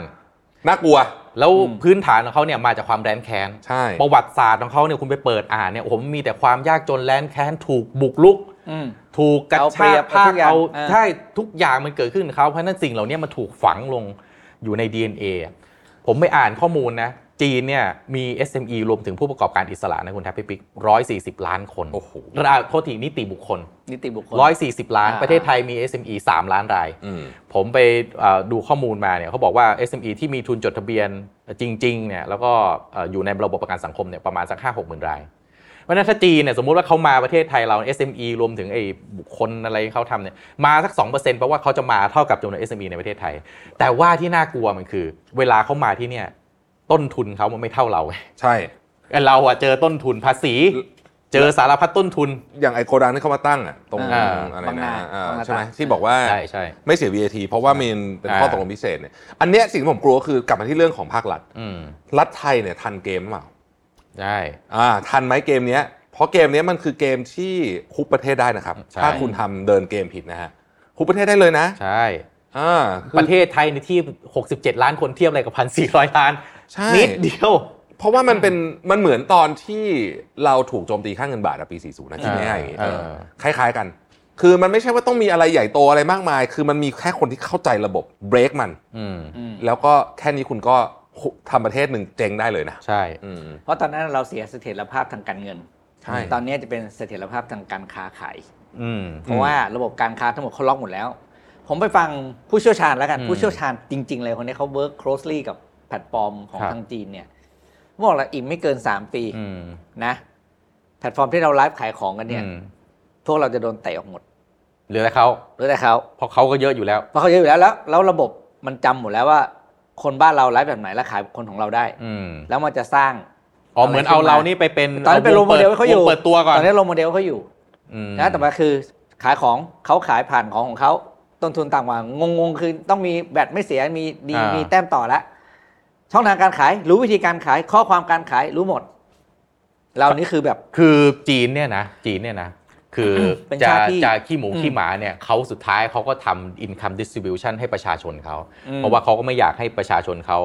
E: น่ากลัว
D: แล้วพื้นฐานของเขาเนี่ยมาจากความแร้นแค้น
E: ใช่
D: ประวัติศาสตร์ของเขาเนี่ยคุณไปเปิดอ่านเนี่ยผมมีแต่ความยากจนแร้นแค้นถูกบุกรุก
C: อืม
D: ถูกกระ
C: เอาเปรี
D: ชาย ก
C: บ
D: ภาค
C: เอาทุกอย่าง
D: เอา
C: อ่า
D: ใช่ทุกอย่างมันเกิดขึ้นกับเขาเพราะฉะนั้นสิ่งเหล่านี้มันถูกฝังลงอยู่ใน DNA อะผมไปอ่านข้อมูลนะ จีนเนี่ยมี SME รวมถึงผู้ประกอบการอิสระนะคุณแทบพี่ปิ๊กร้อยสี่สิบล้านคน
E: โอ้โห
D: ระดับโทษทีนิติบุคคล
C: นิติบุคคล
D: ร้อยสี่สิบล้าน
C: อ่า
D: ประเทศไทยมี SME สามล้านราย
E: อืม
D: ผมไปเอ่อดูข้อมูลมาเนี่ยเขาบอกว่า SME ที่มีทุนจดทะเบียนจริงๆเนี่ยแล้วก็เอ่ออยู่ในระบบประกันสังคมเนี่ยประมาณสักห้าหกหมื่นราย เพราะฉะนั้นถ้าจีนเนี่ยสมมติว่าเขามาประเทศไทยเรา SME รวมถึงไอ้บุคคลอะไรเขาทำเนี่ยมาสัก2%เพราะว่าเขาจะมาเท่ากับจำนวน SME ในประเทศไทย แต่ว่าที่น่ากลัวมันคือ เวลาเขามาที่เนี่ยต้นทุนเขามันไม่เท่าเราไง
E: ใช่
D: เราอะเจอต้นทุนภาษี เจอสารพัดต้นทุน
E: อย่างไอโกดังที่เขามาตั้งอะตรง
D: อ่า
E: อะไร
C: บาง
E: นะ
C: นา
E: อ่า
C: บางนา
E: ใช่ไหม
C: ตาก
E: ที่บอกว่า
D: ใช่ใช่
E: ไม่เสีย VAT เพราะว่ามันเป็น
D: อ่า
E: ข้อตกลงพิเศษเนี่ย อันเนี้ยสิ่งที่ผมกลัวคือกลับมาที่เรื่องของภาครัฐ
D: อืม
E: รัฐไทยเนี่ยทันเกมหรือเปล่า
D: ใช่
E: อ่า ทันไหมเกมเนี้ย เพราะเกมเนี้ยมันคือเกมที่คุบประเทศได้นะครับ
D: ใช่
E: ถ้าคุณทำเดินเกมผิดนะฮะ คุบประเทศได้เลยนะ
D: ใช่
E: อ่าคือ
D: ประเทศไทยในที่ 67 ล้านคนเทียบอะไรกับ 1,400 ล้าน
E: ใช่
D: นิดเดียว
E: เพราะว่ามันเป็นมันเหมือนตอนที่เราถูกโจมตีค่าเงินบาทอะปี 40นะคิดง่ายๆอย่างงี้
D: เออ
E: เออคล้ายๆกัน คือมันไม่ใช่ว่าต้องมีอะไรใหญ่โตอะไรมากมาย คือมันมีแค่คนที่เข้าใจระบบเบรกมัน
D: อืม
C: อืม
E: แล้วก็แค่นี้คุณก็ทำประเทศหนึ่งเจ๊งได้เลยนะ
D: ใช่
E: อืม
C: เพราะตอนนั้นเราเสียเสถียรภาพทางการเงิน
E: ใช่
C: ตอนนี้จะเป็นเสถียรภาพทางการค้าขาย
D: อืม
C: เพราะว่าระบบการค้าทั้งหมดเขาล็อกหมดแล้ว ผมไปฟังผู้เชี่ยวชาญแล้วกัน
D: อืม
C: ผู้เชี่ยวชาญจริง ๆ เลยคนนี้เขา work closely กับแพลตฟอร์มของ
D: ครับ
C: ทางจีนเนี่ยบอกและอีกไม่เกิน 3 ปี
D: อืม
C: นะ แพลตฟอร์มที่เราไลฟ์ขายของกันเนี่ย
D: อืม
C: พวกเราจะโดนเตะออกหมด
D: เหลือแต่เขา
C: หรือแต่เขา
D: เพราะเขาก็เยอะอยู่แล้ว
C: เพราะเขาเยอะอยู่แล้วแล้ว แล้วระบบมันจำหมดแล้วว่า คนบ้านเราไลฟ์แบบไหนและขายคนของเราได้
D: อืม
C: แล้วมันจะสร้าง
D: อ๋อเหมือนเอาเรานี่ไปเป็น
C: ตอนนี้เป็นโร
D: ว
C: โมเดลให้เขาอยู่
D: วงเปิดตัวก่อน
C: ตอนนี้โรโมเดลเขาอยู่
D: อืม
C: นะแต่ว่าคือขายของเขาขายผ่านของของเขาต้นทุนต่างกว่างงงๆคือต้องมีแบตไม่เสียมีดีมีแต้มต่อละช่องทางการขาย รู้วิธีการขายข้อความการขายรู้หมด เรานี่คือแบบ
D: คือจีนเนี่ยนะ จีนเนี่ยนะ คือ
C: เป็น
D: จะ
C: ชาติที่
D: จะขี้หมู
C: อืม
D: ขี้หมาเนี่ยเขาสุดท้ายเขาก็ทำ income distribution ให้ประชาชนเขา
C: อืม
D: เพราะว่าเขาก็ไม่อยากให้ประชาชนเขา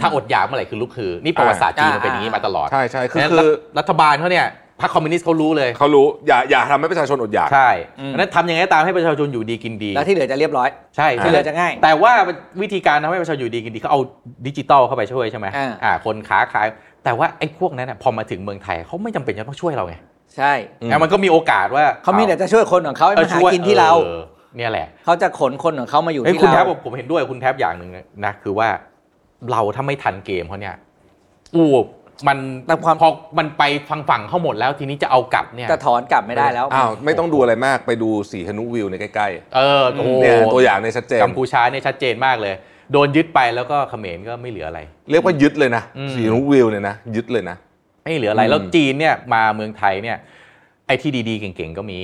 D: ถ้าอดอยากเมื่อไหร่คือลุกคือ นี่ประวัติศาสตร์จีนมันเป็นอย่างนี้มาตลอด
E: ใช่ใช่คือ
D: นั้น
E: คือ
D: รัฐรัฐบาลเขาเนี่ยพรรคคอมมิวนิสต์เขารู้เลย
E: เขารู้อย่าอย่าทำให้ประชาชนอดอยาก
D: ใช่
C: อืม
D: อันนั้นทำยังไงก็ตามให้ประชาชนอยู่ดีกินดี
C: แล้วที่เหลือจะเรียบร้อย
D: ใช่
C: ที่เหลือจะง่าย
D: แต่ว่าวิธีการทำให้ประชาชนอยู่ดีกินดีเขาเอาดิจิตอลเข้าไปช่วยใช่ไหม
C: อ่า
D: อ่าคนค้าขาย แต่ว่าไอ้พวกนั้นน่ะพอมาถึงเมืองไทยเขาไม่จำเป็นจะต้องช่วยเราไง
C: ใช่
E: อืม
D: แล้วมันก็มีโอกาสว่า
C: เขามีแต่จะช่วยคนของเขาให้
D: เออ
C: มาหา
D: ช่วย
C: กินที่เรา
D: ออเนี่ยแหละ
C: เขาจะขนคนของเขามาอยู่
D: เอ้ย
C: ที่
D: คุณแทบ
C: เรา
D: ผมผมเห็นด้วยกับคุณแทบอย่างหนึ่งนะคือว่าเราถ้าไม่ทันเกมเขาเนี่ยอู้มัน
C: แต่ความ
D: พอมันไปฝั่งฝั่งเขาหมดแล้วทีนี้จะเอากลับเนี่ย
C: จะถอนกลับไม่ได้แล้ว
E: อ้าวไม่ต้องดูอะไรมากไปดูสีฮนุวิวในใกล้
D: เออ
E: ๆ
D: โอ้โห
E: เนี่ยตัวอย่างในยชัดเจน
D: กัมพูชาเนี่ยชัดเจนมากเลย โดนยึดไปแล้วก็เขมรก็ไม่เหลืออะไร
E: เรียกว่ายึดเลยนะ
D: อืม
E: สีฮนุวิวเนี่ยนะยึดเลยนะ
D: ไม่เหลืออะไร
E: อืม
D: แล้วจีนเนี่ยมาเมืองไทยเนี่ย ไอ้ที่ดีๆเก่งๆก็มี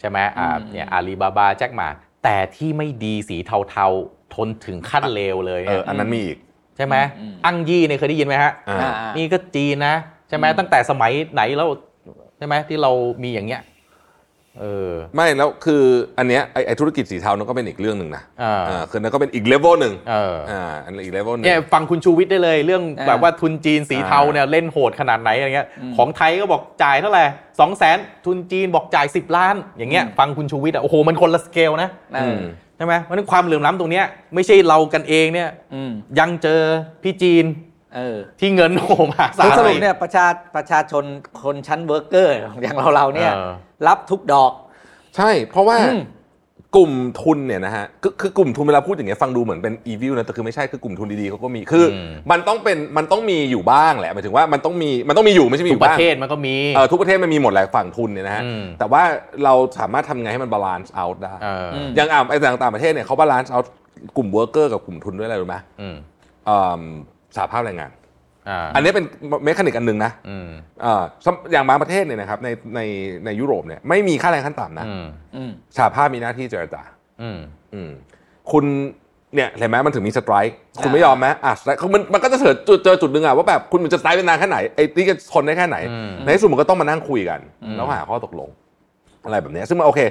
D: ใช่ไหมอ่าเนี่ยอาลีบาบาแจ็คหมา แต่ที่ไม่ดีสีเทาๆทนถึงขั้นเลวเลย
E: เอ
D: เนี่
E: อยอันนั้นมีอีก
D: ใช่ไหมอังยี่เนี่ยเคยได้ยินไหมฮะ
E: อ่า
C: อ่าอ่า
D: นี่ก็จีนนะใช่ไหม
C: อืม
D: ตั้งแต่สมัยไหนแล้วใช่ไหมที่เรามีอย่างเงี้ยเออ
E: ไม่แล้วคืออันเนี้ยไอ้ไอธุรกิจสีเทานั่นก็เป็นอีกเรื่องหนึ่งนะ
D: อ่า
E: อ่าคือนั่นก็เป็นอีกเลเวลหนึ่ง
D: เออ
E: อ่าอันนั้นอีกเลเวลหนึ่ง
D: เนี่ยฟังคุณชูวิทย์ได้เลยเรื่อง
C: อ่า
D: แบบว่าทุนจีนสีเทาเนี่ยเล่นโหดขนาดไหนอะไรเงี้ยของไทยก็บอกจ่ายเท่าไหร่สองแสนทุนจีนบอกจ่าย 10 ล้าน อย่างเงี้ยฟังคุณชูวิทย์อ่ะโอ้โหมันคนละสเกลนะ
C: เออ
E: ม
D: ใช่ไหมเพราะฉะนั้นความเหลื่อมล้ำตรงเนี้ยไม่ใช่เรากันเองเนี่ย
C: อืม
D: ยังเจอพี่จีน
C: เออ
D: ที่เงินโหมหาศา
C: คือ
D: ล
C: สรุปเนี่ยประชาประชาชนคนชั้นเวิร์กเกอร์อย่างเราเราๆเนี่ย
D: ออ
C: รับทุกดอก
E: ใช่ เพราะว่า
C: อืม
E: กลุ่มทุนเนี่ยนะฮะคือคือกลุ่มทุนเวลาพูดอย่างเงี้ยฟังดูเหมือนเป็นอีวิลนะแต่คือไม่ใช่คือกลุ่มทุนดีๆเขาก็มีคืออ
D: ม
E: มันต้องเป็นมันต้องมีอยู่บ้างแหละหมายถึงว่ามันต้องมีมันต้องมีอยู่ไม่ใช่มีอ
D: ทุก
E: ยู่
D: ป
E: บ้าง
D: ระเทศมันก็มี
E: เออทุกประเทศมันมีหมดแหละฝั่งทุนเนี่ยนะฮะ
D: อืม
E: แต่ว่าเราสามารถทำไงให้มันบาลานซ์เอาได้
D: เอออ
C: ม
E: อย่างอ่าไอ้ต่างต่างประเทศเนี่ยเขาบาลานซ์เอากลุ่มเวิร์กเกอร์กับกลุ่มทุนด้วยอะไรรู้ไหม
D: อืม
E: เอิ่มสหภาพแรงงาน
D: อ่า
E: อันนี้เป็นเมคานิกอันหนึ่งนะ
D: อืม
E: เอ่ออย่างบางประเทศเนี่ยนะครับในในในยุโรปเนี่ยไม่มีค่าแรงขั้นต่ำนะ
D: อืม
C: อืม
E: สหภาพมีหน้าที่เจรจา
D: อืม
E: อืมคุณเนี่ยเห็นไหมมันถึงมีสไตรค์คุณ
C: อ่า
E: ไม่ยอมไหมอ่ะสไตรค์มันมันก็จะเจอจุดเจอจุดหนึ่งอะว่าแบบคุณมันจะสไตรค์เป็นนานแค่ไหนไอ้นี่จะทนได้แค่ไหน
D: อืม
E: ในที่สุดมันก็ต้องมานั่งคุยกัน แล้วหาข้อตกลง อะไรแบบเนี้ยซึ่งมันโอเค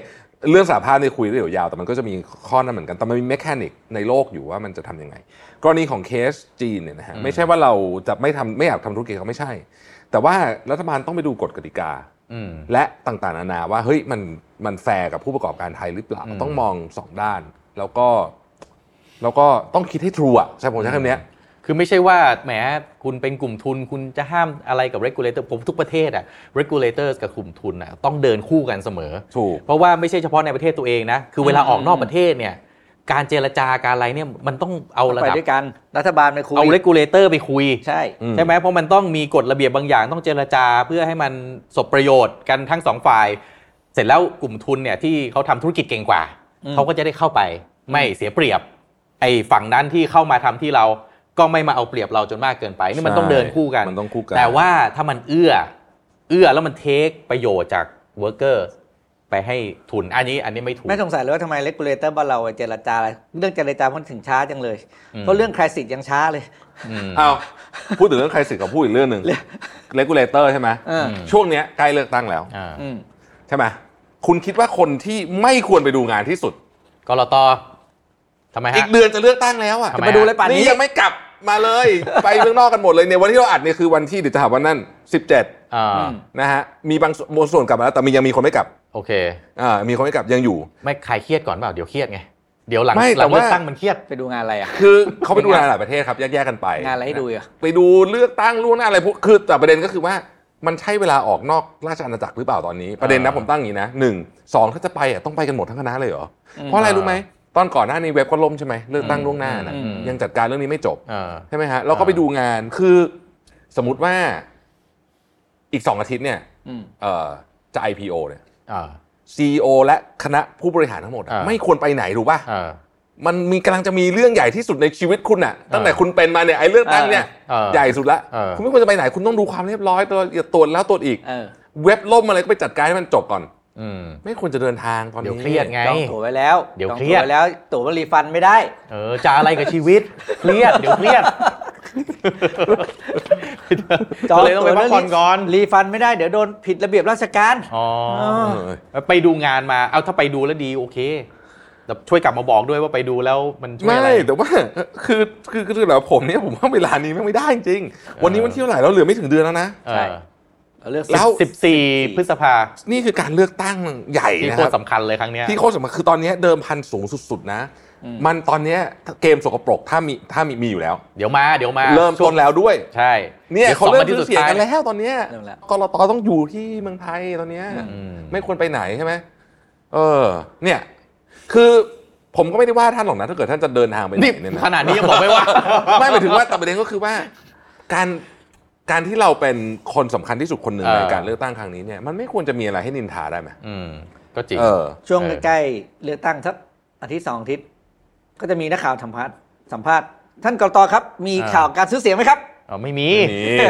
E: เรื่องสาภาพในยคุยได้เดี๋ยวยาว แต่มันก็จะมีข้อนั้นเหมือนกัน แต่มันมีแมคานิกในโลกอยู่ว่ามันจะทำยังไง กรณีของเคสจีนเนี่ยนะฮะไม่ใช่ว่าเราจะไม่ทำไม่อยากทำธุรกิจเขาไม่ใช่ แต่ว่ารัฐบาลต้องไปดูกฎกติกา
D: อืม
E: และต่างๆนานาว่าเฮ้ยมันมันแฟร์กับผู้ประกอบการไทยหรือเปล่า
D: อืม
E: ต้องมองสองด้าน แล้วก็แล้วก็ต้องคิดให้ทรูอ่ะใช่ผมใช้คำเนี้ย
D: คือไม่ใช่ว่าแหมคุณเป็นกลุ่มทุน คุณจะห้ามอะไรกับ regulator ผมทุกประเทศอะ regulator กับกลุ่มทุนอะต้องเดินคู่กันเสมอ
E: ถูก
D: เพราะว่าไม่ใช่เฉพาะในประเทศตัวเองนะ คือเวลาออกนอกประเทศเนี่ย การเจรจาการอะไรเนี่ยมันต้องเอาระ
C: ไป
D: ดับ
C: ด้วยกันรัฐบาลไปคุย
D: เอา regulator ไปคุย
C: ใช่
E: อืม
D: ใช่ไหมเพราะมันต้องมีกฎระเบียบบางอย่างต้องเจรจาเพื่อให้มันสบประโยชน์กันทั้งสองฝ่าย เสร็จแล้วกลุ่มทุนเนี่ยที่เขาทำธุรกิจเก่งกว่า
C: อืม
D: เขาก็จะได้เข้าไปไม่เสียเปรียบ ไอ้ฝั่งนั้นที่เข้ามาทำที่เราก็ไม่มาเอาเปรียบเราจนมากเกินไปนี่มันต้องเดินคู่กัน
E: มันต้องคู่กัน
D: แต่ว่าถ้ามันเอื้อ เอื้อแล้วมันเทคประโยชน์จากเวิร์กเกอร์ไปให้ทุนอันนี้อันนี้ไม่ถูก
C: ไม่สงสัยเลยว่าทำไมเลกูเลเตอร์บ้านเราเจรจาอะไรเรื่องเจรจามันถึงช้าจังเลย
D: อืม
C: เพราะเรื่องคลาสสิกยังช้าเลย
D: อืม
E: เอาพูดถึงเรื่องใครสิทธิ์กับพูดอีกเรื่องหนึ่งเลกูเลเตอร์ใช่ไหม
C: เอออ
D: ม
E: ช่วงเนี้ยใกล้เลือกตั้งแล้ว
D: อ่า
C: อืม
E: ใช่ไหมคุณคิดว่าคนที่ไม่ควรไปดูงานที่สุด
D: กรตทำไม
E: อี
D: ฮะ
E: กเดือนจะเลือกตั้งแล้วอ่ะ
D: ทำ
C: ไปดูเลยป่านนี้
E: นี่ยังไม่กลับมาเลย ไปเมืองนอกกันหมดเลยเนี่ยวันที่เราอัดเนี่ยคือวันที่เดี๋ยวจะหาวันนั่น17
D: อ่า
C: อืม
E: นะฮะมีบางส่วนบางส่วนกลับมาแล้วแต่มียังมีคนไม่กลับ
D: โอเค
E: อ่ามีคนไม่กลับยังอยู่
D: ไม่คลายเครียดก่อนเปล่าเดี๋ยวเครียดไง เดี๋ยวหลัง
E: ไม่
D: หลัง
E: แต่ว่า
D: เลือกตั้งมันเครียด
C: ไปดูงานอะไรอ่ะ
E: คือเขาไปดูงานหลายประเทศครับแยกๆกันไป
C: งานอะไรให้ดูอ่ะ
E: ไปดูเลือกตั้งล่วงหน้าอะไรพวกคือแต่ประเด็นก็คือว่ามันใช่เวลาออกนอกราชอาณาจักรหรือเปล่าตอนนี้ ประเด็นนะ
D: อ่า
E: ผมตั้งอย่างนี้นะหนึ่งสองถ้าจะไปอ่ะต้องไปกันหมดทั้งคณะเลยเหรอเพราะอะไรรู้ไหมตอนก่อนหน้านี้เว็บก็ล่มใช่ไหมเลือกตั้งล่วงหน้านะ
C: อืม
E: ยังจัดการเรื่องนี้ไม่จบ
D: อ่า
E: ใช่ไหมฮะเราก็ไปดูงานคือสมมติว่าอีกสองอาทิตย์เนี่ย
C: อืม
E: เอ่อจะ IPO เนี่ย
D: อ่า
E: CEO และคณะผู้บริหารทั้งหมดอะ
D: อ่า
E: ไม่ควรไปไหนรู้ป่ะ
D: อ่า
E: มันมีกำลังจะมีเรื่องใหญ่ที่สุดในชีวิตคุณอะตั้งแต่คุณเป็นมาเนี่ยไอ้เรื่องตั้งเนี่ย
D: เออ
E: ใหญ่สุดละ
D: เออ
E: คุณไม่ควรจะไปไหนคุณต้องดูความเรียบร้อยตัวอย่าตรวจแล้วตรวจอีก
C: เออ
E: เว็บล่มอะไรก็ไปจัดการให้มันจบก่อน
D: อืม
E: ไม่ควรจะเดินทางตอนนี้
D: เดี๋ยวเครียดไง
C: จองตั๋วไว้แล้ว
D: เดี๋ยว
C: จอง
D: เครี
C: ตั๋
D: ย
C: ว
D: ด
C: ไว้แล้วตั๋วมันรีฟันไม่ได้
D: เออจะอะไรกับชีวิต เครียดเดี๋ยวเครี ยด
C: จอ
D: ก็
C: ง
D: เลยต้องไปพักผ่อนก่อน
C: รีฟันไม่ได้เดี๋ยวโดนผิดระเบียบราชการ
D: อ๋อ
E: เอ
C: เอ
E: อ
D: ไปดูงานมาเอาถ้าไปดูแล้วดีโอเคแต่ช่วยกลับมาบอกด้วยว่าไปดูแล้วมันช่วย
E: ไม่
D: อะไร
E: แต่ว่า คือคือคือคือแบบผมเนี่ยผมว่าเวลานี้ไม่ได้จริง
D: ออ
E: วันนี้วันที่เท่าไหร่แล้วเหลือไม่ถึงเดือนแล้วนะ
D: เอ
C: ใช่
D: อ
C: เอาเลือก
E: แล้ว
D: สิบสี่พฤษภา
E: นี่คือการเลือกตั้งใหญ่
D: ที่
E: นะ
D: โค
E: ค
D: ต
E: รั
D: ร
E: บ
D: สำคัญเลยครั้งเนี้ย
E: ที่โคตรสำคัญคือตอนนี้เดิมพันสูงสุดๆนะ
C: อืม
E: มันตอนเนี้ยเกมสกปรกถ้ามีถ้ามีมีอยู่แล้ว
D: เดี๋ยวมา เดี๋ยวมา
E: เริ่มต้นแล้วด้วย
D: ใช่
E: เนี่ย
D: ดี๋ว
E: เขา
D: สอง
E: เริ่
D: วั
E: ม
D: ที่
E: ซื้อเสียงกัน
D: สุดท้า
E: แล้วตอนเนี้ย
C: เริ่มแล้ว
E: กรตต้องอยู่ที่เมืองไทยตอนเนี้ย
D: อืม
E: ไม่ควรไปไหนใช่ไหมเออ เนี่ย คือผมก็ไม่ได้ว่าท่านหรอกนะถ้าเกิดท่านจะเดินทางไปไหน
D: นี่
E: เนี่ยนะ
D: ขนาดนี้ยังบอกไม่ว่า
E: ไม่หมายถึงว่าแต่ประเด็นก็คือว่าการการที่เราเป็นคนสำคัญที่สุดคนหนึ่ง
D: เออ
E: ในการเลือกตั้งครั้งนี้เนี่ยมันไม่ควรจะมีอะไรให้นินทาได้ไหม
D: อืมก็จริง
E: เออ
C: ช่วง
D: เออ
C: ใกล้ๆเลือกตั้งสักอาทิตย์สองอาทิตย์ก็จะมีนักข่าวสัมภาษณ์สัมภาษณ์ ท่านกรตครับ มีข่าวการซื้อเสียงไหมครับ
D: เอาไม่มี
E: นี่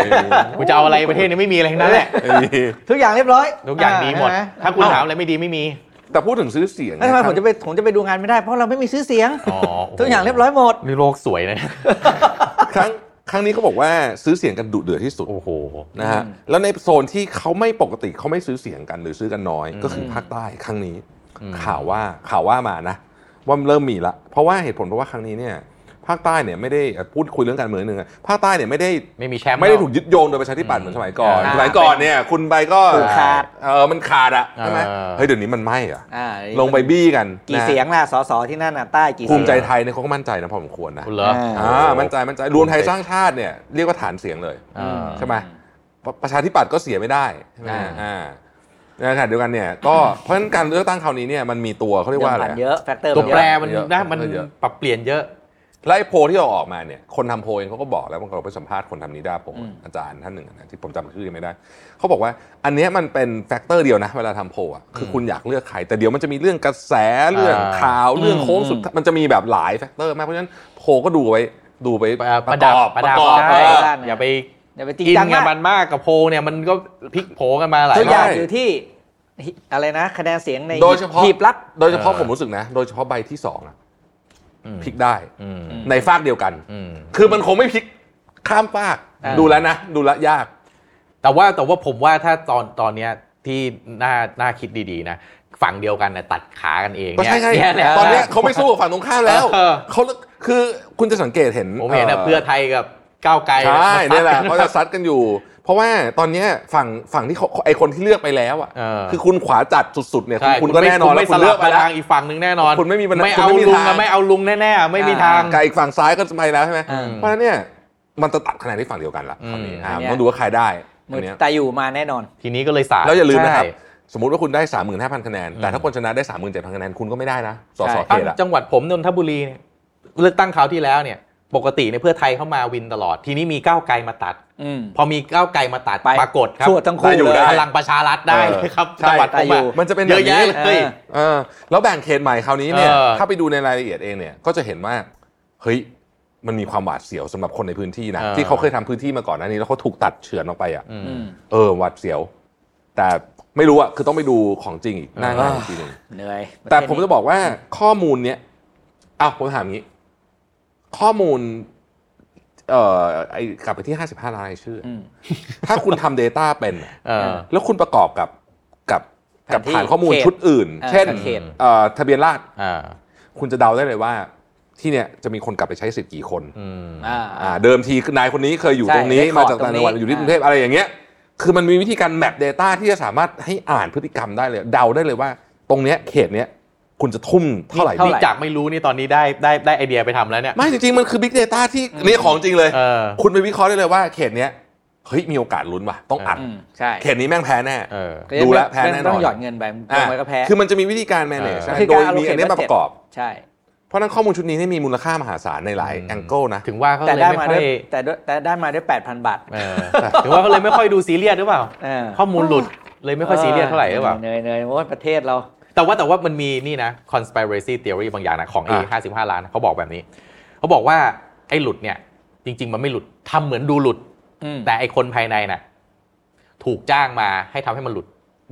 D: กูจะเอาอะไรประเทศนี้ไม่มีอะไรทั้งนั้นแหละ
E: นี่
C: ทุกอย่างเรียบร้อย
D: ทุกอย่างดีหมด
C: ใช่ไ
D: ถ้าคุณถามอะไรไม่ดีไม่มี
E: แต่พูดถึงซื้อเสียง
C: แล้วทำไมผมจะไปผมจะไปดูงานไม่ได้เพราะเราไม่มีซื้อเสียง
D: อ๋อโโห
C: ทุกอย่างเรียบร้อยหมด
D: นี่โลกสวยนะ
E: ครั้งครั้งนี้เขาบอกว่าซื้อเสียงกันดุเดือดที่สุด
D: โอ้โห
E: นะฮะ
C: อืม
E: แล้วในโซนที่เขาไม่ปกติเขาไม่ซื้อเสียงกันหรือซื้อกันน้อย
D: อืม
E: ก็คือภาคใต้ครั้งนี้
D: อืม
E: ข่าวว่าข่าวว่ามานะ ว่าเริ่มมีละ เพราะว่าเหตุผลเพราะว่าครั้งนี้เนี่ยภาคใต้เนี่ยไม่ได้เอ่อพูดคุยเรื่องการเมืองนิดนึงอะภาคใต้เนี่ยไม่ได้
D: ไม่มีแชมป์
E: ไม่ได้ถูกยึดโยงโดยประชาธิปัตย์
D: อืม
E: เหมือนสมัยก่อน
D: อ่า
E: สมัยก่อนเนี่ยคุณไปก็
C: ผูกขาด
E: เออมันขาดอะใช่ไหม
D: เออ
E: เฮ้ยเดี๋ยวนี้มันไม่อะ
C: อ่า
E: ลงไปบี้กัน
C: กี่
E: นะ
C: เสียงล่ะสสที่นั่นน่ะใต้กี่
E: ภู
C: เสี
E: มิ
C: ยง
E: ใจไทยเนี่ยเขาก็มั่นใจนะพอสมควรนะ
D: คุณเหรอ
C: อ่า
E: อ่ามั่นใจมั่นใจรวมไทยสร้างชาติเนี่ยเรียกว่าฐานเสียงเลย
D: อ่า
E: ใช่ไหมประประชาธิปัตย์ก็เสียไม่ได้ใช่ไหม
D: อ่า
E: อ่าในขณะเดียวกันเนี่ยก็เพราะฉะนั้นการเลือกตั้งคราวนี้เนี่ยมันมีตัวเขาเรียกว่าอะไร
C: เดิมพันเยอะแฟกเตอร์
D: ตัวแปรมัน
E: เยอะ
D: นะมัน
E: เยอะ
D: ปรับเปลี่ยนเยอะ
E: ไล่โพลที่เราออกมาเนี่ยคนทำโพลเองเขาก็บอกแล้วบางคนเราไปสัมภาษณ์คนทำนิดาโพลอาจารย์ท่านหนึ่งนะที่ผมจำชื่อไม่ได้เขาบอกว่าอันเนี้ยมันเป็นแฟกเตอร์เดียวนะเวลาทำโพลอะคือคุณอยากเลือกใคร แต่เดี๋ยวมันจะมีเรื่องกระแสเรื่องข่าวเรื่องโค้งสุดท้ายมันจะมีแบบหลายแฟกเตอร์มากเพราะฉะนั้นโพลก็ดูไว้ดูไป
D: ประดับ
E: ป
D: ประ ระดับ
E: กอบ
D: ได้
E: เออ
D: อย่าไป
C: เดี๋ยวไปจริง
D: อิน
C: จัง
D: กับ
C: มา
D: มั
C: ก
D: นมากกับโพลเนี่ยมันก็พลิกโผกันมาหลาย
C: ทุกอย่าง
E: ใช่
C: อยู่ที่หิอะไรนะคะแนนเสียงใน
E: โดยเฉพาะ
C: หีบลับ
E: โดยเฉพาะผมรู้สึกนะ โดยเฉพาะใบที่สองอะ
D: อืม
E: พลิกได้
D: อืม
E: ในฟากเดียวกัน
D: อืม
E: คือมันคงไม่พลิกข้ามฟาก
C: อ่า
E: ดูแล้วนะดูแลวยาก
D: แต่ว่าแต่ว่าผมว่าถ้าตอนตอนเนี้ยที่น่าน่าคิดดีๆนะฝั่งเดียวกันนะตัดขากันเอง
E: ก็
D: เนี่ย
E: ใช่ไง
D: เยแหละ
E: ตอนเนี้ยเขาไม่สู้กับฝั่งตรงข้ามแล้ว
D: เออ
E: เขาคือคุณจะสังเกตเห็น
D: ผมเห็นนะเพื่อไทยกับก้าวไกล
E: ใช่
D: มาซัด
E: เนี่ยแหละ
D: กั
E: เขาจะซัดกันอยู่ เพราะว่าตอนเนี้ยฝั่งฝั่งที่เขาไอคนที่เลือกไปแล้วอ่ะ
D: เออ
E: คือคุณขวาจัดสุดๆเนี่ย
D: ใช่
E: คุณก็แน่นอน
D: คุณ
E: แล้ว
D: ไม่
E: คุ
D: ส
E: ณ
D: ลั
E: เลือบ กไป
D: มา
E: แล้ว
D: ทางอีกฝั่งหนึ่งแน่นอน
E: คุณไม่มีปัญหา
D: ไม่เอา
E: คุณไม่มี
D: ลุง
E: ทา
D: อะ
E: ง
D: ไม่เอาลุงแน่ๆไม่มีทาง
E: กับอีกฝั่งซ้ายก็จะไปแล้วใช่ไหม
C: อืม
E: เพราะฉะนั้นเนี่ยมันจะตัดคะแนนที่ฝั่งเดียวกันละ
D: อืม
E: คราวนี้อ่าต้องดูว่าใครได้
C: มื
E: อั
C: อน
E: เนี้ย
C: แต่อยู่มาแน่นอน
D: ทีนี้ก็เลยสาด
E: แล้วอย่าลืมนะครับ
D: ใช่
E: สมมติว่าคุณได้ 35,000 คะแนน แต่ถ้าคนชนะได้ 37,000 คะแนนคุณก็ไม่ได้นะสส
C: ใช่
E: เขตอะ
D: จังหวัดผมนนทบุรีเนี่ยเลือกตั้งคราวที่แล้วเนี่ย ปกติในยเพื่อไทยเข้ามาวินตลอด ทีนี้มีก้าวไกลมาตัด
C: อืม
D: พอมีก้าวไกลมาตัด
C: ไป
D: ปรากฏครับ
C: ชั่วทั้งคู่
E: ได้อยู่
D: เล
E: ได้
D: พลังประชารัฐได้เลยครับ
E: เออใช่
D: จังหวัดผ
C: ได้อ
D: ม
C: ยู่
D: อะ
E: มันจะเป็น
D: เย
E: แบบ
D: อะ
E: นี้
D: แยะเลย
E: เออแล้วแบ่งเขตใหม่คราวนี้เนี่ย
D: เออ
E: ถ้าไปดูในรายละเอียดเองเนี่ยก็จะเห็นว่าเฮ้ยมันมีความหวาดเสียวสำหรับคนในพื้นที่นะ
D: เออ
E: ที่เขาเคยทำพื้นที่มาก่อนหน้านี้แล้วเขาถูกตัดเฉือนออกไปอ่ะ
C: อืม
E: เออหวาดเสียว แต่ไม่รู้อ่ะคือต้องไปดูของจริงอีกหน้างานอีกทีหนึง
C: เหนื่อย
E: แต่ผมจะบอกว่าข้อมูลเนี้ยอ้าวผมถามงี้ ข้อมูล เอ่อไอกลับไปที่55รายชื่ออ
C: อืม
E: ถ้าคุณทำ Data เป็นอะ
D: เออ
E: แล้วคุณประกอบกับกับกับ
C: แผนที่
E: ฐานข้อมูล
C: เขต
E: ชุดอื่น
C: เออ
E: เช่น
C: เขต
E: เอ่อทะเบียนราษฎร์
D: อ่า
E: คุณจะเดาได้เลยว่า ที่เนี่ยจะมีคนกลับไปใช้สิทธิ์กี่คน
D: อืม
C: อ่า
E: อ่าเดิมทีคือนายคนนี้เคยอยู่
C: ใช่
E: ตรงนี้
C: record
E: มาจากต่างจังหวัด
C: ตรงนี้
E: อยู่ที่กรุงเทพอะไรอย่างเงี้ย คือมันมีวิธีการแมป Data ที่จะสามารถให้อ่านพฤติกรรมได้เลย เดาได้เลยว่า ตรงเนี้ยเขตเนี้ยคุณจะทุ่มเท่าไหร่
D: นี่
E: บิ๊ก
D: จากไม่รู้นี่ตอนนี้ได้ได้ได้ไอเดียไปทำแล้วเนี่ย
E: ไม่จริงๆมันคือ Big Data ที่นี่ของจริงเลย
D: เออ
E: คุณไปวิเคราะห์ได้เลยว่าเขตเนี้ยเฮ้ยมีโอกาสลุ้นว่ะต้องอัด
C: อืมใช่
E: เขตนี้แม่งแพ้แน่
D: เออ
E: ดูแล้วแพ้แน่นอน
C: ต้องหยอดเงินไปลงไปก็แพ้
E: คือมันจะมีวิธีการ manage
D: เออ
E: ใช่
C: คือ
E: โด
C: การ
E: ยมีอันเนี้ย
C: allocate
E: มาประกอบ
C: ใช่
E: เพราะฉะนั้นข้อมูลชุดนี้นี่มีมูลค่ามหาศาลในหลายแองเกิลนะ
D: ถึงว่าเขาเล
C: แต่
D: ย
C: ได้
D: ไม่
C: มา
D: ค่
C: ด้
D: อ
C: วย ยแต่ด้วยแต่ได้มาด้วย8,000 บาท
D: เออถึงว่าเขาเลยไม่ค่อยดูซีเรียสหรือเปล่า
C: เออ
D: ข้อมูลหลุดเลยไม่ค่อยซีเรียสเท่าไหร่หรือเปล่า
C: เนยเนยเพราะว่าประเทศเรา
D: แต่ว่าแต่ว่ามันมีนี่นะ conspiracy theory บางอย่างนะของไอ้
E: อ่ะ
D: ห้าสิบห้าล้านนะเขาบอกแบบนี้ เขาบอกว่าไอ้หลุดเนี่ย จริง ๆ มันไม่หลุดทำเหมือนดูหลุด
C: อืม
D: แต่ไอ้คนภายในน่ะถูกจ้างมาให้ทำให้มันหลุด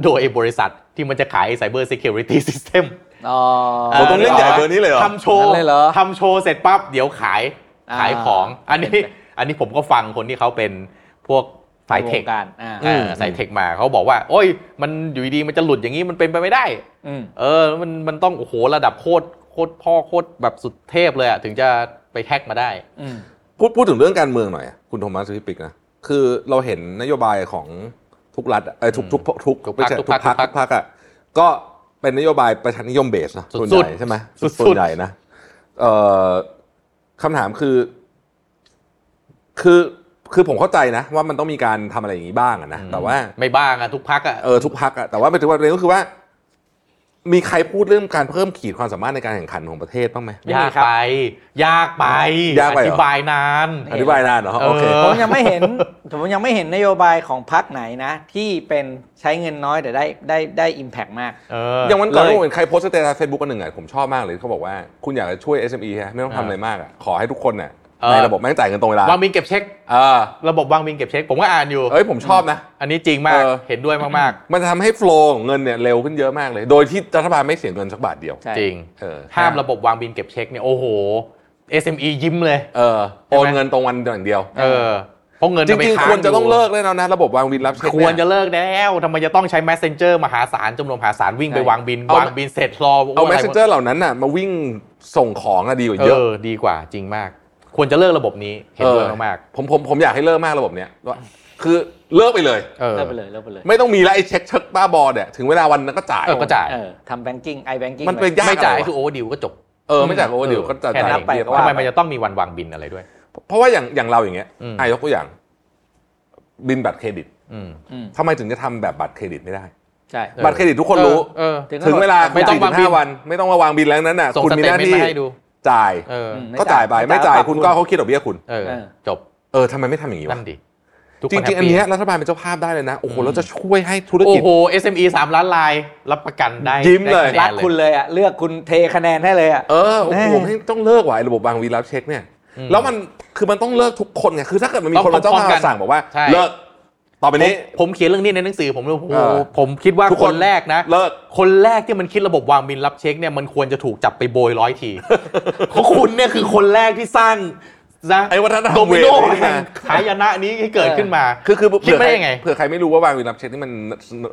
D: โดยไอ้บริษัทที่มันจะขายไซเบอร์ซิเคียวริ ตี้ซิสเต็ม
C: อ๋อ
E: โหต้องเล่นใหญ่เบอร์นี้เลยเหรอ
D: ทำโชว์
C: นั่นเลยเหรอ
D: ทำโชว์เสร็จปั๊บเดี๋ยวขาย
C: อ่า
D: ขายของ อันนี้อันนี้ผมก็ฟังคนที่เขาเป็นพวกสายเทค
C: วงการอ่า
D: เออสายเทคมาเขาบอกว่า โอ้ย มันอยู่ดีๆมันจะหลุดอย่างนี้มันเป็นไปไม่ได้
C: อืม
D: เออมันมันต้องโอ้โหระดับโคตรโคตรพ่อโคตรแบบสุดเทพเลยอะถึงจะไปแท็กมาได้
C: อืม
E: พูดพูดถึงเรื่องการเมืองหน่อยอะคุณโทมัสพิปิกนะคือเราเห็นนโยบายของทุกรัฐอะเอ้ยทุกทุกทุก
D: ทุกพรรค
E: ไม่ใช่
D: ทุ
E: ทุ
D: ก
E: ก
D: พ
E: พร
D: รรค
E: รคทุกพรรคอ่ะก็เป็นนโยบายประชานิยมเบสนะ
D: สุดๆ
E: ส่วนใหญ่ใช่ไหม
D: สุดๆ
E: ส่วนใหญ่นะ
D: สุ
E: เอ่อคำถามคือ คือคือผมเข้าใจนะ ว่ามันต้องมีการทำอะไรอย่างนี้บ้างอะนะแต่ว่า
D: ไม่บ้างอะทุกพักอะ
E: เออทุกพักอะแต่ว่าไปถึงว่าเรื่องก็คือว่า มีใครพูดเรื่องการเพิ่มขีดความสามารถในการแข่งขันของประเทศบ้างไหม
D: ยากไป ยากไป
E: ยากไปเหรอ
D: อธิบายนาน
E: อธิบายนานเหรอโอเค
D: เออ
C: ผมยังไม่เห็น ผมยังไม่เห็นนโยบายของพรรคไหนนะ ที่เป็นใช้เงินน้อยแต่ได้ได้ได้อิมแพกมาก
D: เออ
E: อย่างวันก่อน
D: เลย
E: ผมเห็นใครโพสต์สเตตัสเฟซบุ๊กอันหนึ่งอ่ะผมชอบมากเลยเขาบอกว่าคุณอยากจะช่วย SME ฮะไม่ต้องทำอะไรมากอ่ะขอให้ทุกคนน่ะ
D: เออ
E: ในระบบแม่งจ่ายเงินตรงเวลาว
D: างบินเก็บเช็ค
E: เออ
D: ระบบวางบินเก็บเช็ค ผมก็อ่านอยู่
E: เอ้ยผมชอบนะ
D: อันนี้จริงมาก
E: เออ
D: เห็นด้วยมาก
E: มันจะทำให้โฟลของเงินเนี่ยเร็วขึ้นเยอะมากเลย โดยที่รัฐบาลไม่เสียเงินสักบาทเดียว
C: ใช่
D: ๆ จริง
E: เออ
D: ห้ามระบบวางบินเก็บเช็คเนี่ยโอ้โห SME ยิ้มเลย
E: เออโอนเงินตรงวันอย่างเดียว
D: เออเพราะเงิน
E: จ
D: ไป
E: ริงๆ
D: ค้า
E: ควรจะต้อง
D: ยู่
E: เลิกเลยแล้วนะระบบวางวินรับเช็ค
D: ค
E: เนี่ยว
D: รจะเลิกแล้วทำไมจะต้องใช้ messenger มหาศาลจำนวนมหาศาลวิ่งไปวางบินวางบินเสร็จรอ
E: เอา messenger เหล่านั้นน่ะมาวิ่งส่งของอะดีกว่า
D: เอ
E: เยอะ
D: อดีกว่าจริงมาก ควรจะเลิกระบบนี้เห็นด้วยมาก
E: ผมผมผมอยากให้เลิกมากระบบเนี้ยว่าคือเลิกไปเลย
D: ๆเออ
C: เลิกไปเลยเลิกไปเลย
E: ไม่ต้องมีแล้วไอ้เช็คเช็คบ้าบอเนี่ยถึงเวลาวันนั้นก็จ่าย
D: เออก็จ่าย
C: เออทำแบงกิ้งไอแบงกิ้ง
E: มันเป็นยาก
D: ไม่จ่าย
E: อะไรวะ
D: คือโอเวอร์ดิวก็จบ
E: เออไม่จ่ายโอเวอร์ดิวก็จะ
D: แค่
E: จ่าย
D: นั้น
E: เบี้ย
C: ไปก็ว่า
D: ทำไมมันจะต้องมีวันวางบินอะไรด้วย
E: เพราะว่าอย่างอย่างเราอย่างเงี้ย
D: อืม
E: อ่ะยกตัวอย่าง บินบัตรเครดิต
D: อืม
E: ทำไมถึงจะทำแบบบัตรเครดิตไม่ได้
C: ใช่
E: บัตรเครดิตทุกคนรู้
D: เออ
C: ถึง
E: ถึงเวลา
D: ไม่ต้องวางบิ
E: สี่สิ
D: น
E: บห้วัน ไม่ต้องมาวางบินแล้วนั้นน่ะ
D: ส่ง
E: คุณ
D: ส
E: มี
D: เต
E: หน้า
D: ทเมนต์
E: ที่
D: มาให้ดู
E: จ่าย
D: เออ
E: ก็จ่ายไปไม่จ่ายคุณก็
C: เขา
E: เขาคิดดอกเบี้ยคุณ
D: เออ
C: เออ
D: จบ
E: เออทำไมไม่ทำอย่างนี้
D: นั่
E: วะ
D: นดิทุกค
E: จริงๆ
D: แฮป
E: อัน
D: ปี้
E: เนี้ยรัฐบาลเป็นเจ้าภาพได้เลยนะโอ้โหเราจะช่วยให้ธุร
D: โอ้
E: กิจ
D: โห SME 3 ล้านลาย รับประกันได้
E: ยิ้มเลย
D: ได้คะแนน
C: รักคุณเลยอ่ะเลือกคุณเทคะแนนให้เลยอ่ะ
E: เออโอ้โห
C: แน่
E: ไม่ต้องเลิกว่ะไอ้ระบบวางวีรับเช็คเนี่ย
D: อื
E: แล้วมันคือมันต้องเลิกทุกคนไงคือถ้าเกิดมันมี
D: ต้อง
E: คนมาเจ้า
D: พร้อม
E: ภาพ
D: ๆกัน
E: สั่งบอกว่า
D: ใช่
E: เลิกต่อไป
D: ผม
E: นี้
D: ผมเขียนเรื่องนี้ในหนังสือผมเลยโอ้โห
E: เออ
D: ผมคิดว่า
E: ทุก
D: ค
E: คน น
D: แรกนะ
E: เลิก
D: คนแรกที่มันคิดระบบวางบินรับเช็คเนี่ยมันควรจะถูกจับไปโบย ร้อยที เพราะคุณเนี่ยคือคนแรกที่สร้างนะ
E: ไอ้วัฒนธรรม
D: โดมิโน
E: เวรนี่นะ
D: แห่งหายนะนี้ให้เกิดขึ้นมา
E: คือคือ
D: คิด
E: เผื่อ
D: ไม่
E: ใคร
D: ได้ไง
E: เผื่อใครไม่รู้ว่าวางวินรับเช็คนี่มัน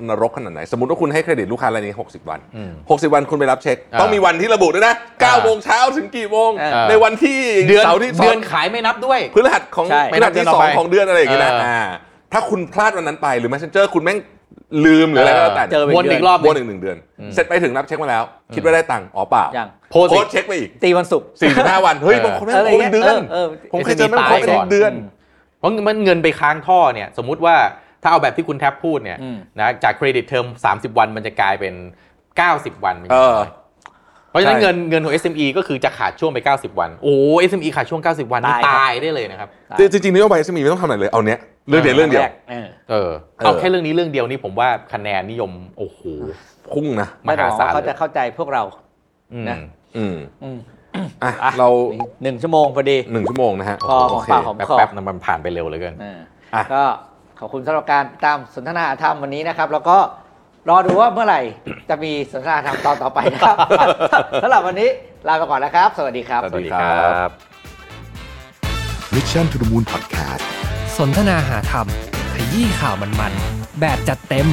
E: นรกขนาดไหน สมมติว่าคุณให้เครดิตลูกค้ารายนี้ 60 วัน
D: อืม
E: 60 วันคุณไปรับเช็ค
D: อ่า
E: ต้องมีวันที่ระบุด้วยนะ9โมงเช้าถึงกี่โมง
C: อ่า
E: ในวันที่
D: เดือน
E: เสาร์ที่ส
D: เดื
E: อ
D: อง นขายไม่นับด้วย
E: พฤหัสของ
C: ใช่
E: พฤหัสที่
D: ไม่นับเดือน
E: สอ
D: ต่
E: ง
D: อไป
E: ของเดือนอะไรอย่างเงี้ย
D: เอออ่
E: นะ่าถ้าคุณพลาดวันนั้นไปหรือ messenger คุณแม่งลืมหรืออะไรก็แล้วแต่
C: เจอไป
D: วน
C: เยอะ
D: อีกรอบห
E: วนอี
D: นึ่ง
E: กหนึ่งเดือน
D: อืม
E: เสร็จไปถึงรับเช็คมาแล้ว คิดว่าได้ตังค์อ๋อเปล่า
C: ยัง
D: โพสต์อีก
E: โพสต์เช็คไปอีก
C: ตีวันศุกร์
E: สี่สิบห้าวัน เฮ้
D: เออบ
E: ยางคนแม่ง
C: อะไร
E: โอน
C: เงี้ย
E: เดื
C: เอ
E: อน
C: อเออ
E: ผมเคยเจอแม่งโอนเป็น
D: ตายก่อน
E: เดือน
D: เพราะมันเงินไปค้างท่อเนี่ย สมมุติว่าถ้าเอาแบบที่คุณแทบพูดเนี่ย
C: อืม
D: นะจากเครดิตเทอม 30 วันมันจะกลายเป็น 90 วันมัน
E: เออ
D: เพราะฉะนั้น
E: ใช่
D: เงินเงินของ SME ก็คือจะขาดช่วงไป 90 วัน โอ้ SME ขาดช่วง 90 วันนี่
C: ตายครับ
D: ตายได้เลยนะครับ
E: จริงจริงๆนโยบายสมีไม่ต้องทำอะไรเลย เอาเนี้ยเรื่องเดียวเรื่องเดียว
C: แกเออ
D: เออ
E: เออ
D: เอาแค่เรื่องนี้เรื่องเดียวนี่ผมว่าคะแนนนิยม โอ้โห
E: พุ่งนะ
D: ม
C: ไม่ห
D: หา
C: วัง
D: ศา
C: ว่า
D: ล
C: เขา
D: เล
C: จะ
D: ย
C: เข้าใจพวกเรา
D: อืม
C: นะ
E: อืม
C: อืม
E: อ่ะ เรา
C: หนึ่งชั่วโมงพอดี
E: หนึ่งชั่วโมงนะฮะ
C: พอ
E: โอเค
C: ปากหอม
D: แป๊บๆนะมันผ่านไปเร็วเหลือเกิน
C: อ่า
E: อ่ะ
C: ก็ขอบคุณสำหรับการตามสนทนาธรรมวันนี้นะครับ แล้วก็รอดูว่าเมื่อไห ร่จะมีสนทนาธรรมตอนต่อไปนะครับ สำหรับวันนี้ลาไปก่อนนะครับ สวัสดีครับ
E: สวัสดีครับ
A: มิชชั่นทุ h มูลพอดแคส
B: สนทนาหาธรรมขยี้ข่าวมันๆ แบบจัดเต็ม